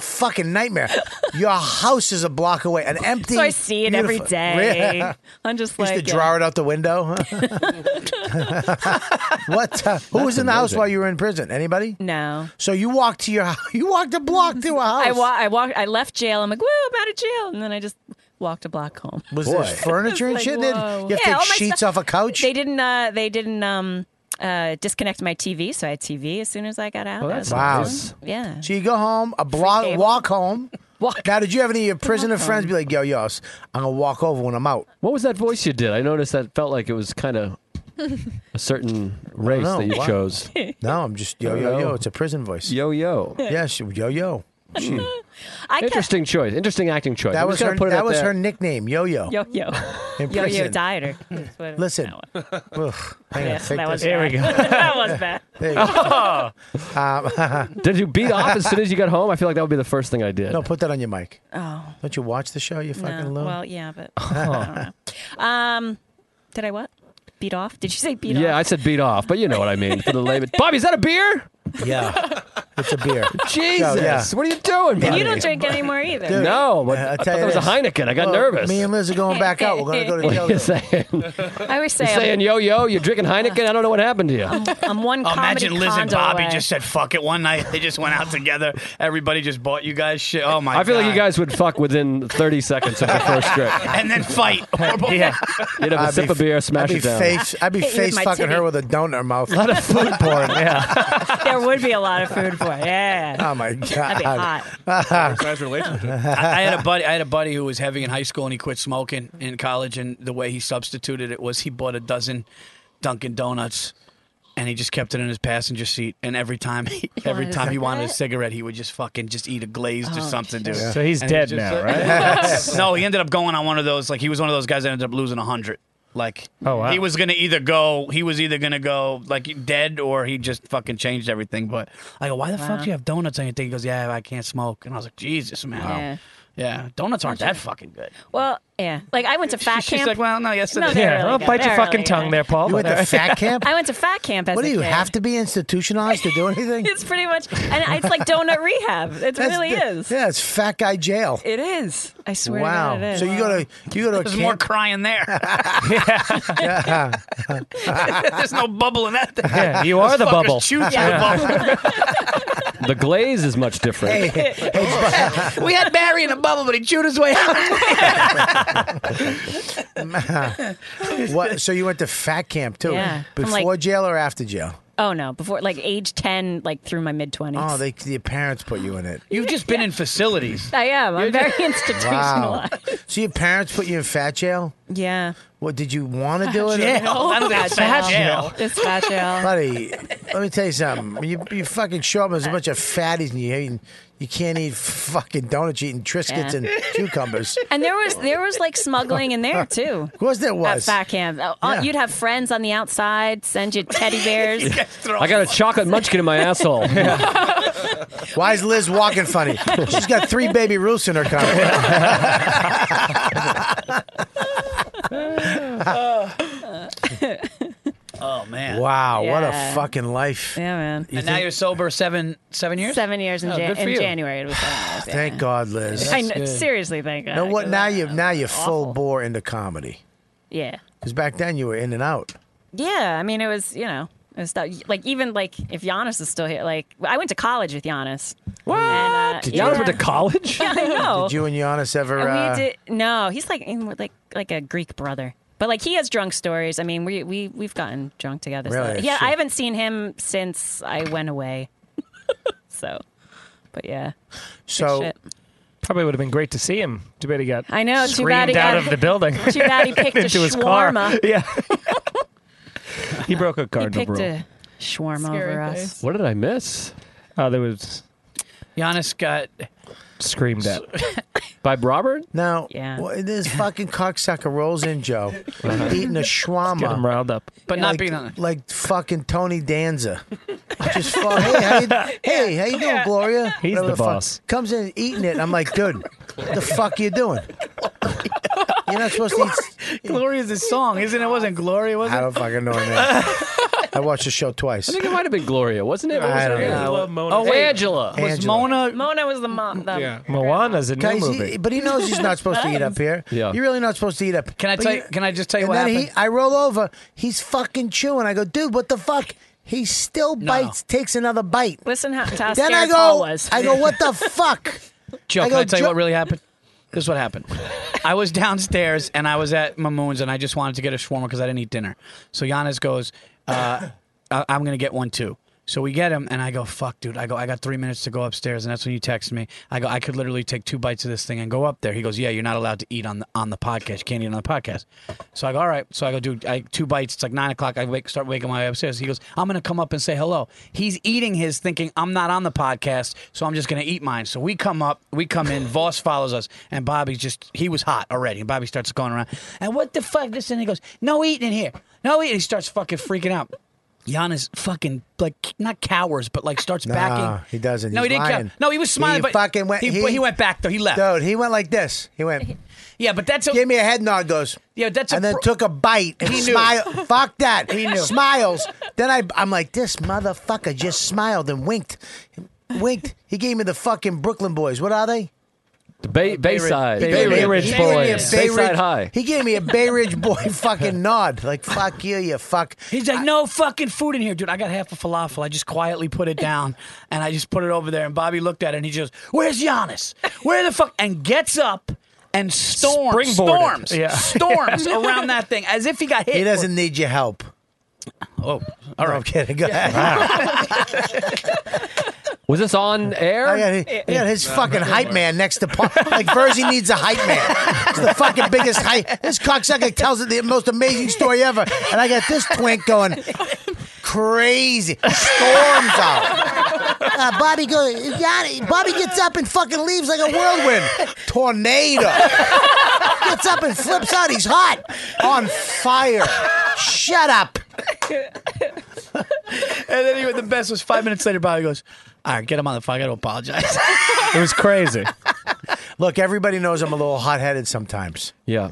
H: <laughs>
F: fucking nightmare! Your house is a block away, an empty.
H: So I see it every
F: beautiful-
H: day. <laughs> I'm just
F: Used
H: like uh,
F: to draw it out the window.
H: <laughs>
F: <laughs> what? uh, who was in the house
H: amazing.
F: while you were in prison? Anybody?
H: No.
F: So you walked to your <laughs> you walked a block to a
H: <laughs>
F: house.
H: I wa- I walked. I left jail. I'm like, woo, I'm out of jail, and then I just walked a block home.
F: Was there furniture and
H: Like,
F: shit? Did you
H: whoa.
F: have to
H: Yeah, all
F: take
H: my
F: sheets
H: stuff-
F: off a couch?
H: They didn't. Uh, they didn't um, uh, disconnect my TV, so I had TV as soon as I got out. I was
F: wow.
H: like, Yeah.
F: So you go home, a block,
H: cable. <laughs>
F: walk home. Now, did you have any of your prisoner friends be like, "Yo, yo, I'm gonna walk over when I'm out"?
T: What was that voice you did? I noticed
F: <laughs>
T: that felt like it was kind of a certain race
F: know.
T: that you
F: Why?
T: chose.
F: <laughs> No, I'm just yo, yo, yo. It's a prison voice.
T: Yo, yo.
F: Yeah, she, yo, yo. She-
H: <laughs> I kept-
T: Interesting choice. Interesting acting choice.
F: that
T: I'm
F: was
T: just gonna
F: her.
T: put it
F: That
T: out
F: was
T: there.
F: her nickname, Yo Yo.
H: Yo
F: <laughs>
H: yo.
F: In
H: Yo yo
F: prison.
H: dieter.
F: Listen. <laughs> Ugh, hang on,
H: Yeah,
F: take
H: that was
F: this.
H: bad. <laughs> that was
F: <laughs>
H: bad.
K: <laughs>
F: There you
K: Oh,
F: go. Um, <laughs>
T: Did you beat off as soon as you got home? I feel like that would be the first thing I did.
F: no, put that on your mic.
H: Oh.
F: Don't you watch the show? You fucking
H: No.
F: Oh. loon. <laughs>
H: Well, yeah, but I don't know. Um, did I what? Beat off? Did you say beat
T: yeah,
H: off?
T: I said beat off, but you know what I mean. For the layman. Bobby, is that a beer?
F: Yeah. It's a beer.
T: <laughs>
F: <laughs>
T: Jesus.
F: Yo, yeah.
T: What are you doing,
H: And
T: buddy?
H: you don't drink anymore either.
F: Dude,
T: No, but
F: I'll
T: I
F: tell
T: thought
F: you
T: that was a
F: this.
T: Heineken. I got
F: Well,
T: nervous.
F: Me and Liz are going back out. We're going to go to
H: <laughs>
T: What are you
F: the
T: saying?
H: I always say
T: <laughs> You're
H: I'm,
T: saying yo yo, you're drinking Heineken. I don't know what happened to you.
F: Oh
H: I'm one comedy
J: Oh, Imagine Liz and
H: condo
J: Bobby
H: away.
J: just said "fuck it" one night. They just went out together. Everybody just bought you guys shit. Oh my!
T: I feel like you
J: God.
T: guys would fuck within 30 seconds of the first trip.
J: and then fight.
T: <laughs>
J: <laughs>
T: yeah, you'd have a
F: I'd
T: sip
F: be-
T: of beer, smash
F: I'd be
T: it down.
F: face, I'd be
H: Hit you with
F: face
H: my
F: fucking
H: titty.
F: her with a donut in her mouth.
T: A lot of food porn.
F: <laughs>
T: Yeah.
H: there would be a lot of food for it. Yeah.
F: Oh my god.
H: That'd be hot.
N: Size relationship.
J: I, I had a buddy. I had a buddy who was heavy in high school, and he quit smoking in college. And the way he substituted it was he bought a dozen Dunkin' Donuts, and he just kept it in his passenger seat. And every time, <laughs> he, every
Q: wanted a
J: time he wanted a cigarette, he would just fucking just eat a glazed or
Q: Oh,
J: something, dude.
Q: shit.
K: So he's
J: And he
K: dead
J: just- <laughs>
K: now, right?
J: no, he ended up going on one of those. Like he was one of those guys that ended up losing a hundred. Like
K: Oh, wow.
J: he was gonna either go, he was either gonna go like dead, or he just fucking changed everything. But I go, why the fuck do you have donuts on your thing? He goes, yeah, I can't smoke. And I was like, Jesus, man.
H: Yeah.
J: Yeah, donuts aren't that fucking good.
H: <laughs> Well, yeah. Like I went to fat
J: She's
H: camp.
J: like, well, no, yes, it
H: No,
J: is.
H: they're really
K: well,
H: good.
K: Oh, bite your
H: They're
K: fucking
H: really
K: tongue
H: good.
K: there, Paul.
F: You went
K: <laughs>
F: to fat camp?
H: I went to fat camp as
F: What
H: a
F: do you
H: kid.
F: have to be institutionalized to
H: <laughs>
F: do anything?
H: <laughs> It's pretty much, and it's like donut rehab. It
F: That's
H: really
F: the-
H: is.
F: Yeah, it's fat guy jail.
H: It is. I swear
F: wow.
H: to God, it is.
F: So you go to you go to a
J: There's
T: <laughs>
F: camp-
J: more crying
F: <laughs>
J: there. <laughs> There's no bubble in that thing.
T: Yeah, you are
J: Those
T: the
J: fuckers
T: bubble.
J: chew through
T: Yeah.
F: <laughs>
J: the
T: The glaze is much different.
F: <laughs>
J: bubble. we had Barry in a bubble, but he chewed his way out.
F: <laughs> what, so you went to fat camp too?
H: Yeah. From,
F: Before
H: like-
F: jail or after jail?
H: Oh no! Before like age ten, like through my mid twenties. <laughs>
F: Oh, they your parents put you in it.
J: You've just been in facilities.
H: I am. I'm <laughs> very
F: Wow.
H: institutionalized.
F: so your parents put you in fat jail?
H: Yeah.
F: What did you want
H: <laughs>
F: to do it? <laughs>
J: Jail. That's
H: Fat
J: fat jail.
H: It's fat jail.
F: Buddy, let me tell you something. When You, you fucking show up as a bunch of fatties and you eating, you can't eat fucking donuts, you're eating Triscuits
H: Yeah.
F: and cucumbers.
H: And there was there was like smuggling in <laughs>
F: <laughs>
H: there too.
F: Of course there
H: At
F: was.
H: fat camp, Uh, uh,
F: Yeah.
H: you'd have friends on the outside send you teddy bears.
F: <laughs>
T: I got a chocolate munchkin in my asshole.
F: Why is Liz walking funny? She's got three baby roofs in
H: <laughs>
F: her car.
J: Oh man.
F: wow, what
H: Yeah.
F: a fucking life.
H: Yeah, man.
J: And now you're sober seven seven years.
H: Seven years in,
J: Oh,
H: Jan-
J: good for
H: in
J: you.
H: January. It was seven
F: <sighs>
H: years. yeah.
F: Thank God, Liz.
H: I know, seriously, thank God.
F: know what?
H: 'cause
F: Now
H: I-
F: you now you're full bore into comedy.
H: Yeah.
F: Because back then you were in and out.
H: Yeah. I mean, it was, you know, it was that, like, even like if Giannis is still here, like, I went to college with Giannis.
T: What?
H: And, uh,
T: Did
H: yeah.
T: Giannis went to college?
H: Yeah, I know.
F: Did you and Giannis ever? uh,
H: And we did, no, he's like, in- like, like a Greek brother. But like he has drunk stories. I mean, we we we've gotten drunk together. so-
F: Really?
H: yeah,
F: Shit.
H: I haven't seen him since I went away. <laughs> so, but yeah,
F: so
H: shit.
K: Probably would have been great to see him. Too bad he got
H: I know, too
K: screamed
H: bad he
K: out
H: got-
K: of the building.
H: <laughs> too bad he
K: <laughs>
H: picked a
K: into his car.
H: shawarma.
K: Yeah. he broke a
H: he
K: cardinal
H: picked
K: rule.
H: a shawarma over us.
T: What did I miss?
K: Oh, there was
J: Giannis got
H: <laughs>
K: screamed at.
T: By Robert?
F: No. Yeah. Well, this fucking cocksucker rolls in, Joe,
T: <laughs> Uh-huh.
F: eating a shawarma.
T: Get him riled up.
J: But not
F: like,
J: being on-
F: like fucking Tony Danza. Just fuck. Hey, how
T: <laughs>
F: you, hey, how you doing, Gloria?
J: He's the
F: Whatever fuck.
J: boss.
F: Comes in eating it. I'm like, dude, what the fuck you doing? You're not supposed to eat. <laughs>
J: Glory is a song, isn't it? Wasn't Glory? Was it?
F: I don't fucking know, man. <laughs> I watched the show twice.
T: I think it might have been Gloria, wasn't it? What was
F: I
T: her
F: don't
T: name?
F: know.
T: Oh,
F: Hey,
T: Angela.
F: Angela.
J: Mona?
H: Mona was the mom. The, yeah.
T: Moana's a
F: Guys, he- but he knows he's not supposed to
H: <laughs>
F: eat
K: <laughs>
F: up here.
J: Yeah.
F: You're really not supposed to eat up.
J: Can I
F: But
J: tell you- can I just tell you
F: and
J: what
F: then He,
J: happened?
F: I roll over. He's fucking chewing. I go, dude, what the fuck? He still bites. Takes another bite.
H: Listen how, to how
F: then
H: scared
F: I go.
H: Paul was.
I: <laughs>
F: I go, what the fuck?
J: Joe,
F: I
J: can
F: go,
J: I tell you
F: "Jo-
J: what really happened? This is what happened. I was downstairs and I was at Mamoon's and I just wanted to get a shawarma because I didn't eat dinner. So Giannis goes, uh, I- I'm going to get one too. So we get him and I go, fuck, dude. I go, I got three minutes to go upstairs. And that's when you text me. I go, I could literally take two bites of this thing and go up there. He goes, yeah, you're not allowed to eat on the, on the podcast. You can't eat on the podcast. So I go, all right. So I go, dude, I, two bites. It's like nine o'clock. I wake, start waking my way upstairs. He goes, I'm going to come up and say hello. He's eating his thinking, I'm not on the podcast, so I'm just going to eat mine. So we come up, we come in, Voss follows us, and Bobby just, he was hot already. And Bobby starts going around, and what the fuck? This and he goes, no eating in here. No eating. He starts fucking freaking out. Giannis fucking, like, not cowers, but like starts
F: Nah,
J: backing.
F: he doesn't.
J: No,
F: He's
J: he didn't
F: lying.
J: cow- No, he was smiling,
F: He
J: but
F: fucking went.
J: he- but he went back, though. He left.
F: Dude, he went like this. He went.
J: <laughs> Yeah, but that's a,
F: gave me a head nod. Goes.
J: Yeah, that's a
F: and then
J: pro-
F: took a bite and
J: He knew. <laughs>
F: smiled. Fuck that.
J: He knew.
F: Smiles. Then I, I'm like, this motherfucker just smiled and winked, winked. He gave me the fucking Brooklyn boys. What are they?
T: The Bay, Bayside.
F: Bay
T: Bay,
F: Ridge.
T: Ridge
F: He gave me a
T: Boys.
F: Bay
T: Bayside
F: Ridge-
T: High.
F: He gave me a Bay Ridge boy <laughs> fucking nod, like fuck you, you fuck.
J: He's like, no fucking food in here, dude. I got half a falafel. I just quietly put it down <laughs> and I just put it over there. And Bobby looked at it and he just, where's Giannis? Where the fuck? And gets up and storms,
F: Springboarded.
J: storms,
F: Yeah.
J: <laughs>
F: <laughs>
J: storms around that thing as if he got hit.
F: He doesn't need your help.
J: Oh, all
F: right. I'm kidding. Go ahead.
T: Was this on air?
F: I got, I got his fucking hype man next to Paul. Like Verzi needs a hype
T: <laughs>
F: man. It's the fucking biggest hype. This cocksucker tells it the most amazing story ever, and I got this twink going crazy. Storms out. Uh, Bobby goes. Yanni- Bobby gets up and fucking leaves like a whirlwind. Tornado. Gets up and flips out. He's hot. On fire. Shut up.
J: <laughs> And then he, the best was five minutes later, Bobby goes, all right, get him on the phone. I got to apologize.
F: It was crazy. Look, everybody knows I'm a little hot headed sometimes.
T: Yeah.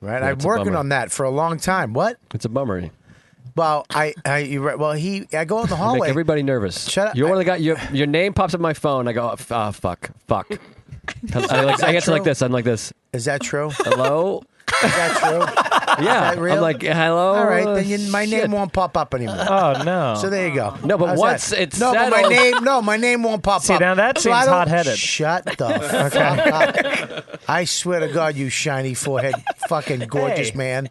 F: Right,
T: Yeah,
F: I'm
T: it's a
F: working
T: bummer.
F: on that for a long time. What?
T: It's a bummer.
F: Well, I, I, you, right- well, he, I go out in the
T: You
F: hallway.
T: Make everybody nervous.
F: Shut up.
T: You're one of the guys. Your, your name pops up on my phone. I go, oh, f- ah, fuck, fuck. I, like,
F: Is that
T: I answer like
F: true?
T: this. I'm like this.
F: Is that true?
T: Hello.
F: Is that true?
T: <laughs> Yeah.
F: Is that real?
T: I'm like, hello.
F: All right, then you, my
T: shit."
F: name won't pop up anymore.
T: Oh, no.
F: So there you go.
T: No, but
F: How's
T: once
F: that?
T: it's
F: no, but my
T: settled-
F: name, no, my name won't pop
T: See,
F: up.
T: now that
F: I
T: seems
F: don't-
T: hot-headed. <laughs>
F: Shut the fuck up. I swear to God, you shiny forehead, fucking gorgeous
T: Hey.
F: man.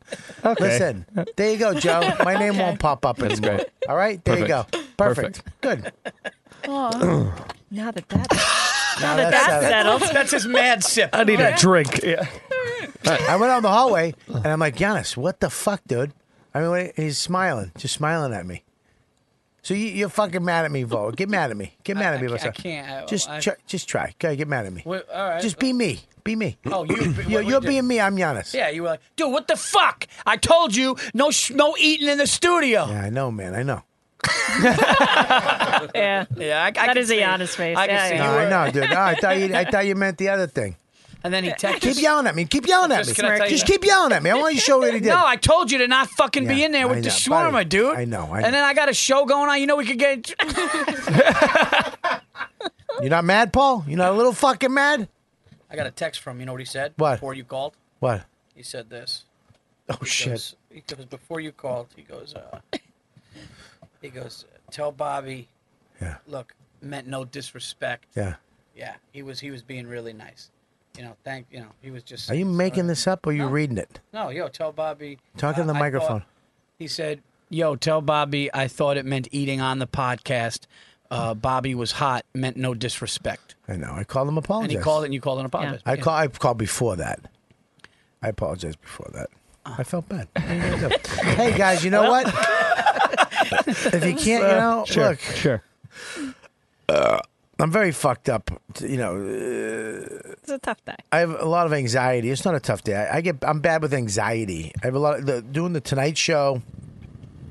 F: Listen, there you go, Joe. My name won't pop up
T: That's
F: anymore.
T: great.
F: All right, there
T: Perfect.
F: you go. Perfect. Good.
H: <laughs> Aw. now that that
F: <laughs>
H: now that
F: that's
H: that's
F: settled.
H: settled,
J: that's his mad sip.
F: I need a Alright.
T: drink.
F: Yeah. I went out in the hallway and I'm like, Giannis, what the fuck, dude? I mean, what- he's smiling, just smiling at me. So you, you're fucking mad at me, Vo. Get mad at me. Get mad at me.
J: I
F: about
J: can't- I
F: something.
J: can't. I-
F: just,
J: I-
F: try, just try. Okay, get mad at me.
J: Wait, all right.
F: Just be me. Be me.
J: Oh, you- what- what
F: you're
J: you
F: you're
J: did?
F: being me. I'm Giannis.
J: yeah, you were like, dude, what the fuck? I told you, no, sh- no eating in the studio.
F: Yeah, I know, man. I know.
H: yeah,
J: yeah. I, I
H: that is a honest face.
J: I can
H: yeah,
J: see
F: No,
H: yeah.
F: I know, dude. No, I thought you. I thought you meant the other thing.
J: And then he texted.
F: Keep yelling at me. Keep yelling at
J: Just
F: me.
J: can I tell you
F: Just
J: that-
F: keep yelling at me. I want you to show what he did.
J: No, I told you to not fucking be
F: Yeah,
J: in there with
F: I
J: the
F: know,
J: shawarma,
F: buddy.
J: dude.
F: I know, I know.
J: And then I got a show going on. You know, we
H: <laughs>
J: could get.
F: You're not mad, Paul? You're not a little fucking mad?
J: I got a text from. You know what he said?
F: What?
J: Before you called,
F: What?
J: he said this.
F: Oh shit.
J: Goes, he goes before you called. He goes. Uh, he goes. Tell Bobby.
F: Yeah.
J: Look, meant no disrespect.
F: Yeah.
J: Yeah. He was. He was being really nice. You know. Thank. You know. He was just.
F: Are you making this up or are you reading it?
J: No, yo, tell Bobby.
F: Talk
J: uh,
F: in the
J: I
F: microphone.
J: thought- he said, "Yo, tell Bobby I thought it meant eating on the podcast. Uh, Bobby was hot, meant no disrespect."
F: I know. I called him
J: And
F: apologize.
J: he called it, and you called it an apologize.
F: I call I called before that. I apologized before that. I felt <laughs> bad. What are you gonna do? hey guys, you know what? <laughs> uh, if you can't, you know,
T: Sure,
F: look.
T: Sure.
F: I'm very fucked up. You know, uh,
H: It's a tough day.
F: I have a lot of anxiety. It's not a tough day. I, I get. I'm bad with anxiety. I have a lot of the, doing the Tonight Show.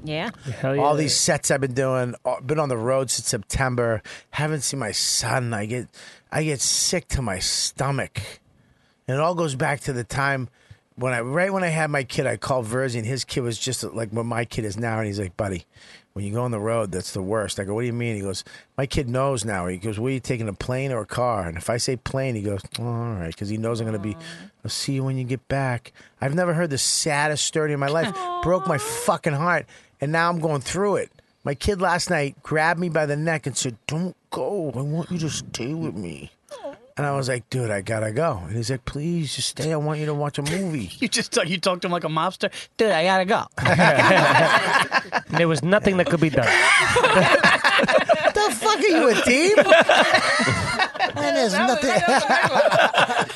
H: Yeah.
F: All these sets I've been doing, all- been on the road since September. Haven't seen my son. I get, I get sick to my stomach, and it all goes back to the time when I, right when I had my kid, I called Verzi, and his kid was just like what my kid is now, and he's like, "Buddy, when you go on the road, that's the worst." I go, "What do you mean?" He goes, "My kid knows now." He goes, "What are you taking, a plane or a car?" And if I say plane, he goes, oh, "All right," because he knows I'm going to be. I'll see you when you get back. I've never heard the saddest story in my life. Broke my fucking heart and now I'm going through it. My kid last night grabbed me by the neck and said, "Don't go. I want you to stay with me." And I was like, "Dude, I gotta go." And he's like, "Please, just stay. I want you to watch a movie."
J: <laughs>
F: <laughs>
J: You just talk, you talk to him like a mobster, dude. I gotta go.
K: there was nothing that could be
F: <laughs>
K: done.
R: the fuck are you a team? and there's nothing.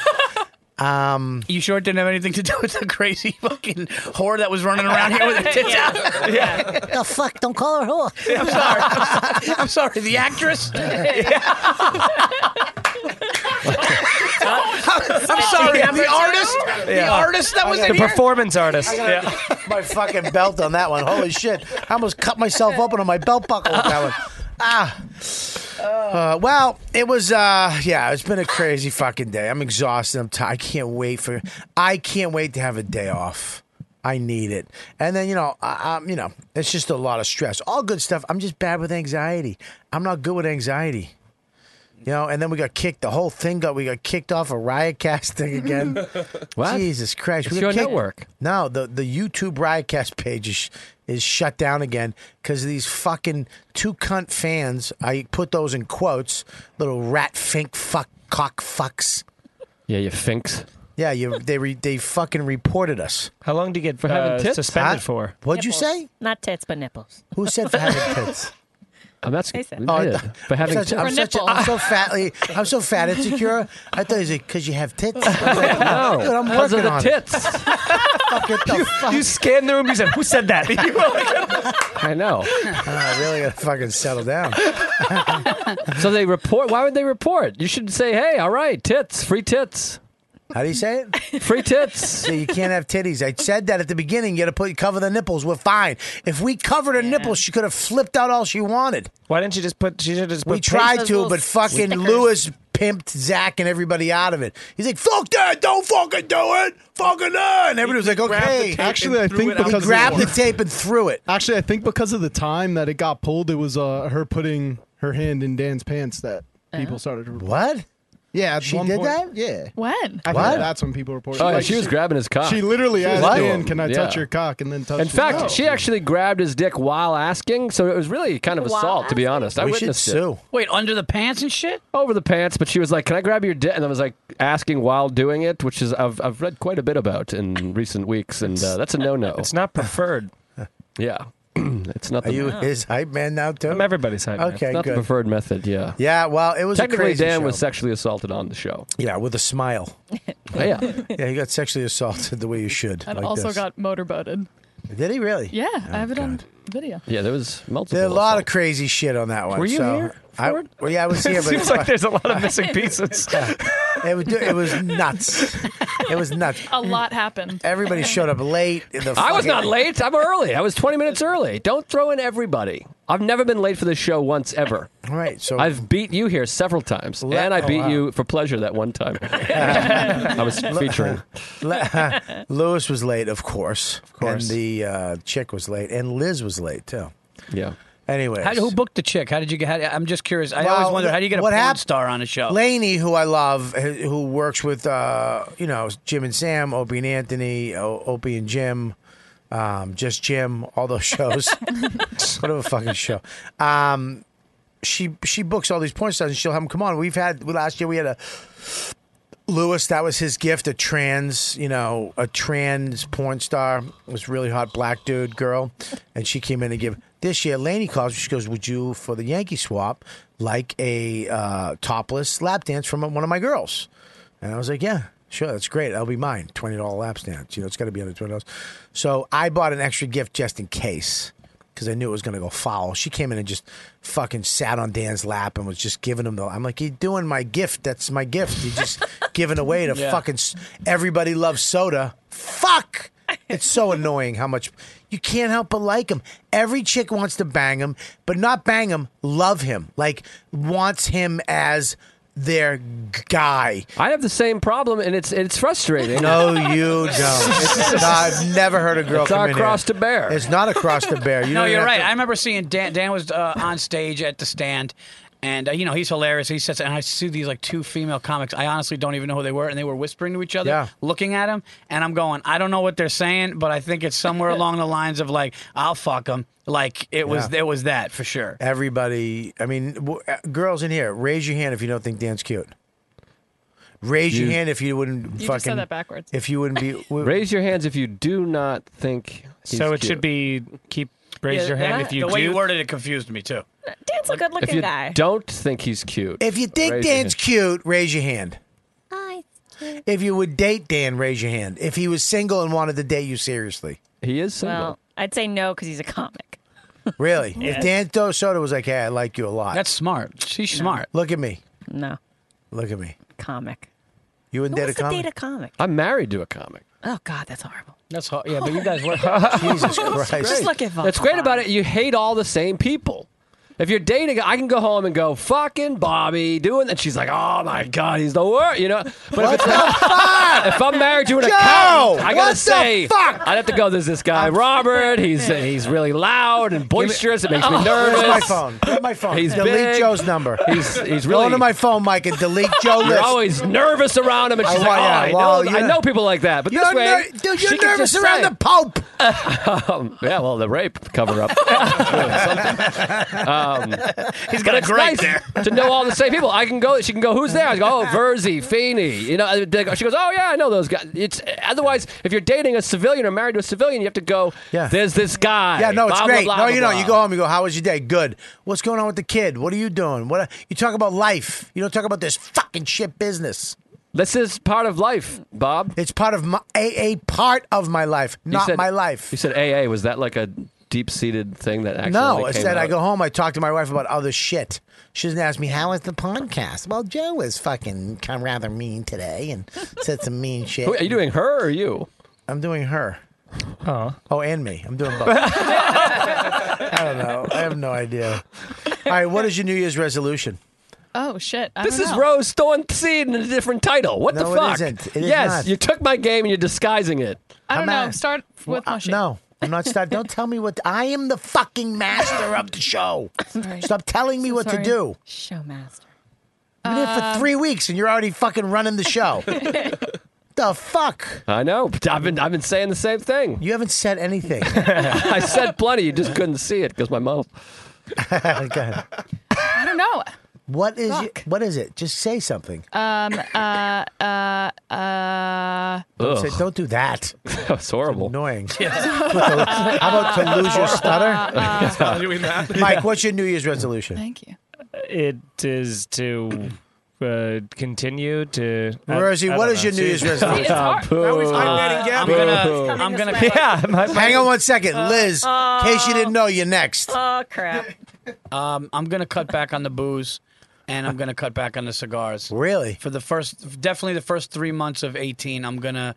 F: Um,
J: you sure it didn't have anything to do with the crazy fucking whore that was running around here with her tits
R: Yeah.
J: out?
R: the Oh, fuck? Don't call her whore.
J: <laughs> I'm sorry. I'm sorry. I'm sorry. The
F: <laughs>
J: actress. <laughs> I'm sorry.
F: Number
J: The
F: two?
J: artist. The
F: Yeah.
J: artist that was in
F: I gotta-
J: here.
F: I gotta get My fucking belt on that one. Holy shit! I almost cut myself open on my belt buckle with that one. Ah. Uh, well, it was. uh Yeah, it's been a crazy fucking day. I'm exhausted. I'm tired. I can't wait for. I can't wait to have a day off. I need it. And then you know, I, I'm. You know, it's just a lot of stress. All good stuff. I'm just bad with anxiety. I'm not good with anxiety. You know, and then we got kicked. The whole thing got we got kicked off a riotcast thing again.
T: <laughs> What?
F: Jesus Christ!
T: It's
F: we got
T: your
F: kicked-
T: network.
F: No, the the YouTube riotcast page is, sh- is shut down again because these fucking two cunt fans. I put those in quotes. Little rat fink fuck cock fucks.
T: Yeah, you finks.
F: Yeah, you they re, they fucking reported us.
K: How long do you get for
T: having tits? suspended
K: for?
F: What'd you say?
H: Not tits, but nipples.
F: Who said for
H: <laughs>
F: having tits?
T: I'm not.
H: I said.
F: Oh, I
T: Oh, yeah,
F: thought-
T: for having
F: I'm, such, I'm,
T: tits.
F: such a, I'm so fatly. I'm so fat insecure. I thought he said because you have tits. I was
T: <laughs>
F: like,
T: No,
F: dude, I'm
T: 'cause
F: working
T: of the
F: on
T: tits.
F: It. <laughs> Fuck, get the
K: <laughs>
F: fuck.
K: You scanned the room. You said, "Who said that?" <laughs> You were like-
T: I know.
F: I really gotta fucking settle down.
T: <laughs> so they report. Why would they report? You should say, "Hey, all right, tits, free tits."
F: How do you say it?
T: <laughs> Free tits.
F: So you can't have titties. I said that at the beginning. You got to put cover the nipples. We're fine. If we covered her nipples, she could have flipped out all she wanted.
K: Why didn't you just put? She should just.
F: We
K: put
F: tried
K: paste-
F: to, but fucking Lewis pimped Zach and everybody out of it. He's like, "Fuck that! Don't fucking do it! Fucking that!" And everybody was like,
M: grabbed the
F: "Okay."
M: tape Actually, and I threw think it out
F: he
M: the <laughs>
F: grabbed the
M: door.
F: tape and threw it.
M: Actually, I think because of the time that it got pulled, it was uh, her putting her hand in Dan's pants that people started. To
F: what?
M: Yeah, at
F: She
M: one
F: did
M: point-
F: that?
M: Yeah.
P: When?
M: I
T: What?
M: think that's when people reported.
T: Oh, yeah, she was grabbing his cock.
M: She literally
T: She was
M: asked
T: into
M: Dan,
T: him.
M: "Can I
T: Yeah.
M: touch your cock?" And then touched.
T: In
M: his
T: fact,
M: cock.
T: she actually grabbed his dick while asking, so it was really kind of
J: While
T: assault, to be honest. I
J: We should
T: witnessed it.
J: sue. Wait, under the pants and shit.
T: Over the pants, but she was like, "Can I grab your dick?" And I was like asking while doing it, which is I've I've read quite a bit about in recent weeks, and uh, that's a no no. It's
K: not preferred.
T: <laughs> yeah, <clears throat> it's not.
F: Are
T: The,
F: you his hype man now too? I'm
K: everybody's hype
F: Okay,
T: it's not
F: good.
T: the preferred method. Yeah.
F: Yeah, well, it was a
T: technically
F: crazy
T: Dan
F: show.
T: was sexually assaulted on the show.
F: Yeah, with a smile.
T: <laughs> yeah,
F: yeah, he got sexually assaulted the way you should.
P: And
F: like
P: also
F: this.
P: got motorboated.
F: Did he really? Oh,
P: Yeah, I have it on video.
T: Yeah, there was multiple.
F: There are a lot of crazy shit on that one.
T: Were you
F: so
T: here
F: I,
T: for it?
F: Well, yeah,
T: <laughs>
F: I was here. But
K: Seems like there's a lot
F: <laughs>
K: of missing pieces.
F: Yeah. It, was, it was nuts. It was nuts.
P: A lot happened. <laughs>
F: Everybody showed up late. in the
T: I was
F: fucking-
T: not late. I'm early. I was 20 minutes early. Don't throw in everybody. I've never been late for this show once ever.
F: All right, so <laughs>
T: I've beat you here several times,
F: Let-
T: and I
F: oh,
T: beat
F: wow.
T: you for pleasure that one time. I was featuring.
F: <laughs> Le- <laughs> Lewis was late, of course. Of course. And the uh, chick was late, and Liz was late too.
T: Yeah.
F: Anyway,
J: How, who booked the chick? How did you get? How, I'm just curious. I
F: Well,
J: always wonder how do you get a
F: what
J: porn
F: hap-
J: star on a show?
F: Laney, who I love, who who works with uh, you know Jim and Sam, Opie and Anthony, o- Opie and Jim, um, just Jim, all
P: <laughs>
F: those <laughs> shows. <laughs> what a fucking show. Um, she she books all these porn stars and she'll have them come on. We've had last year we had a Lewis, that was his gift, a trans, you know, a trans porn star, this really hot black dude girl. And she came in to give this year. Laney calls, she goes, Would you, for the Yankee swap, like a uh, topless lap dance from one of my girls? And I was like, Yeah, sure, that's great. That'll be mine. $20 lap dance. You know, it's got to be under $20. So I bought an extra gift just in case. because I knew it was going to go foul. She came in and just fucking sat on Dan's lap and was just giving him the. I'm like, you're doing my gift. That's my gift. You're just giving away to
Q: Yeah.
F: fucking. s- Everybody loves soda. Fuck. It's so annoying how much you can't help but like him. Every chick wants to bang him, but not bang him, love him. Like wants him as their g- guy.
T: I have the same problem, and it's it's frustrating.
F: No,
T: <laughs>
F: you don't. It's not- I've never heard a girl.
T: It's
F: come
T: our
F: in
T: cross
F: here.
T: to bear.
F: It's not a cross to bear.
J: <laughs>
F: You
J: no,
F: don't even
J: you're
F: have
J: right.
F: to-
J: I remember seeing Dan. Dan was uh, on stage at the stand, and uh, you know he's hilarious. He says, and I see these like two female comics. I honestly don't even know who they were, and they were whispering to each other,
Q: Yeah.
J: looking at him, and I'm going, I don't know what they're saying, but I think it's
F: <laughs>
J: somewhere along the lines of like, I'll fuck him. Like it was,
F: Yeah.
J: it was that for sure.
F: Everybody, I mean, w- uh, girls in here, raise your hand if you don't think Dan's cute. Raise your
T: You-
F: hand if you wouldn't
P: You
F: fucking.
P: just said that backwards.
F: If you wouldn't
P: <laughs>
F: be.
T: Raise your hands if you do not think. He's
K: So it
T: cute.
K: should be keep raise
J: Yeah,
K: your hand
J: that-
K: if you
J: the
K: do.
J: way you worded it confused me too.
H: Dan's a good
T: If
H: looking
T: you
H: guy.
T: don't think he's cute,
F: If you think
T: raise your
F: Dan's cute, raise your hand. If you would date Dan, raise your hand. If he was single and wanted to date you seriously.
T: He is
H: Well, I'd say no because he's a comic.
P: <laughs>
F: really?
H: Yes.
F: If Dan Tho- Soda was like, hey, I like you a lot.
J: That's smart. She's smart.
F: Look at me.
H: No.
F: Look at me.
H: Comic.
F: You wouldn't
H: Who wants
F: date a
H: to
F: comic?
H: date a comic?
T: I'm married to a comic.
H: Oh God, that's horrible.
J: That's hard. Yeah, but you guys
F: <laughs>
J: were. <laughs>
T: Jesus
H: Christ. Just look at Von
T: That's great about it. You hate all the same people. If you're dating, I can go home and go fucking Bobby doing that. She's like, oh my god, he's the worst, you know. But if, it's if I'm married to an
Q: Joe,
T: accountant, I
Q: what
T: gotta
Q: the
T: say,
Q: fuck?
T: I'd have to go. There's this guy Robert. He's uh, he's really loud and boisterous. It makes me
F: Oh.
T: nervous.
F: Where's my phone? Where's my phone?
T: He's
F: Delete
T: big.
F: Joe's number.
T: He's he's
F: Go
T: really
F: into my phone, Mike, and
T: <laughs>
F: delete Joe
T: You're
F: list.
T: always nervous around him, and
F: I
T: she's
F: want-
T: like, "Oh,
F: yeah,
T: I,
F: well,
T: know,
F: you're-
T: I know people like that." But this
F: You're
T: way,
F: ner- dude, you're
T: she can
F: nervous
T: just
F: around
T: say-
F: the Pope.
T: Um, yeah, well, the rape cover
F: <laughs>
T: up. um, but
J: He's got a
T: it's
J: gripe
T: nice to know all the same people. I can go. She can go. Who's there? I go. Oh, Verzi, Feeney. You know. they go- She goes. Oh yeah, I know those guys. It's otherwise if you're dating a civilian or married to a civilian, you have to go. Yeah. There's this guy.
F: Yeah, no, it's
T: blah, blah,
F: great.
T: blah,
F: no,
T: blah,
F: you don't.
T: blah."
F: You go home. You go. How was your day? Good. What's going on with the kid? What are you doing? What you talk about life? You don't talk about this fucking shit business.
T: This is part of life, Bob.
F: It's part of my a, a part of my life,
T: You
F: not
T: said-
F: my life.
T: You said AA. Was that like a deep seated thing that actually?
F: No,
T: came
F: it's that I
T: out?
F: go home. I talk to my wife about other shit. She doesn't ask me how was the podcast. Well, Joe was fucking kind of rather mean today
T: <laughs>
F: and said some mean shit.
T: Who- Are you doing her or you?
F: I'm doing her.
K: Oh,
F: oh, and me.
T: <laughs>
F: I'm doing both. I don't know. I have no idea. All right, what is your New Year's resolution?
P: Oh shit! I
T: This
P: don't
T: is
P: know.
T: Rose throwing seed in a different title. What
F: No,
T: the
F: it
T: fuck?
F: isn't. It is
T: yes,
F: not.
T: you took my game and you're disguising it.
P: I don't
F: I'm
P: know.
F: at-
P: Start with
F: Well,
P: my
F: uh,
P: shit.
F: No, I'm not start. Don't tell me what I am the fucking master of
P: <laughs>
F: the show. Stop telling me what to
H: sorry.
F: do.
H: Showmaster.
F: I've been
H: Uh,
F: here for three weeks and you're already fucking running the
H: <laughs>
F: show. the fuck?
T: I know. but I've been I've been saying the same thing.
F: You haven't said
T: <laughs>
F: anything.
T: I said plenty. You just couldn't see it because my mouth.
P: I don't know.
F: What is your, what is it? Just say something.
P: Um. Uh. Uh. Uh.
F: Don't, say, don't do that.
T: That's horrible.
K: <laughs>
F: annoying. How about to lose
H: <laughs>
F: your <laughs> stutter? <laughs> Mike, what's your New Year's resolution?
P: Thank you.
K: it is to uh, continue to. I-
F: Rosie,
K: I
F: what
K: don't
F: is
K: know.
F: your New Year's
K: See, <laughs> it's
F: resolution?
K: hard.
J: I'm gonna. I'm gonna. <laughs>
K: Yeah, my- my-
F: Hang on one second,
J: Uh,
F: Liz. in case you didn't know, you're next.
H: Oh
F: <laughs>
H: crap!
J: Um, I'm gonna cut back on the booze, and I'm gonna cut back on the cigars.
F: Really?
J: For the first, definitely the first three months of 18, I'm gonna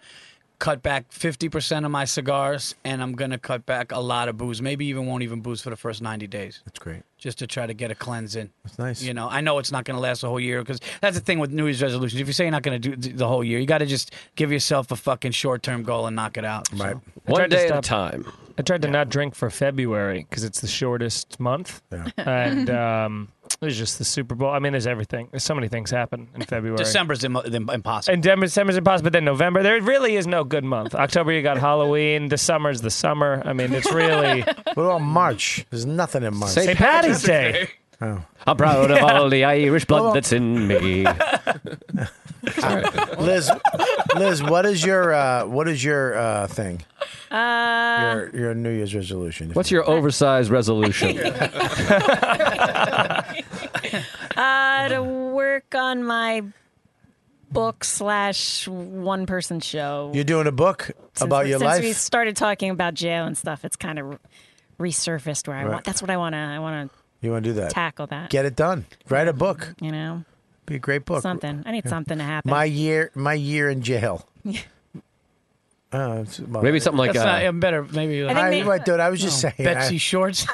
J: cut back 50% of my cigars, and I'm gonna cut back a lot of booze. Maybe even won't even booze for the first 90 days.
F: That's great.
J: Just to try to get a cleanse in. That's
F: nice.
J: You know, I know it's not going to last a whole year because that's the thing with New Year's resolutions. If you say you're not going to do th- the whole year, you got to just give yourself a fucking short term goal and knock it out. Right.
K: I tried to stop-
T: time.
K: I tried to not drink for February because it's the shortest month, and um, there's just the Super Bowl. I mean, there's everything. There's so many things happen in February.
J: December's im- im- impossible.
K: And December- December's impossible. But then November, there really is no good month. October, you
F: <laughs>
K: got Halloween. The summer's the summer. I mean, it's really
F: What about March? There's nothing in March.
K: St. St. Patty's Patty's Day. Day.
F: Oh.
T: I'm proud of all the Irish blood
F: Well-
T: that's in me.
F: Liz, Liz, what is your uh, what is your uh, thing?
H: Uh,
F: Your your New Year's resolution.
T: What's your oversized resolution?
H: uh, to work on my book slash one person show.
F: You're doing a book about
H: we-
F: your
H: since we
F: life.
H: started talking about jail and stuff, it's kind of resurfaced where I
F: Right.
H: want. That's what I want to. I want
F: You want to do
H: to
F: that?
H: tackle that.
F: Get it done. Write a book.
H: You know,
F: Be a great book.
H: something. I need
F: Yeah.
H: something to happen.
F: My year, my year in
J: <laughs>
F: jail. Uh, it's- well,
T: Maybe something like,
J: That's
T: uh,
J: not even better. Maybe. Oh,
F: I think I- they- right, dude, I was just saying,
J: Betsy
F: I-
J: <laughs> Shorts.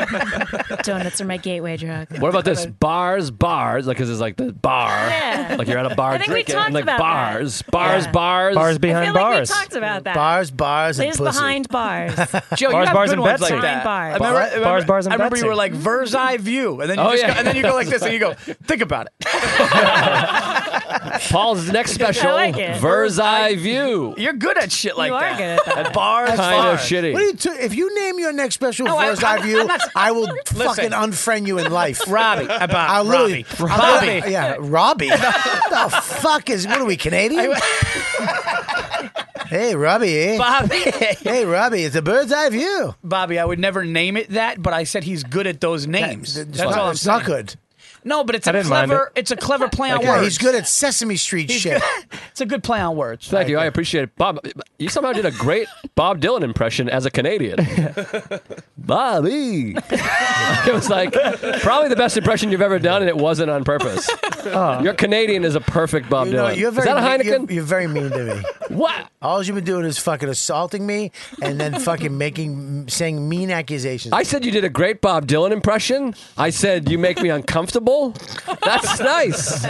H: <laughs> Donuts are my gateway drug.
T: What
H: <laughs>
T: about this bars, bars? Like, cause it's like the bar,
H: Yeah.
T: like you're at a bar
H: I think we
T: drinking,
H: talked
T: and like
H: about that.
T: bars, bars,
H: Yeah.
T: bars,
K: Bars behind I feel like we bars.
H: talked about that.
F: Bars, bars,
H: Liz <laughs> behind
F: <laughs>
H: bars.
J: Joe,
K: Bars,
J: you have
K: bars,
J: good
K: and
J: ones
K: Betsy.
J: like that.
K: Bars,
J: I remember, I
K: bars,
J: remember,
K: bars, and
J: I remember
K: Betsy.
J: you were like bird's eye view, and then you
T: Oh,
J: just
T: yeah.
J: go, and then you go like this, and
T: <laughs>
J: you go, think about it.
T: Paul's
H: <laughs>
T: next special,
J: I like it.
T: Bird's Eye View.
J: You're good at shit like
T: are
J: that.
T: good at that.
J: bars,
T: Kind of
J: bars.
T: shitty.
F: What do you t- if you name your next special
J: No, I-
F: Bird's Eye
J: I'm-
F: View,
J: I'm not-
F: I will
J: Listen.
F: fucking unfriend you in life.
J: <laughs> Robbie, about
F: I'll literally-
J: Robbie.
F: I'll literally-
J: Robbie.
F: yeah,
J: <laughs>
F: Robbie. the fuck is? What are we Canadian? <laughs> hey, Robbie. eh?
J: Bobby.
F: hey, Robbie. It's a bird's eye view.
J: <laughs> Bobby, I would never name it that, but I said he's good at those names.
F: That-
J: That's all I'm
F: it's
J: saying.
F: not good.
J: No, but it's
F: I
J: a
F: didn't mind
J: clever. It's a clever play on
F: Like, yeah,
J: words.
F: he's good at Sesame Street
J: He's
F: shit.
J: good- It's a good play on words.
T: Thank you, I appreciate it, Bob. You somehow did a great Bob Dylan impression as a
F: <laughs>
T: Canadian, Bobby. <laughs> it was like probably the best impression you've ever done, and it wasn't on purpose. Your Canadian is a perfect Bob
F: Ah. You know,
T: Dylan.
F: you're very
T: is that a
F: mean-
T: Heineken?
F: You're, you're very mean to me.
T: <laughs> what?
F: All you've been doing is fucking assaulting me
T: <laughs>
F: and then fucking making saying mean accusations.
T: I said you did a great Bob Dylan impression. I said you make me uncomfortable. That's nice.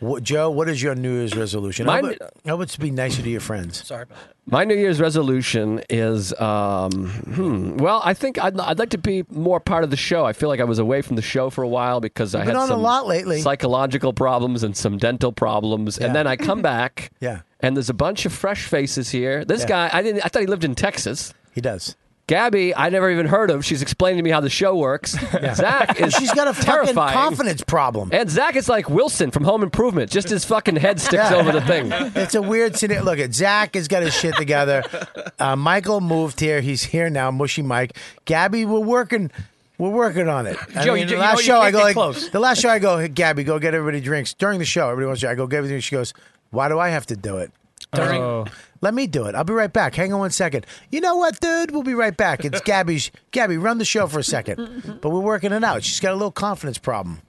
F: Wh- Joe, what is your New Year's resolution? I
T: Mine-
F: would, I would be nicer to your friends.
J: Sorry.
T: My New Year's resolution is, um, hmm, well, I think I'd, I'd like to be more part of the show. I feel like I was away from the show for a while because I
F: You've
T: had
F: been on a
T: some
F: lot lately.
T: psychological problems and some dental problems,
F: Yeah.
T: and then I come back.
F: <laughs> Yeah.
T: And there's a bunch of fresh faces here. This
F: Yeah.
T: guy, I didn't. I thought he lived in Texas.
F: He does.
T: Gabby, I never even heard of. She's explaining to me how the show
F: <laughs>
T: works. Zach is
F: She's got a fucking
T: terrifying.
F: confidence problem.
T: And Zach is like Wilson from Home Improvement. Just his fucking head sticks
F: Yeah.
T: over the thing.
F: <laughs> It's a weird scenario. Look, at Zach has got his shit together. Uh, Michael moved here. He's here now. Mushy Mike. Gabby, we're working. We're working on it. I
J: Joe,
F: mean,
J: you ju-
F: the
J: you
F: last
J: know you
F: show I
J: can't
F: go
J: get
F: like
J: close.
F: the last show I go. Hey, Gabby, go get everybody drinks during the show. Everybody wants to. I go get everything. She goes, Why do I have to do it?
J: During-
F: Let me do it. I'll be right back. Hang on one second. You know what, dude? We'll be right back. It's Gabby's. Gabby, run the show for a second. But we're working it out. She's got a little confidence problem.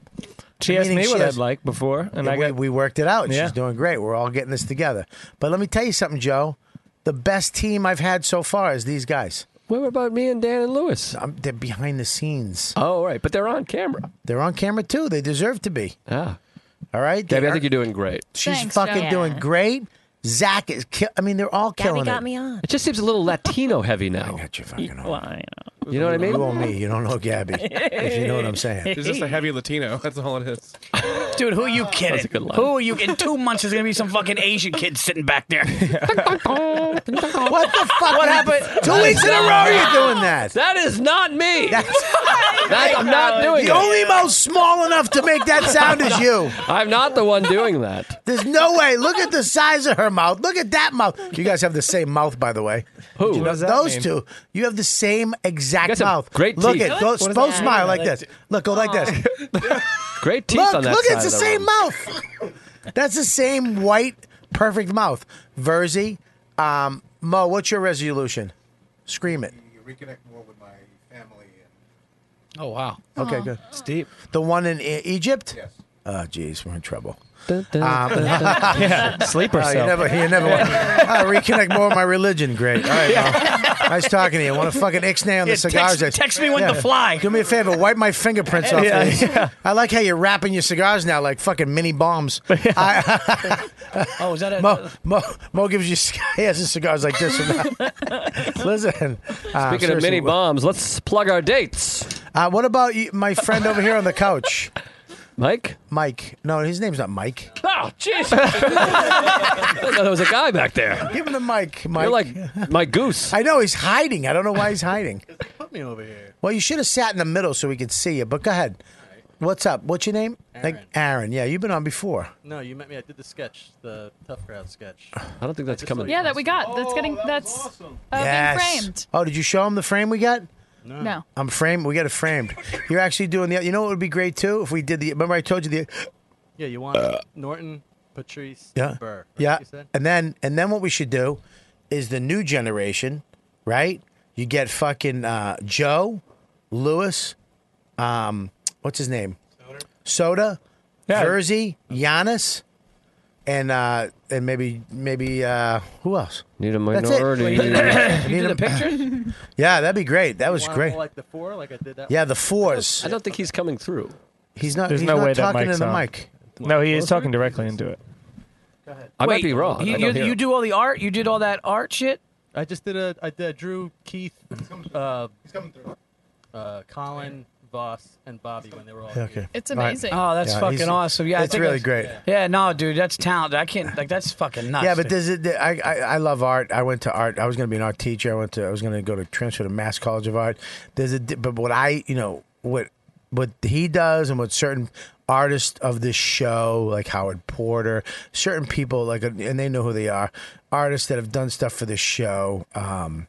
K: She asked
F: Meaning
K: me
F: she
K: what
F: has-
K: I'd like
J: <laughs>
K: before, and
F: yeah,
K: I got
F: we, we worked it out.
K: Yeah.
F: She's doing great. We're all getting this together. But let me tell you something, Joe. The best team I've had so far is these guys.
T: What about me and Dan and Lewis?
F: I'm, they're behind the scenes.
T: Oh, all right, but they're on camera.
F: They're on camera too. They deserve to be.
T: Yeah.
F: All right,
T: Gabby,
F: They
T: I
F: are-
T: think you're doing great.
F: she's
P: Thanks, Joe.
F: fucking doing
P: Yeah.
F: great. Zach is. Kill- I mean, they're all
H: Gabby
F: killing
H: got
F: it.
H: me on.
T: It just seems a little Latino heavy now. I
F: got you fucking
H: Well, I
T: You know what I mean?
F: You owe me. You don't know Gabby. if you know what I'm saying.
N: He's just a heavy Latino. That's all it is.
J: <laughs> Dude, who are you kidding?
T: a good line.
J: Who are you? In two months, there's gonna be some fucking Asian kid sitting
T: <laughs>
J: back there.
T: what
F: the fuck?
J: What happened?
F: Two weeks in a row you're doing that.
T: That is not me.
F: <laughs> That's-
T: That- I'm not doing
F: the
T: it.
F: only mouth small enough to make that sound is you.
T: <laughs> I'm not the one doing that.
F: There's no way. Look at the size of her mouth. Look at that mouth. You guys have the same mouth, by the way.
T: Who?
F: You know,
T: What does that
F: those
T: mean?
F: two. You have the same
T: You guys
F: exact
T: have
F: mouth.
T: great
F: Look
T: teeth.
F: at go,
T: What does
F: both
T: that
F: smile
T: mean?
F: like
T: I like
F: this. Look, go like this.
T: Great teeth
F: Look,
T: on that
F: look,
T: side
F: it's the
T: of
F: same
T: room.
F: mouth. That's the same white, perfect mouth. Verzi, um, Mo, what's your resolution? Scream it.
J: Oh wow.
F: Okay, good.
K: It's deep.
F: The one in E- Egypt? Yes. Oh, jeez, we're in trouble.
K: dun,
F: Um, <laughs>
K: yeah, sleep
F: Oh, you
K: yourself.
F: never, you never want uh, reconnect more with my religion. Great. All right, Mo. nice talking to you. want to fucking ixnay on
J: Yeah,
F: the cigars?
J: text- text me when to fly.
F: Do me a favor. Wipe my fingerprints off
K: Yeah,
F: these. I like how you're wrapping your cigars now like fucking
J: <laughs>
F: mini bombs. I,
J: Oh, is that a?
F: Mo, Mo, Mo gives you. <laughs> c- He has his cigars like this. <laughs> Listen. uh,
T: Speaking of mini
F: seriously,
T: bombs, let's plug our dates.
F: Uh, what about you, my friend over here on the couch,
T: Mike?
F: Mike? No, his name's not Mike.
T: Oh, jeez.
K: <laughs>
T: I didn't know there was a guy back there.
F: Give him the mic, Mike.
T: You're like my goose.
F: I know he's hiding. I don't know why he's hiding.
N: Put me over here.
F: Well, you should have sat in the middle so we could see you. But go ahead. What's up? What's your name? Like Aaron. Yeah, you've been on before.
U: No, you met me. I did the sketch, the tough crowd sketch.
T: I don't think that's coming.
P: Yeah, that we got. That's getting. That's uh, being framed.
F: Oh, did you show him the frame we got?
P: No.
F: I'm framed. We got it framed. You're actually doing the. You know what would be great too if we did the. Remember I told you the.
U: Yeah, you want
J: Uh,
U: Norton, Patrice,
F: Yeah.
U: Burr. right,
F: yeah.
U: You said?
F: And then and then what we should do is the new generation, right? You get fucking uh, Joe, Lewis, um, what's his name? Soda,
K: Yeah.
F: Verzi, Giannis, and uh, and maybe maybe uh, who else?
T: Need a
F: That's it. <coughs>
T: minority. <laughs>
F: Need a- <laughs> yeah, that'd be great. That was
U: Want
F: great.
U: Like the four, like I did that.
F: Yeah, the fours.
T: I don't think he's coming through.
F: He's not.
K: There's
F: he's
K: no
F: not
K: way that
F: talking
K: mic's
F: to the
K: on.
F: mic.
K: No, he is talking directly into it.
T: I
J: Wait,
T: might be wrong.
J: You,
T: I don't
J: you,
T: hear
J: you
T: him.
J: do all the art. You did all that art shit.
U: I just did a. I did, drew Keith, uh, uh, Colin, Voss, and Bobby when they were all. here.
P: It's amazing.
J: Oh, that's
F: Yeah, he's-
J: fucking awesome. Yeah, I
F: it's
J: think
F: really great.
J: Yeah, no, dude, that's talent. I can't like that's fucking nuts.
F: yeah, but
J: dude.
F: there's a, I, I I love art. I went to art. I was going to be an art teacher. I went to. I was going to go to transfer to Mass College of Art. There's a di- but what I you know what what he does and what certain artists of this show like Howard Porter, certain people like and they know who they are, artists that have done stuff for this show. Um,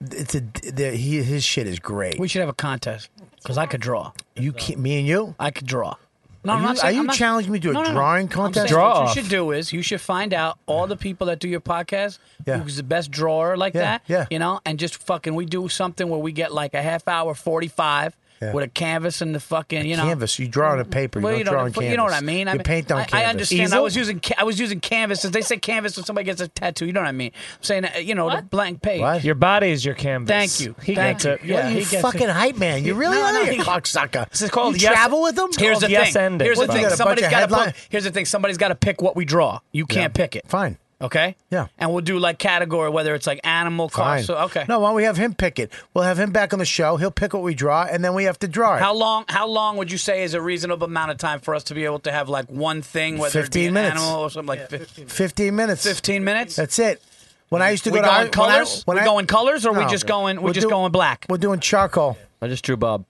F: it's a the, he, his shit is great.
J: we should have a contest because I could draw.
F: You can't, me and you.
J: I could draw. No,
F: Are
J: I'm
F: you-
J: not saying,
F: are you
J: I'm not-
F: challenging me to a
J: No, no, no.
F: drawing
J: I'm saying
F: contest? Draw
J: What
F: off.
J: you should do is you should find out all the people that do your podcast,
F: Yeah.
J: who's the best drawer like
F: Yeah,
J: that.
F: yeah.
J: You know, and just fucking we do something where we get like a half hour, forty five.
F: Yeah.
J: With a canvas and the fucking, you know,
F: canvas. You draw on a paper. You
J: Well,
F: don't
J: you,
F: draw
J: know,
F: on
J: the fu-
F: canvas.
J: you know what I mean. I
F: You
J: mean,
F: paint on
J: I,
F: canvas.
J: I understand. I
F: Easel?
J: was using ca- I was using canvas. Since they say canvas when somebody gets a tattoo, you know what I mean. I'm saying uh, you know the blank page.
K: Your body is your canvas.
J: Thank you.
K: He
J: Thank
K: gets
J: you.
K: it.
J: Yeah,
F: you
J: he gets
F: fucking
J: it.
F: hype man. You really
J: No,
F: are,
J: no,
F: you
J: he-
F: cocksucker.
J: This is called
F: You
J: yes-
F: travel with Oh, them.
J: Here's the
K: yes
J: thing.
K: ending,
J: Here's the
K: bro.
J: thing.
K: You got a
J: Somebody's
F: bunch of
J: got to.
F: headline-
J: Here's the thing. Somebody's got to pick what we draw. You can't pick it.
F: Fine.
J: Okay.
F: Yeah.
J: And we'll do like category whether it's like animal, car.
F: Fine.
J: Oh, So okay.
F: No, why don't we have him pick it? We'll have him back on the show. He'll pick what we draw, and then we have to draw it.
J: How long? How long would you say is a reasonable amount of time for us to be able to have like one thing, whether it be
F: 15
J: an
F: minutes.
J: animal or something like fifteen?
F: Fifteen minutes. Fifteen
J: minutes.
F: That's it. When I used to
J: We
F: go to
J: going
F: art, when I-
J: colors?
F: when
J: We
F: I-
J: going colors, or we just going- we
F: We're
J: just going black?
F: We're doing charcoal.
T: I just drew Bob.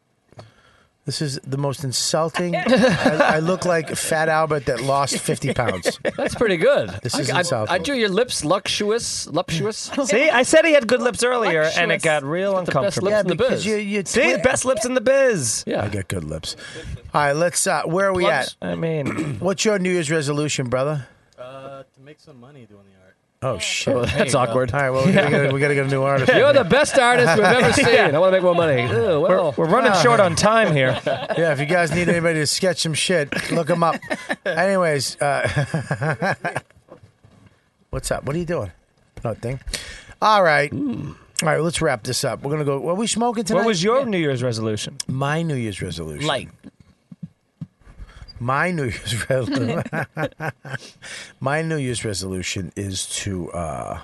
F: This is the
J: <laughs>
F: most insulting. I, I look like Fat Albert that lost
J: <laughs>
F: fifty pounds.
T: That's pretty good.
F: <laughs> This
T: I-
F: is
T: I,
F: insulting.
T: I, drew your lips luxuous, luptuous.
K: <laughs> See, I said he had good lips earlier, and it got real
T: He's got the best
K: uncomfortable.
T: lips in the biz.
F: because you, you
K: See,
F: twit-
K: best lips in the biz.
T: Yeah.
F: I got good lips. All right, let's. Uh, where are we
K: Plugs?
F: at?
K: I mean,
F: <clears throat> What's your New Year's resolution, brother?
U: Uh, to make some money doing the art.
F: Oh shit,
T: Oh, that's
F: All
T: awkward.
F: right, well we gotta,
T: <laughs>
F: get, we gotta get
K: <laughs>
F: a new artist.
T: You're the
F: <laughs>
T: best artist we've ever seen.
K: Yeah.
T: <laughs> I want to make more money. Ew, well.
K: we're running
F: Ah.
K: short on time here.
F: <laughs> yeah, if you guys need anybody to sketch some shit, look them up. Anyways, uh, <laughs> what's up? What are you doing? Nothing. All right, all right. Let's wrap this up. We're gonna go. Are we smoking tonight?
K: What was your New Year's resolution?
F: my New Year's resolution?
J: Light.
F: My New Year's <laughs> resolution. my New Year's resolution is to. Uh,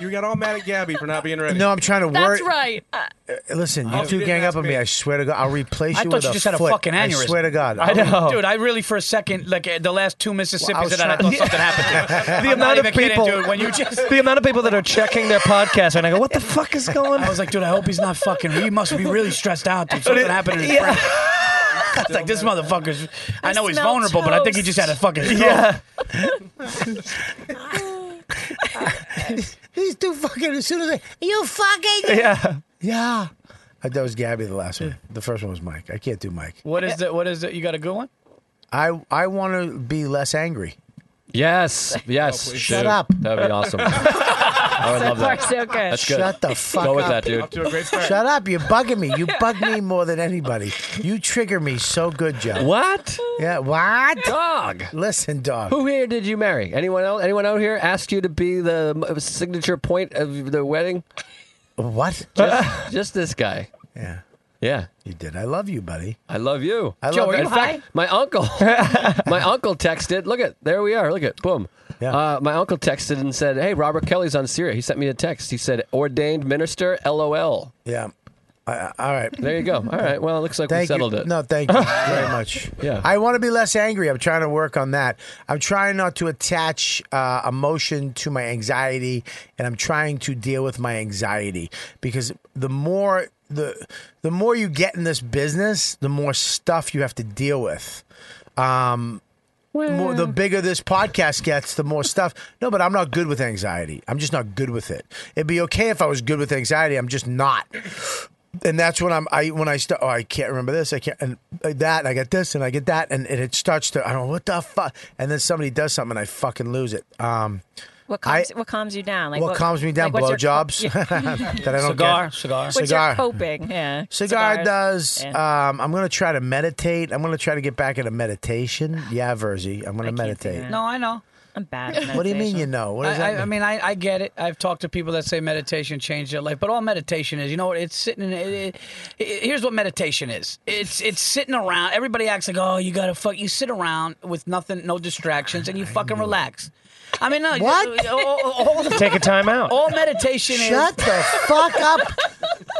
N: You got all mad at Gabby for not being ready.
F: no, I'm trying to work.
P: That's right. Uh,
F: Listen, you
N: Oh,
F: two
N: you
F: gang
N: didn't
F: up on
N: ask
F: me.
N: me.
F: I swear to God, I'll replace you
J: I thought
F: with
J: you
F: a
J: just had a
F: foot.
J: fucking
F: I
J: aneurysm.
F: swear to God,
K: I know.
J: Dude, I really for a second, like uh, the last two
F: Well, I
J: Mississippi's
F: was
J: that I
F: <laughs> trying-
J: thought something happened to. I'm
K: The
J: not
K: amount
J: even
K: of people,
J: kidding, dude. When you
K: <laughs>
J: just,
K: the amount of people that are checking their podcast right now, go, what the fuck is
J: <laughs>
K: going?
J: I
K: on?
J: was like, dude, I hope he's not fucking. He must be really stressed out, <laughs> dude. Something happened to his
K: Yeah.
J: <laughs> brain. I was like, this motherfucker's. I know he's
P: smell
J: vulnerable, but I think he
P: toast.
J: just had a fucking. <laughs> Stroke.
K: Yeah,
F: These two fucking as soon as I
R: You fucking.
K: <laughs> yeah.
F: yeah. I, that was Gabby the last one. The first one was Mike. I can't do Mike.
J: What is the? What is it? You got a good one?
F: I I want to be less angry.
N: <laughs>
T: Yes, yes.
F: Oh, Shut
T: dude.
F: up.
T: That would be
F: <laughs>
T: awesome. I
N: Oh,
T: would love
H: Far
T: that.
H: so good.
T: That's good.
F: Shut the fuck
T: Go
F: up.
T: with that,
N: Up
T: dude.
N: to a great start.
F: Shut up. You're bugging me. You bug me more than anybody. You trigger me so good, Joe.
T: What?
F: Yeah. What?
T: Dog.
F: Listen, dog.
T: Who here did you marry? Anyone else? Anyone out here ask you to be the m- signature point of the wedding?
F: What?
T: Just, just this guy.
F: Yeah.
T: Yeah.
F: You did. I love you, buddy.
T: I love you.
F: I Joe, love are you.
T: In fact, my
F: <laughs>
T: uncle, my uncle texted. Look at there we are. Look at boom.
F: Yeah.
T: Uh, my uncle texted and said, "Hey, Robert Kelly's on Syria." He sent me a text. He said, "Ordained minister, LOL."
F: Yeah. I, I- all right.
T: There you go. All right. Well, it looks like we
F: Thank
T: settled
F: you.
T: it.
F: No, thank
T: <laughs>
F: you very much.
T: Yeah.
F: I want to be less angry. I'm trying to work on that. I'm trying not to attach uh, emotion to my anxiety, and I'm trying to deal with my anxiety because the more the the more you get in this business, the more stuff you have to deal with. Um, more, the bigger this podcast gets, the more stuff. No, but I'm not good with anxiety. I'm just not good with it. It'd be okay if I was good with anxiety. I'm just not. and that's when I'm I when I start. Oh, I can't remember this. I can't and uh, that. And I get this and I get that, and, and it starts to. I don't know what the fuck. And then somebody does something, and I fucking lose it. Um,
H: What
F: I-
H: calms, what calms you down?
F: what, calms me down?
H: like, what's your co- <laughs>
F: Blowjobs
H: Yeah.
F: <laughs> that I don't
J: Cigar,
F: get.
J: cigar.
H: What's
F: cigar.
H: your coping? Yeah.
F: Cigar
H: Cigars.
F: does.
H: Yeah.
F: Um, I'm gonna try to meditate. I'm gonna try to get back into meditation. Yeah, Verzi, I'm gonna meditate.
J: No, I know.
H: I'm bad.
F: at <laughs> What do you mean meditation. you know? What does
J: I,
F: that
J: I, I mean, I, I get it. I've talked to people that say meditation changed their life, but all meditation is, you know, what? it's sitting. In, it, it, it- here's what meditation is. It's it's sitting around. Everybody acts like, oh, you gotta fuck. You sit around with nothing, no distractions, and you fucking relax. I mean, no,
R: What?
J: All,
F: <laughs>
J: all, all,
K: Take a time out.
J: all meditation is.
R: Shut the fuck
J: <laughs>
R: up.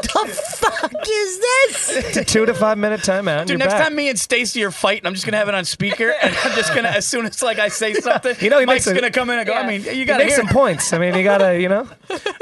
R: the fuck is
K: It's a
R: this?
K: two to five minute timeout.
J: Dude, next time me and Stacy are fighting, I'm just gonna have it on speaker, and I'm just gonna as soon as like I
K: <laughs>
J: say something,
K: You know, he
J: Mike's
K: makes a-
J: gonna come in and go. I mean, you gotta
K: make
J: hear
K: some
J: it.
K: points. I mean, you gotta, you know.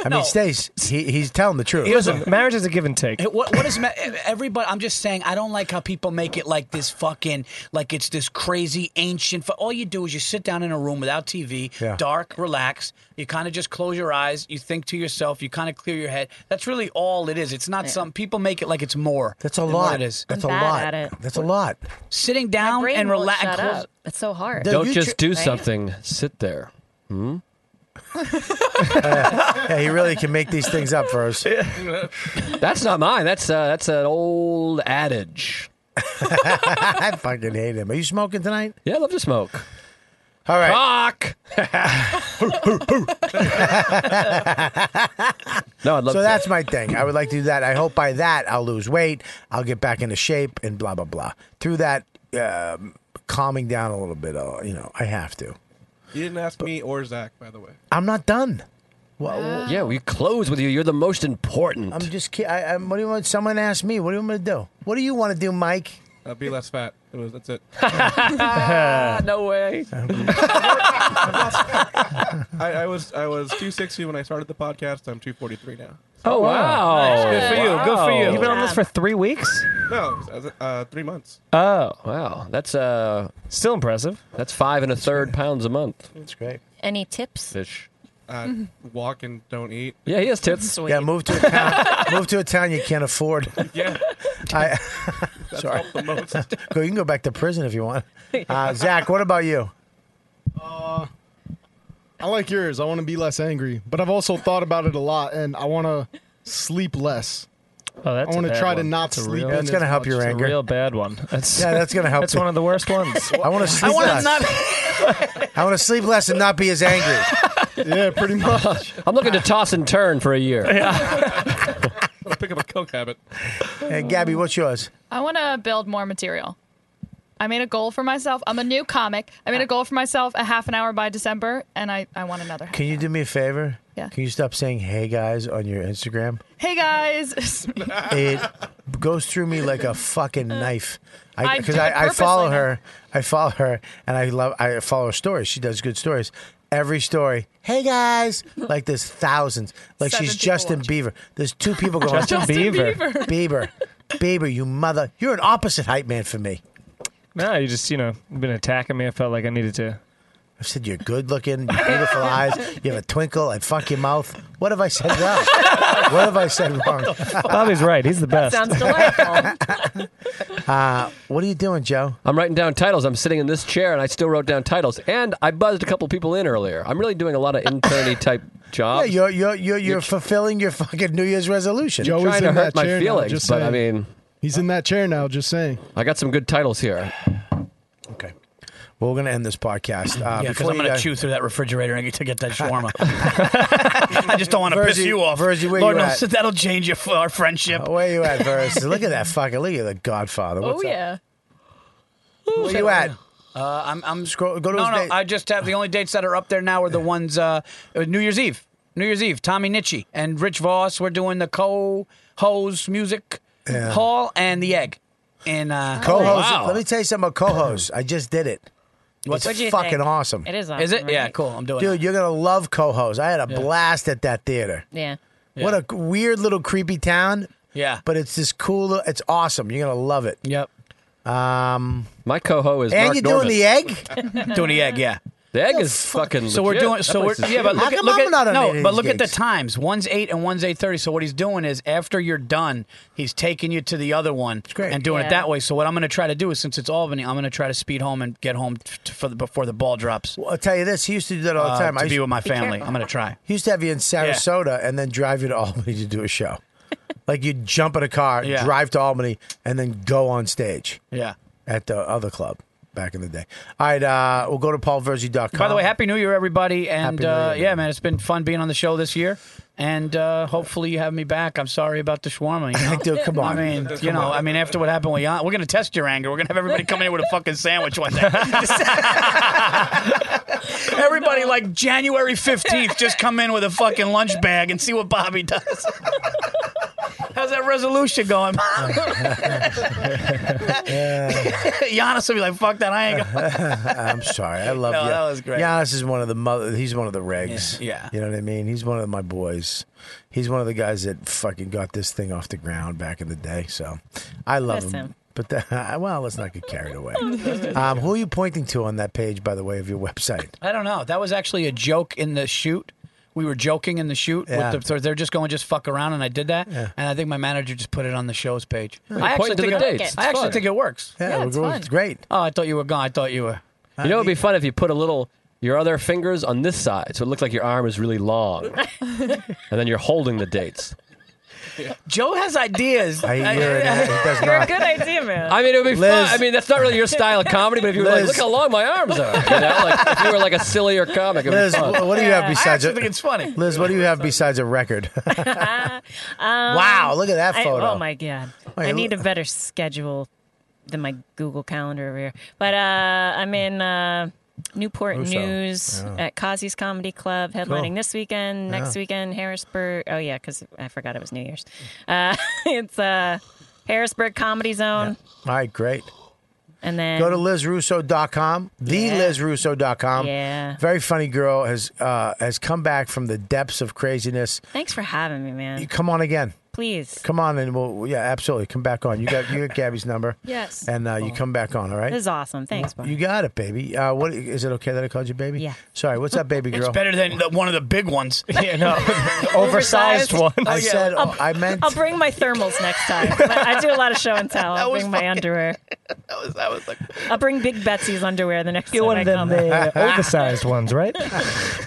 F: I mean, Stace, he, he's telling the truth.
K: Listen, marriage is a give and
F: <laughs>
K: take.
J: Hey, What, what is ma- everybody? I'm just saying. I don't like how people make it like this fucking like it's this crazy ancient. fu- All you do is you sit down in a room without TV,
Q: Yeah.
J: dark, relax. You kind of just close your eyes. You think to yourself. You kind of clear your head. That's really all it is. It's not some people make it like it's more.
F: That's a
J: than
F: lot.
J: What it is.
F: That's a lot. That's a lot.
J: Sitting
H: My
J: down
H: brain
J: and
H: won't
J: relax.
H: shut
J: close-
H: up. It's so hard.
T: Don't just do
H: Right?
T: something. Sit there. Hmm?
F: yeah, he really can make these things up for us.
T: That's not mine. That's uh, that's an old adage.
F: <laughs> I fucking hate him. Are you smoking tonight?
T: Yeah, I love to smoke.
F: All right.
T: Ah.
F: <laughs>
T: no, I'd love
F: so
T: to.
F: that's my thing. I would like to do that. I hope by that I'll lose weight, I'll get back into shape, and blah blah blah. Through that, um, calming down a little bit. Uh, you know, I have to.
N: You didn't ask me or Zach, by the way.
F: I'm not done. Well,
T: Yeah, we close with you. You're the most important.
F: I'm just kidding. I, I, what do you want? Someone asked me, "What do you want me to do? What do you want to do, <laughs> Mike?"
N: Uh, be less fat. It was,
K: <laughs>
N: that's it.
T: no way.
N: <laughs> I, I was I was 260 when I started the podcast. I'm 243 now.
K: Oh wow! Good for you. Good for you.
T: Wow.
K: You've been on this for three weeks.
N: No, it was, uh, three months.
T: Oh wow, that's uh still impressive. That's five and a third pounds a month.
F: That's great.
H: Any tips?
T: Fish.
N: Uh, walk and don't eat. <laughs>
T: Yeah, he has tits.
F: Yeah, move to a <laughs> town. move to a town you can't afford.
N: <laughs> Yeah. <laughs>
F: I, <laughs>
N: That's
F: sorry.
N: helped the most.
F: <laughs> Go. You can go back to prison if
N: <laughs>
F: you want. Uh, Zach, what about you?
M: Uh, I like yours. I want to be less angry, but I've also thought about it a lot, and I want to sleep less.
K: Oh, that's
M: I want
K: a
M: to
K: bad
M: try to
K: one.
M: not
K: That's a
M: sleep.
K: real-
M: in
K: That's
M: as
K: gonna help
M: much.
K: your It's a anger. real bad one. <laughs> That's-
F: yeah, that's gonna help.
K: that's one of the worst ones.
F: <laughs> I want to sleep
K: wanna
F: less.
K: not-
F: I want to sleep less and not be as angry.
M: yeah, pretty much.
T: <laughs> I'm looking to toss and turn for a year.
N: Pick up a coke habit.
F: Hey, Gabby,
N: Um,
F: what's yours?
P: I want to build more material. I made a goal for myself. I'm a new comic. I made a goal for myself a half an hour by December, and I, I want another.
F: Can you do me a favor? Yeah. Can you stop saying "Hey guys" on your Instagram?
P: Hey guys, It's me.
F: <laughs> It goes through me like a fucking knife.
P: I
F: Because
P: do
F: I,
P: it
F: I, follow
P: purposely now.
F: her, I follow her, and I love. I follow her stories. She does good stories. Every story, hey guys, like there's thousands. Like
R: Seven
F: she's
R: people
F: Justin Bieber. There's two people going.
K: Justin Justin Bieber.
F: <laughs> Bieber, Bieber, you mother, you're an opposite hype man for me.
K: No, you just you know been attacking me. I felt like I needed to.
F: I said you're good looking, you have beautiful eyes, you have a twinkle, and fuck your mouth. What have I said wrong? what have I said wrong?
K: Bobby's right. He's the best.
J: <laughs>
H: Sounds delightful.
F: Uh, what are you doing, Joe?
T: I'm writing down titles. I'm sitting in this chair and I still wrote down titles. And I buzzed a couple people in earlier. I'm really doing a lot of
F: <laughs>
T: interny type
F: Yeah,
T: jobs.
F: you're you're you're, you're fulfilling your fucking New Year's resolution.
M: Joe
T: trying
M: is
T: to
M: in
T: hurt
M: that
T: my
M: chair now,
T: feelings,
M: just
T: but I
M: saying.
T: mean,
M: he's in that chair now. Just saying.
T: I got some good titles here.
F: Okay. Well, we're gonna end this podcast. Uh,
J: Yeah, because
F: before
J: I'm
F: you
J: going to
F: guys-
J: chew through that refrigerator and get <laughs> <laughs> to
F: <laughs>
J: get that shawarma. I just don't want to piss
F: Verzi-
J: you off.
F: Verzi, where
J: Lord
F: you
J: knows
F: at?
J: that'll change your, our friendship.
F: Where
J: <laughs>
F: you at, Verse? Look at that fucking. Look at the Godfather. Oh, What's
J: Oh,
F: up?
P: yeah.
F: Where you at?
J: Uh, I'm, I'm
F: Scroll, go to
J: no,
F: his
J: no.
F: date.
J: I just have the only dates that are up there now are the ones uh, uh, New Year's Eve, New Year's Eve. Tommy Nitchie and Rich Voss. We're doing the co-host music
F: Yeah.
J: hall and the egg. And uh,
F: Co-host.
J: Wow.
F: Let me tell you something about co-host. I just did it.
J: What's-
F: it's
J: What'd you
F: fucking
J: think?
F: awesome.
J: It is Is awesome, it? Yeah, right? cool. I'm doing
F: Dude,
J: it.
F: you're gonna love co-host. I had a blast at that theater.
H: Yeah.
F: What a weird little creepy town.
J: Yeah.
F: But it's this cool. li- It's awesome. You're gonna love it.
J: Yep.
F: Um,
T: my co-host is
F: and
T: Mark
F: you're doing
T: Norman.
F: the egg.
J: doing the egg. Yeah.
T: The egg is fucking.
J: So we're
T: legit.
J: doing.
T: That
J: So we're
T: place is
J: yeah, but
T: huge.
J: look at, look at- no, but look at the times. One's eight and one's eight thirty. So what he's doing is after you're done, he's taking you to the other one and doing
F: Yeah.
J: it that way. So what I'm going to try to do is since it's Albany, I'm going to try to speed home and get home t- t- for the, before the ball drops.
F: Well, I'll tell you this. He used to do that all the
J: Uh,
F: time.
J: to
F: I used,
J: be with my Be family. careful. I'm gonna try.
F: He used to have you in Sarasota and then drive you to <laughs> Albany to do a show. like you'd jump in a car,
J: Yeah.
F: drive to Albany, and then go on stage.
J: Yeah.
F: At the other club back in the day. All right, uh, we'll go to paulverzi.com.
J: By the way, happy New Year, everybody! And
F: Happy New
J: uh,
F: Year,
J: yeah, man, it's been fun being on the show this year. And uh, hopefully you have me back. I'm sorry about the
F: <laughs>
J: shawarma. You know?
F: Dude, come on.
J: I mean,
F: Come
J: you know,
F: on.
J: I mean, after what happened with Jan, we're gonna test your anger. We're gonna have everybody come in here with a fucking sandwich one day.
F: <laughs>
J: everybody, like January fifteenth, just come in with a fucking lunch bag and see what Bobby does. <laughs> How's that resolution
F: <laughs>
J: going? <laughs> Giannis will be like, "Fuck that! I ain't." Going.
F: I'm sorry. I love
J: No,
F: you.
J: that was great.
F: Giannis is one of the mother. He's one of the regs.
J: Yeah, yeah.
F: You know what I mean? He's one of my boys. He's one of the guys that fucking got this thing off the ground back in the day. So I love
J: Bless
F: him.
J: him.
F: But that, <laughs> well, let's not get carried away. um, who are you pointing to on that page, by the way, of your website?
J: I don't know. That was actually a joke in the shoot. We were joking in the shoot.
F: Yeah.
J: With the, so they're just going, just fuck around, and I did that. And I think my manager just put it on the show's page.
T: Yeah,
J: I
T: point
J: actually
T: to
J: think
T: the
J: it,
T: dates.
J: I
T: It's
J: actually
T: fun.
J: think it works.
T: Yeah, Yeah, it it's works. fun. It's
F: great.
J: Oh, I thought you were gone. I thought you were.
T: You know, it'd be fun if you put a little your other fingers on this side, so it looked like your arm is really
J: <laughs>
T: long, and then you're holding the dates.
J: Joe has
F: <laughs>
J: ideas.
F: I, you're,
J: <laughs>
T: <laughs>
F: does
H: You're a good idea, man.
T: I mean, it would be
F: Liz.
T: fun. I mean, that's not really your style of comedy, but if you were like,
F: Liz.
T: look how long my arms are, you know, like if you were like a sillier comic, it'd
F: Liz,
T: be fun.
F: wh- what do you have besides?
T: I
F: a-
T: actually think it's funny.
F: Liz, what do you have besides a record? <laughs>
H: Um,
F: Wow, look at that
H: I-
F: photo.
H: oh my god,
F: Oh, yeah,
H: I need a <laughs>
F: look-
H: better schedule than my Google Calendar over here. But uh, I'm in uh, Newport
A: Russo.
H: News
A: Yeah.
H: at Causey's Comedy Club, headlining
A: Cool.
H: this weekend, next
A: Yeah.
H: weekend Harrisburg. Oh yeah, because I forgot it was New Year's. Uh, <laughs> it's uh, Harrisburg Comedy Zone,
F: All right, great.
H: and then
F: Go to LizRusso.com, thelizrusso.com.
H: Yeah.
F: Very funny girl has uh, has come back from the depths of craziness.
H: Thanks for having me, man.
F: You come on again.
H: Please.
F: Come on and we'll yeah, absolutely. Come back on. You got you got Gabby's number.
H: <laughs> Yes.
F: And uh, you come back on, all right?
H: This is awesome. Thanks, Bob.
F: You got it, baby. Uh, what is it okay that I called you baby? Yeah. Sorry, what's up, baby girl?
J: It's better than the, one of the big
T: <laughs>
J: ones. yeah, <laughs>
H: no. Oversized one.
F: I
H: Oh, yeah.
F: said
H: I'll- <laughs>
F: I meant
H: I'll bring my thermals next time. I do a lot of show and tell. I'll bring my underwear.
J: That was, that was like.
H: I'll bring Big Betsy's underwear the next
K: Get
H: time
K: one
H: I
K: of
H: come.
K: them
F: <laughs>
H: <laughs>
K: uh, oversized ones, right?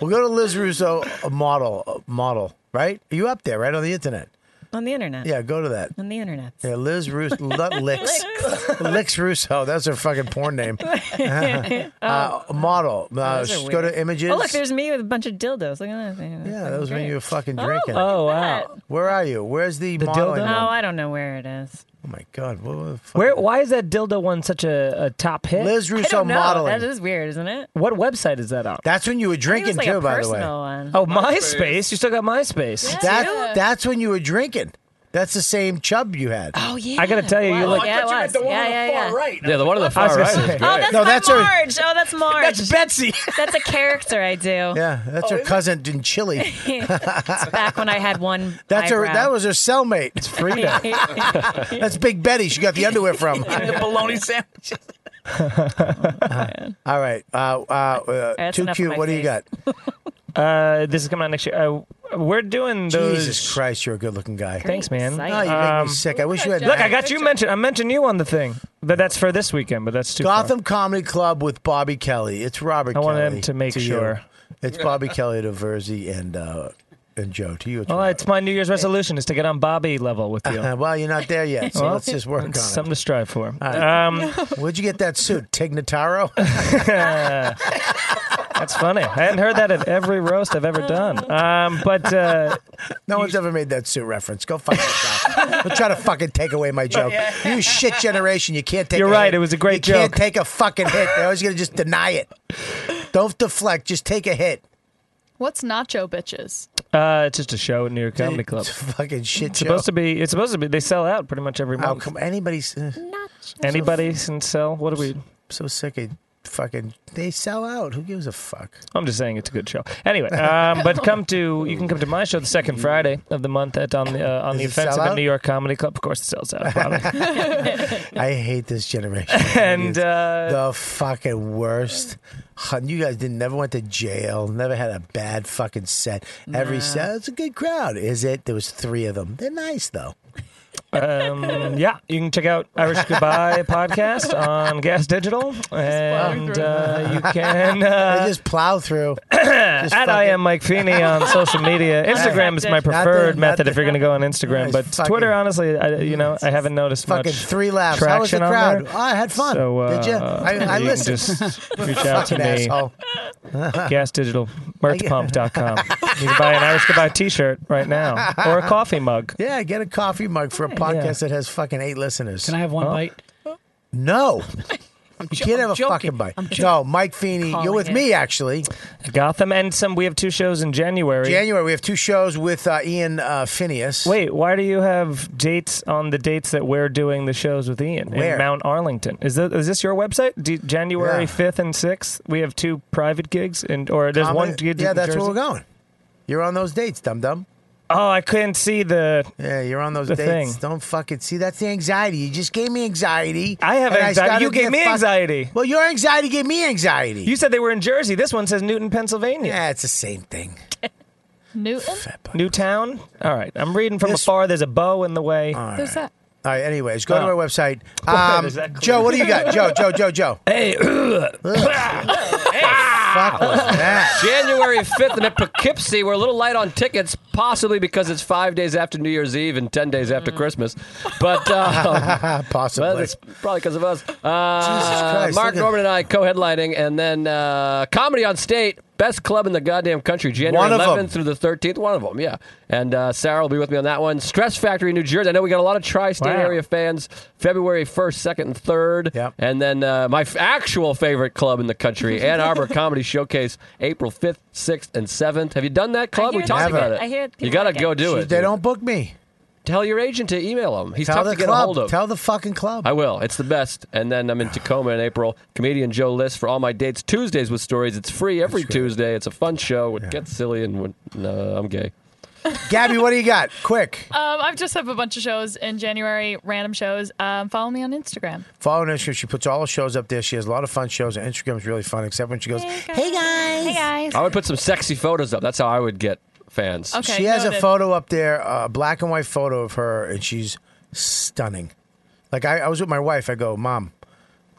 F: We'll go to Liz Russo uh, model uh, model, right? Are you up there, right? On the internet.
H: on the internet.
F: Yeah, go to that.
H: On the internet.
F: Yeah,
H: <laughs>
F: Liz Russo, Licks. Licks. Russo. That's her fucking porn name.
H: <laughs> Oh.
F: Uh, model. Uh,
H: Those are
F: go
H: weird.
F: to images.
H: Oh, look, there's me with a bunch of dildos. Look at that. thing.
F: yeah, that was when you were fucking
H: Oh,
F: drinking.
H: look at Oh, wow.
F: Where are you? Where's the,
H: Oh,
F: model?
H: I don't know where it is.
F: Oh my god! What the fuck?
K: Where? Why is that dildo one such a, a top hit?
F: Liz
H: I don't know. That is weird, isn't it?
K: what website is that on?
F: That's when you were
H: drinking, like a too, by the way. personal one.
K: Oh,
H: MySpace.
K: MySpace. You still got MySpace.
F: That that's when you were drinking. That's the same chub you had.
H: Oh yeah.
K: I gotta tell you, you
H: Wow.
K: look.
H: yeah, it was. yeah, yeah, yeah.
T: Yeah, the one on the far right.
K: say.
T: is great.
H: Oh, that's
F: No,
H: my
F: that's
T: <laughs>
F: her-
H: Marge. Oh, that's Marge. That's
J: Betsy.
H: that's a character I do.
F: Yeah, that's her cousin in Chile.
H: Oh, <laughs> it's back when I had one.
F: That's her.
H: eyebrow.
F: That was her cellmate. It's
H: Frida. <laughs>
F: that's Big Betty. She got the underwear from.
J: the <laughs> bologna sandwiches.
F: All right. Uh, uh, uh,
K: That's
F: too
K: enough of
F: cute.
K: my
F: What do you got?
H: <laughs>
K: Uh, this is coming out next year. Uh, we're doing those.
F: Jesus Christ, you're a good-looking guy.
K: Thanks, man. Um,
F: Oh, you make me sick. I wish you had.
K: Look, I got you mentioned. I mentioned you on the thing, but that's for this weekend. But that's too far.
F: Gotham Comedy Club with Bobby Kelly. It's Robert.
K: I want
F: Kelly
K: him to make
F: you.
K: sure.
F: It's Bobby Kelly to Verzi and uh, and Joe to you. It's
K: Well, it's my New Year's resolution is to get on Bobby level with you.
F: <laughs> well, you're not there yet, so
K: Well,
F: let's just work
K: it's
F: on it.
K: Something to strive for.
F: All right.
K: Um,
F: Where'd you get that suit, Tignataro?
K: <laughs> That's funny. I hadn't heard that at every roast I've ever done. Um, but uh,
F: no one's ever made that suit reference. Go fuck yourself. Don't try to fucking take away my joke. You shit generation. You can't take.
K: You're
F: a
K: right,
F: hit.
K: it was a great
F: you Can't
K: joke.
F: take a fucking hit. They're always gonna just deny it. Don't deflect. Just take a hit.
P: What's nacho bitches?
K: uh, it's just a show at New York Comedy Club.
F: It's a fucking shit
K: It's
F: show.
K: supposed to be. It's supposed to be. They sell out pretty much every
F: Oh,
K: month.
F: come anybody's.
K: Anybody can sell. What do we?
F: So sick of fucking they sell out. Who gives a fuck?
K: I'm just saying it's a good show.
F: <laughs>
K: Anyway, um, but come to you can come to my show the second Friday of the month at on the uh, on the
F: Does it sell
K: offensive at
F: out?
K: New York Comedy Club. Of course, it sells out. probably.
F: <laughs> I hate this generation.
K: <laughs> And,
F: uh, the fucking worst. Hun, You guys didn't never went to jail. Never had a bad fucking set. Every
V: Nah.
F: set, it's a good crowd, is it? There was three of them. They're nice though.
K: um, yeah, you can check out Irish Goodbye podcast on Gas Digital, and uh,
F: <laughs>
K: you can
F: They
K: uh,
F: just plow through.
K: at I am Mike Feeney
F: <laughs>
K: on social media. Instagram is my
F: Not the-
K: preferred
F: not
K: method
F: the-
K: if you're going to go on Instagram, but
F: fucking-
K: Twitter, honestly, I, you know, I haven't noticed
F: Fucking
K: much
F: three laps. How was the
K: traction on
F: crowd?
K: there.
F: Oh, I had fun.
K: So, uh,
F: Did you? I, I
K: you Can
F: listened. <laughs>
K: just reach out to
F: Fucking
K: me.
F: asshole.
K: <laughs> Gas Digital,
F: <laughs>
K: merchpump.com. you can buy an Irish Goodbye t-shirt right now or a coffee mug.
F: Yeah, get a coffee mug for a podcast that has fucking eight listeners. Can I have
K: one
F: one
K: Huh? bite?
F: <laughs> No. you can't have a fucking bite. No, Mike Feeney, you're with me actually.
K: Gotham and some. We have two shows in January.
F: January, we have two shows with uh, Ian uh, Phineas.
K: Wait, why do you have dates on the dates that we're doing the shows with Ian
F: Where?
K: in Mount Arlington? Is this, is this your website? Do, January
F: Yeah.
K: fifth and sixth, we have two private gigs, and or there's one.
F: Comedy-
K: gig in
F: yeah, that's
K: Jersey.
F: where we're going. You're on those dates, dum dum.
K: Oh, I couldn't see the.
F: Yeah, you're on those
K: the
F: dates.
K: thing.
F: Don't fucking see. That's the anxiety. You just gave me anxiety.
K: I have
F: and
K: anxiety.
F: started
K: you gave
F: get
K: me
F: fuck-
K: anxiety.
F: Well, your anxiety gave me anxiety.
K: You said they were in Jersey. This one says Newton, Pennsylvania.
F: Yeah, it's the same thing.
P: Newton?
K: Newtown. All right, I'm reading from afar. There's a bow in the way.
P: There's that.
F: All right. Anyways, go to
K: Oh. <laughs>
F: our website.
K: Well,
F: Um,
K: is that clear?
F: Joe, what do
K: <laughs>
F: you got? Joe, Joe, <laughs> Joe, Joe.
K: Hey. <clears throat>
F: Fuck was that?
T: <laughs> January 5th and at Poughkeepsie. We're a little light on tickets, possibly because it's five days after New Year's Eve and 10 days after Christmas. But <laughs>
K: <laughs>
T: um,
F: possibly.
T: it's probably because of us. Uh,
F: Christ, look
T: Mark
F: at-
T: Norman and I co headlining, and then uh, Comedy on State, best club in the goddamn country, January
F: One of
T: 11th
F: them.
T: through the 13th. One of them, yeah. And uh, Sarah will be with me on that one. Stress Factory, New Jersey. I know we got a lot of tri state
K: Wow.
T: area fans. February 1st, 2nd, and 3rd. And then uh, my f- actual favorite club in the
F: <laughs>
T: country, Ann Arbor Comedy Showcase, April 5th, 6th, and 7th. Have you done that club? We
F: hear
T: talked
F: that's
T: about
F: good.
T: it.
F: I hear people
T: you got to
F: like it.
T: go do
F: Shoot,
T: it.
F: they
T: dude.
F: don't book me.
T: Tell your agent to email him. He's
F: Tell
T: tough
F: the
T: to get
F: club.
T: a hold of.
F: Tell the fucking club.
T: I will. It's the best. And then I'm in Tacoma in April. Comedian Joe List for all my dates. Tuesdays with stories. It's free every Tuesday. It's a fun show. It gets silly and when, no, I'm gay.
F: Gabby, what do you got? Quick.
P: Um, I've just have a bunch of shows in January, random shows. Um, follow me on Instagram.
F: Follow her on Instagram. She puts all her shows up there. She has a lot of fun shows. Her Instagram is really fun, except when she goes,
P: Hey guys. Hey guys.
T: I would put some sexy photos up. That's how I would get fans.
F: she has a photo up there, a black and white photo of her, and she's stunning. Like I, I was with my wife. I go, Mom,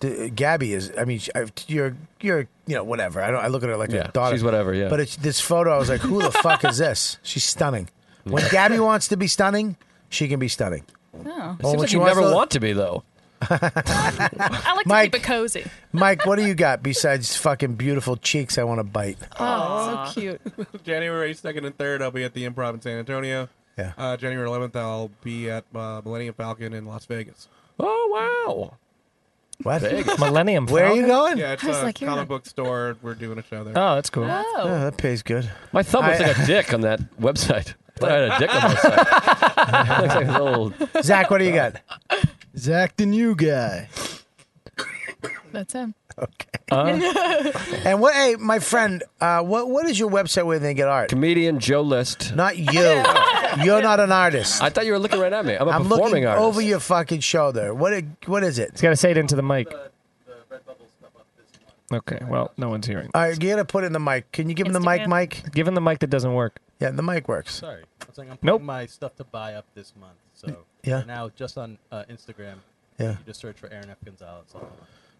F: d- Gabby is. I mean, she- I, you're, you're, you know, whatever. I don't. I look at her like
T: Yeah,
F: a daughter.
T: she's whatever, yeah.
F: But it's, this photo, I was like, Who the fuck is this? She's stunning.
T: <laughs>
F: When Gabby wants to be stunning, she can be stunning.
P: Oh.
T: Seems like you never want to be though.
P: I like
F: Mike.
P: to keep it cozy.
F: Mike, what do you got besides fucking beautiful cheeks? I want to bite.
P: Oh, so cute.
N: <laughs> January 2nd and 3rd, I'll be at the Improv in San Antonio.
F: Yeah.
N: Uh, January 11th, I'll be at uh, Millennium Falcon in Las Vegas.
T: Oh wow.
F: What?
T: Vegas.
K: Millennium
F: Where are you going?
N: Yeah, it's
F: I was
N: a
F: like, you're
N: comic
F: not-
N: book store. We're doing a show there.
K: Oh, that's cool.
F: Oh, that pays good.
T: My thumb looks
F: I-
T: like a dick on that website. <laughs> I thought I had a dick on my site. <laughs> It looks like a little.
F: <laughs> Zach, what do you got?
W: Zach, the new guy.
P: That's him.
T: Uh-huh.
F: and what? Hey, my friend, uh, what what is your website where they get art?
T: Comedian Joe List.
F: Not you. You're not an artist.
T: I thought you were looking right at me. I'm a
F: I'm
T: performing
F: looking
T: artist.
F: over your fucking shoulder. What i- what is it?
K: He's got to say it into the mic. Okay. Well, no one's hearing.
F: All right, you gotta put it in the mic. Can you give him the mic,
U: Instagram.
F: Mike?
K: Give him the mic that doesn't work.
F: Yeah, the mic works.
U: Sorry. I'm saying I'm putting
K: Nope.
U: my stuff to buy up this month. So
F: Yeah.
U: now just on uh, Instagram,
F: Yeah.
U: you just search for Aaron F. Gonzalez.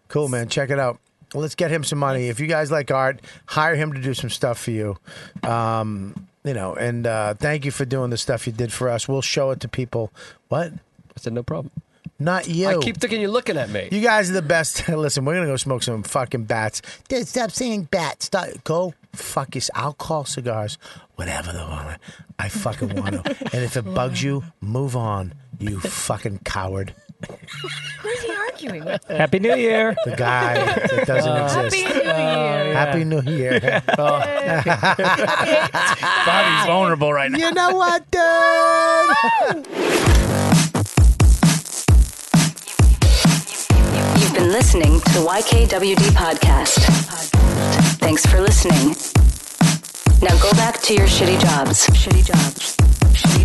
F: Cool, man. Check it out. Let's get him some money. If you guys like art, hire him to do some stuff for you. Um, you know, and uh, thank you for doing the stuff you did for us. We'll show it to people. What?
T: I said no problem.
F: Not you.
T: I keep thinking you're looking at me.
F: You guys are the best. <laughs> Listen, we're gonna go smoke some fucking bats. Dude, stop saying bats. Stop. Go fuck yourself. I'll call cigars, whatever the want. I fucking
T: <laughs>
F: want to. And if it bugs you, move on. You fucking coward.
A: Who's he arguing with?
K: <laughs> <laughs> Happy New Year.
F: The guy that doesn't <laughs>
K: Uh,
F: exist.
A: Happy New Year.
F: Happy New
K: <laughs>
F: Year. <laughs> Oh.
K: Bobby's vulnerable right
F: you know what, dude?
X: You've been listening.
A: listening to YKWD Podcast. Thanks for listening. Now go back to your shitty jobs. Shitty jobs. Shitty,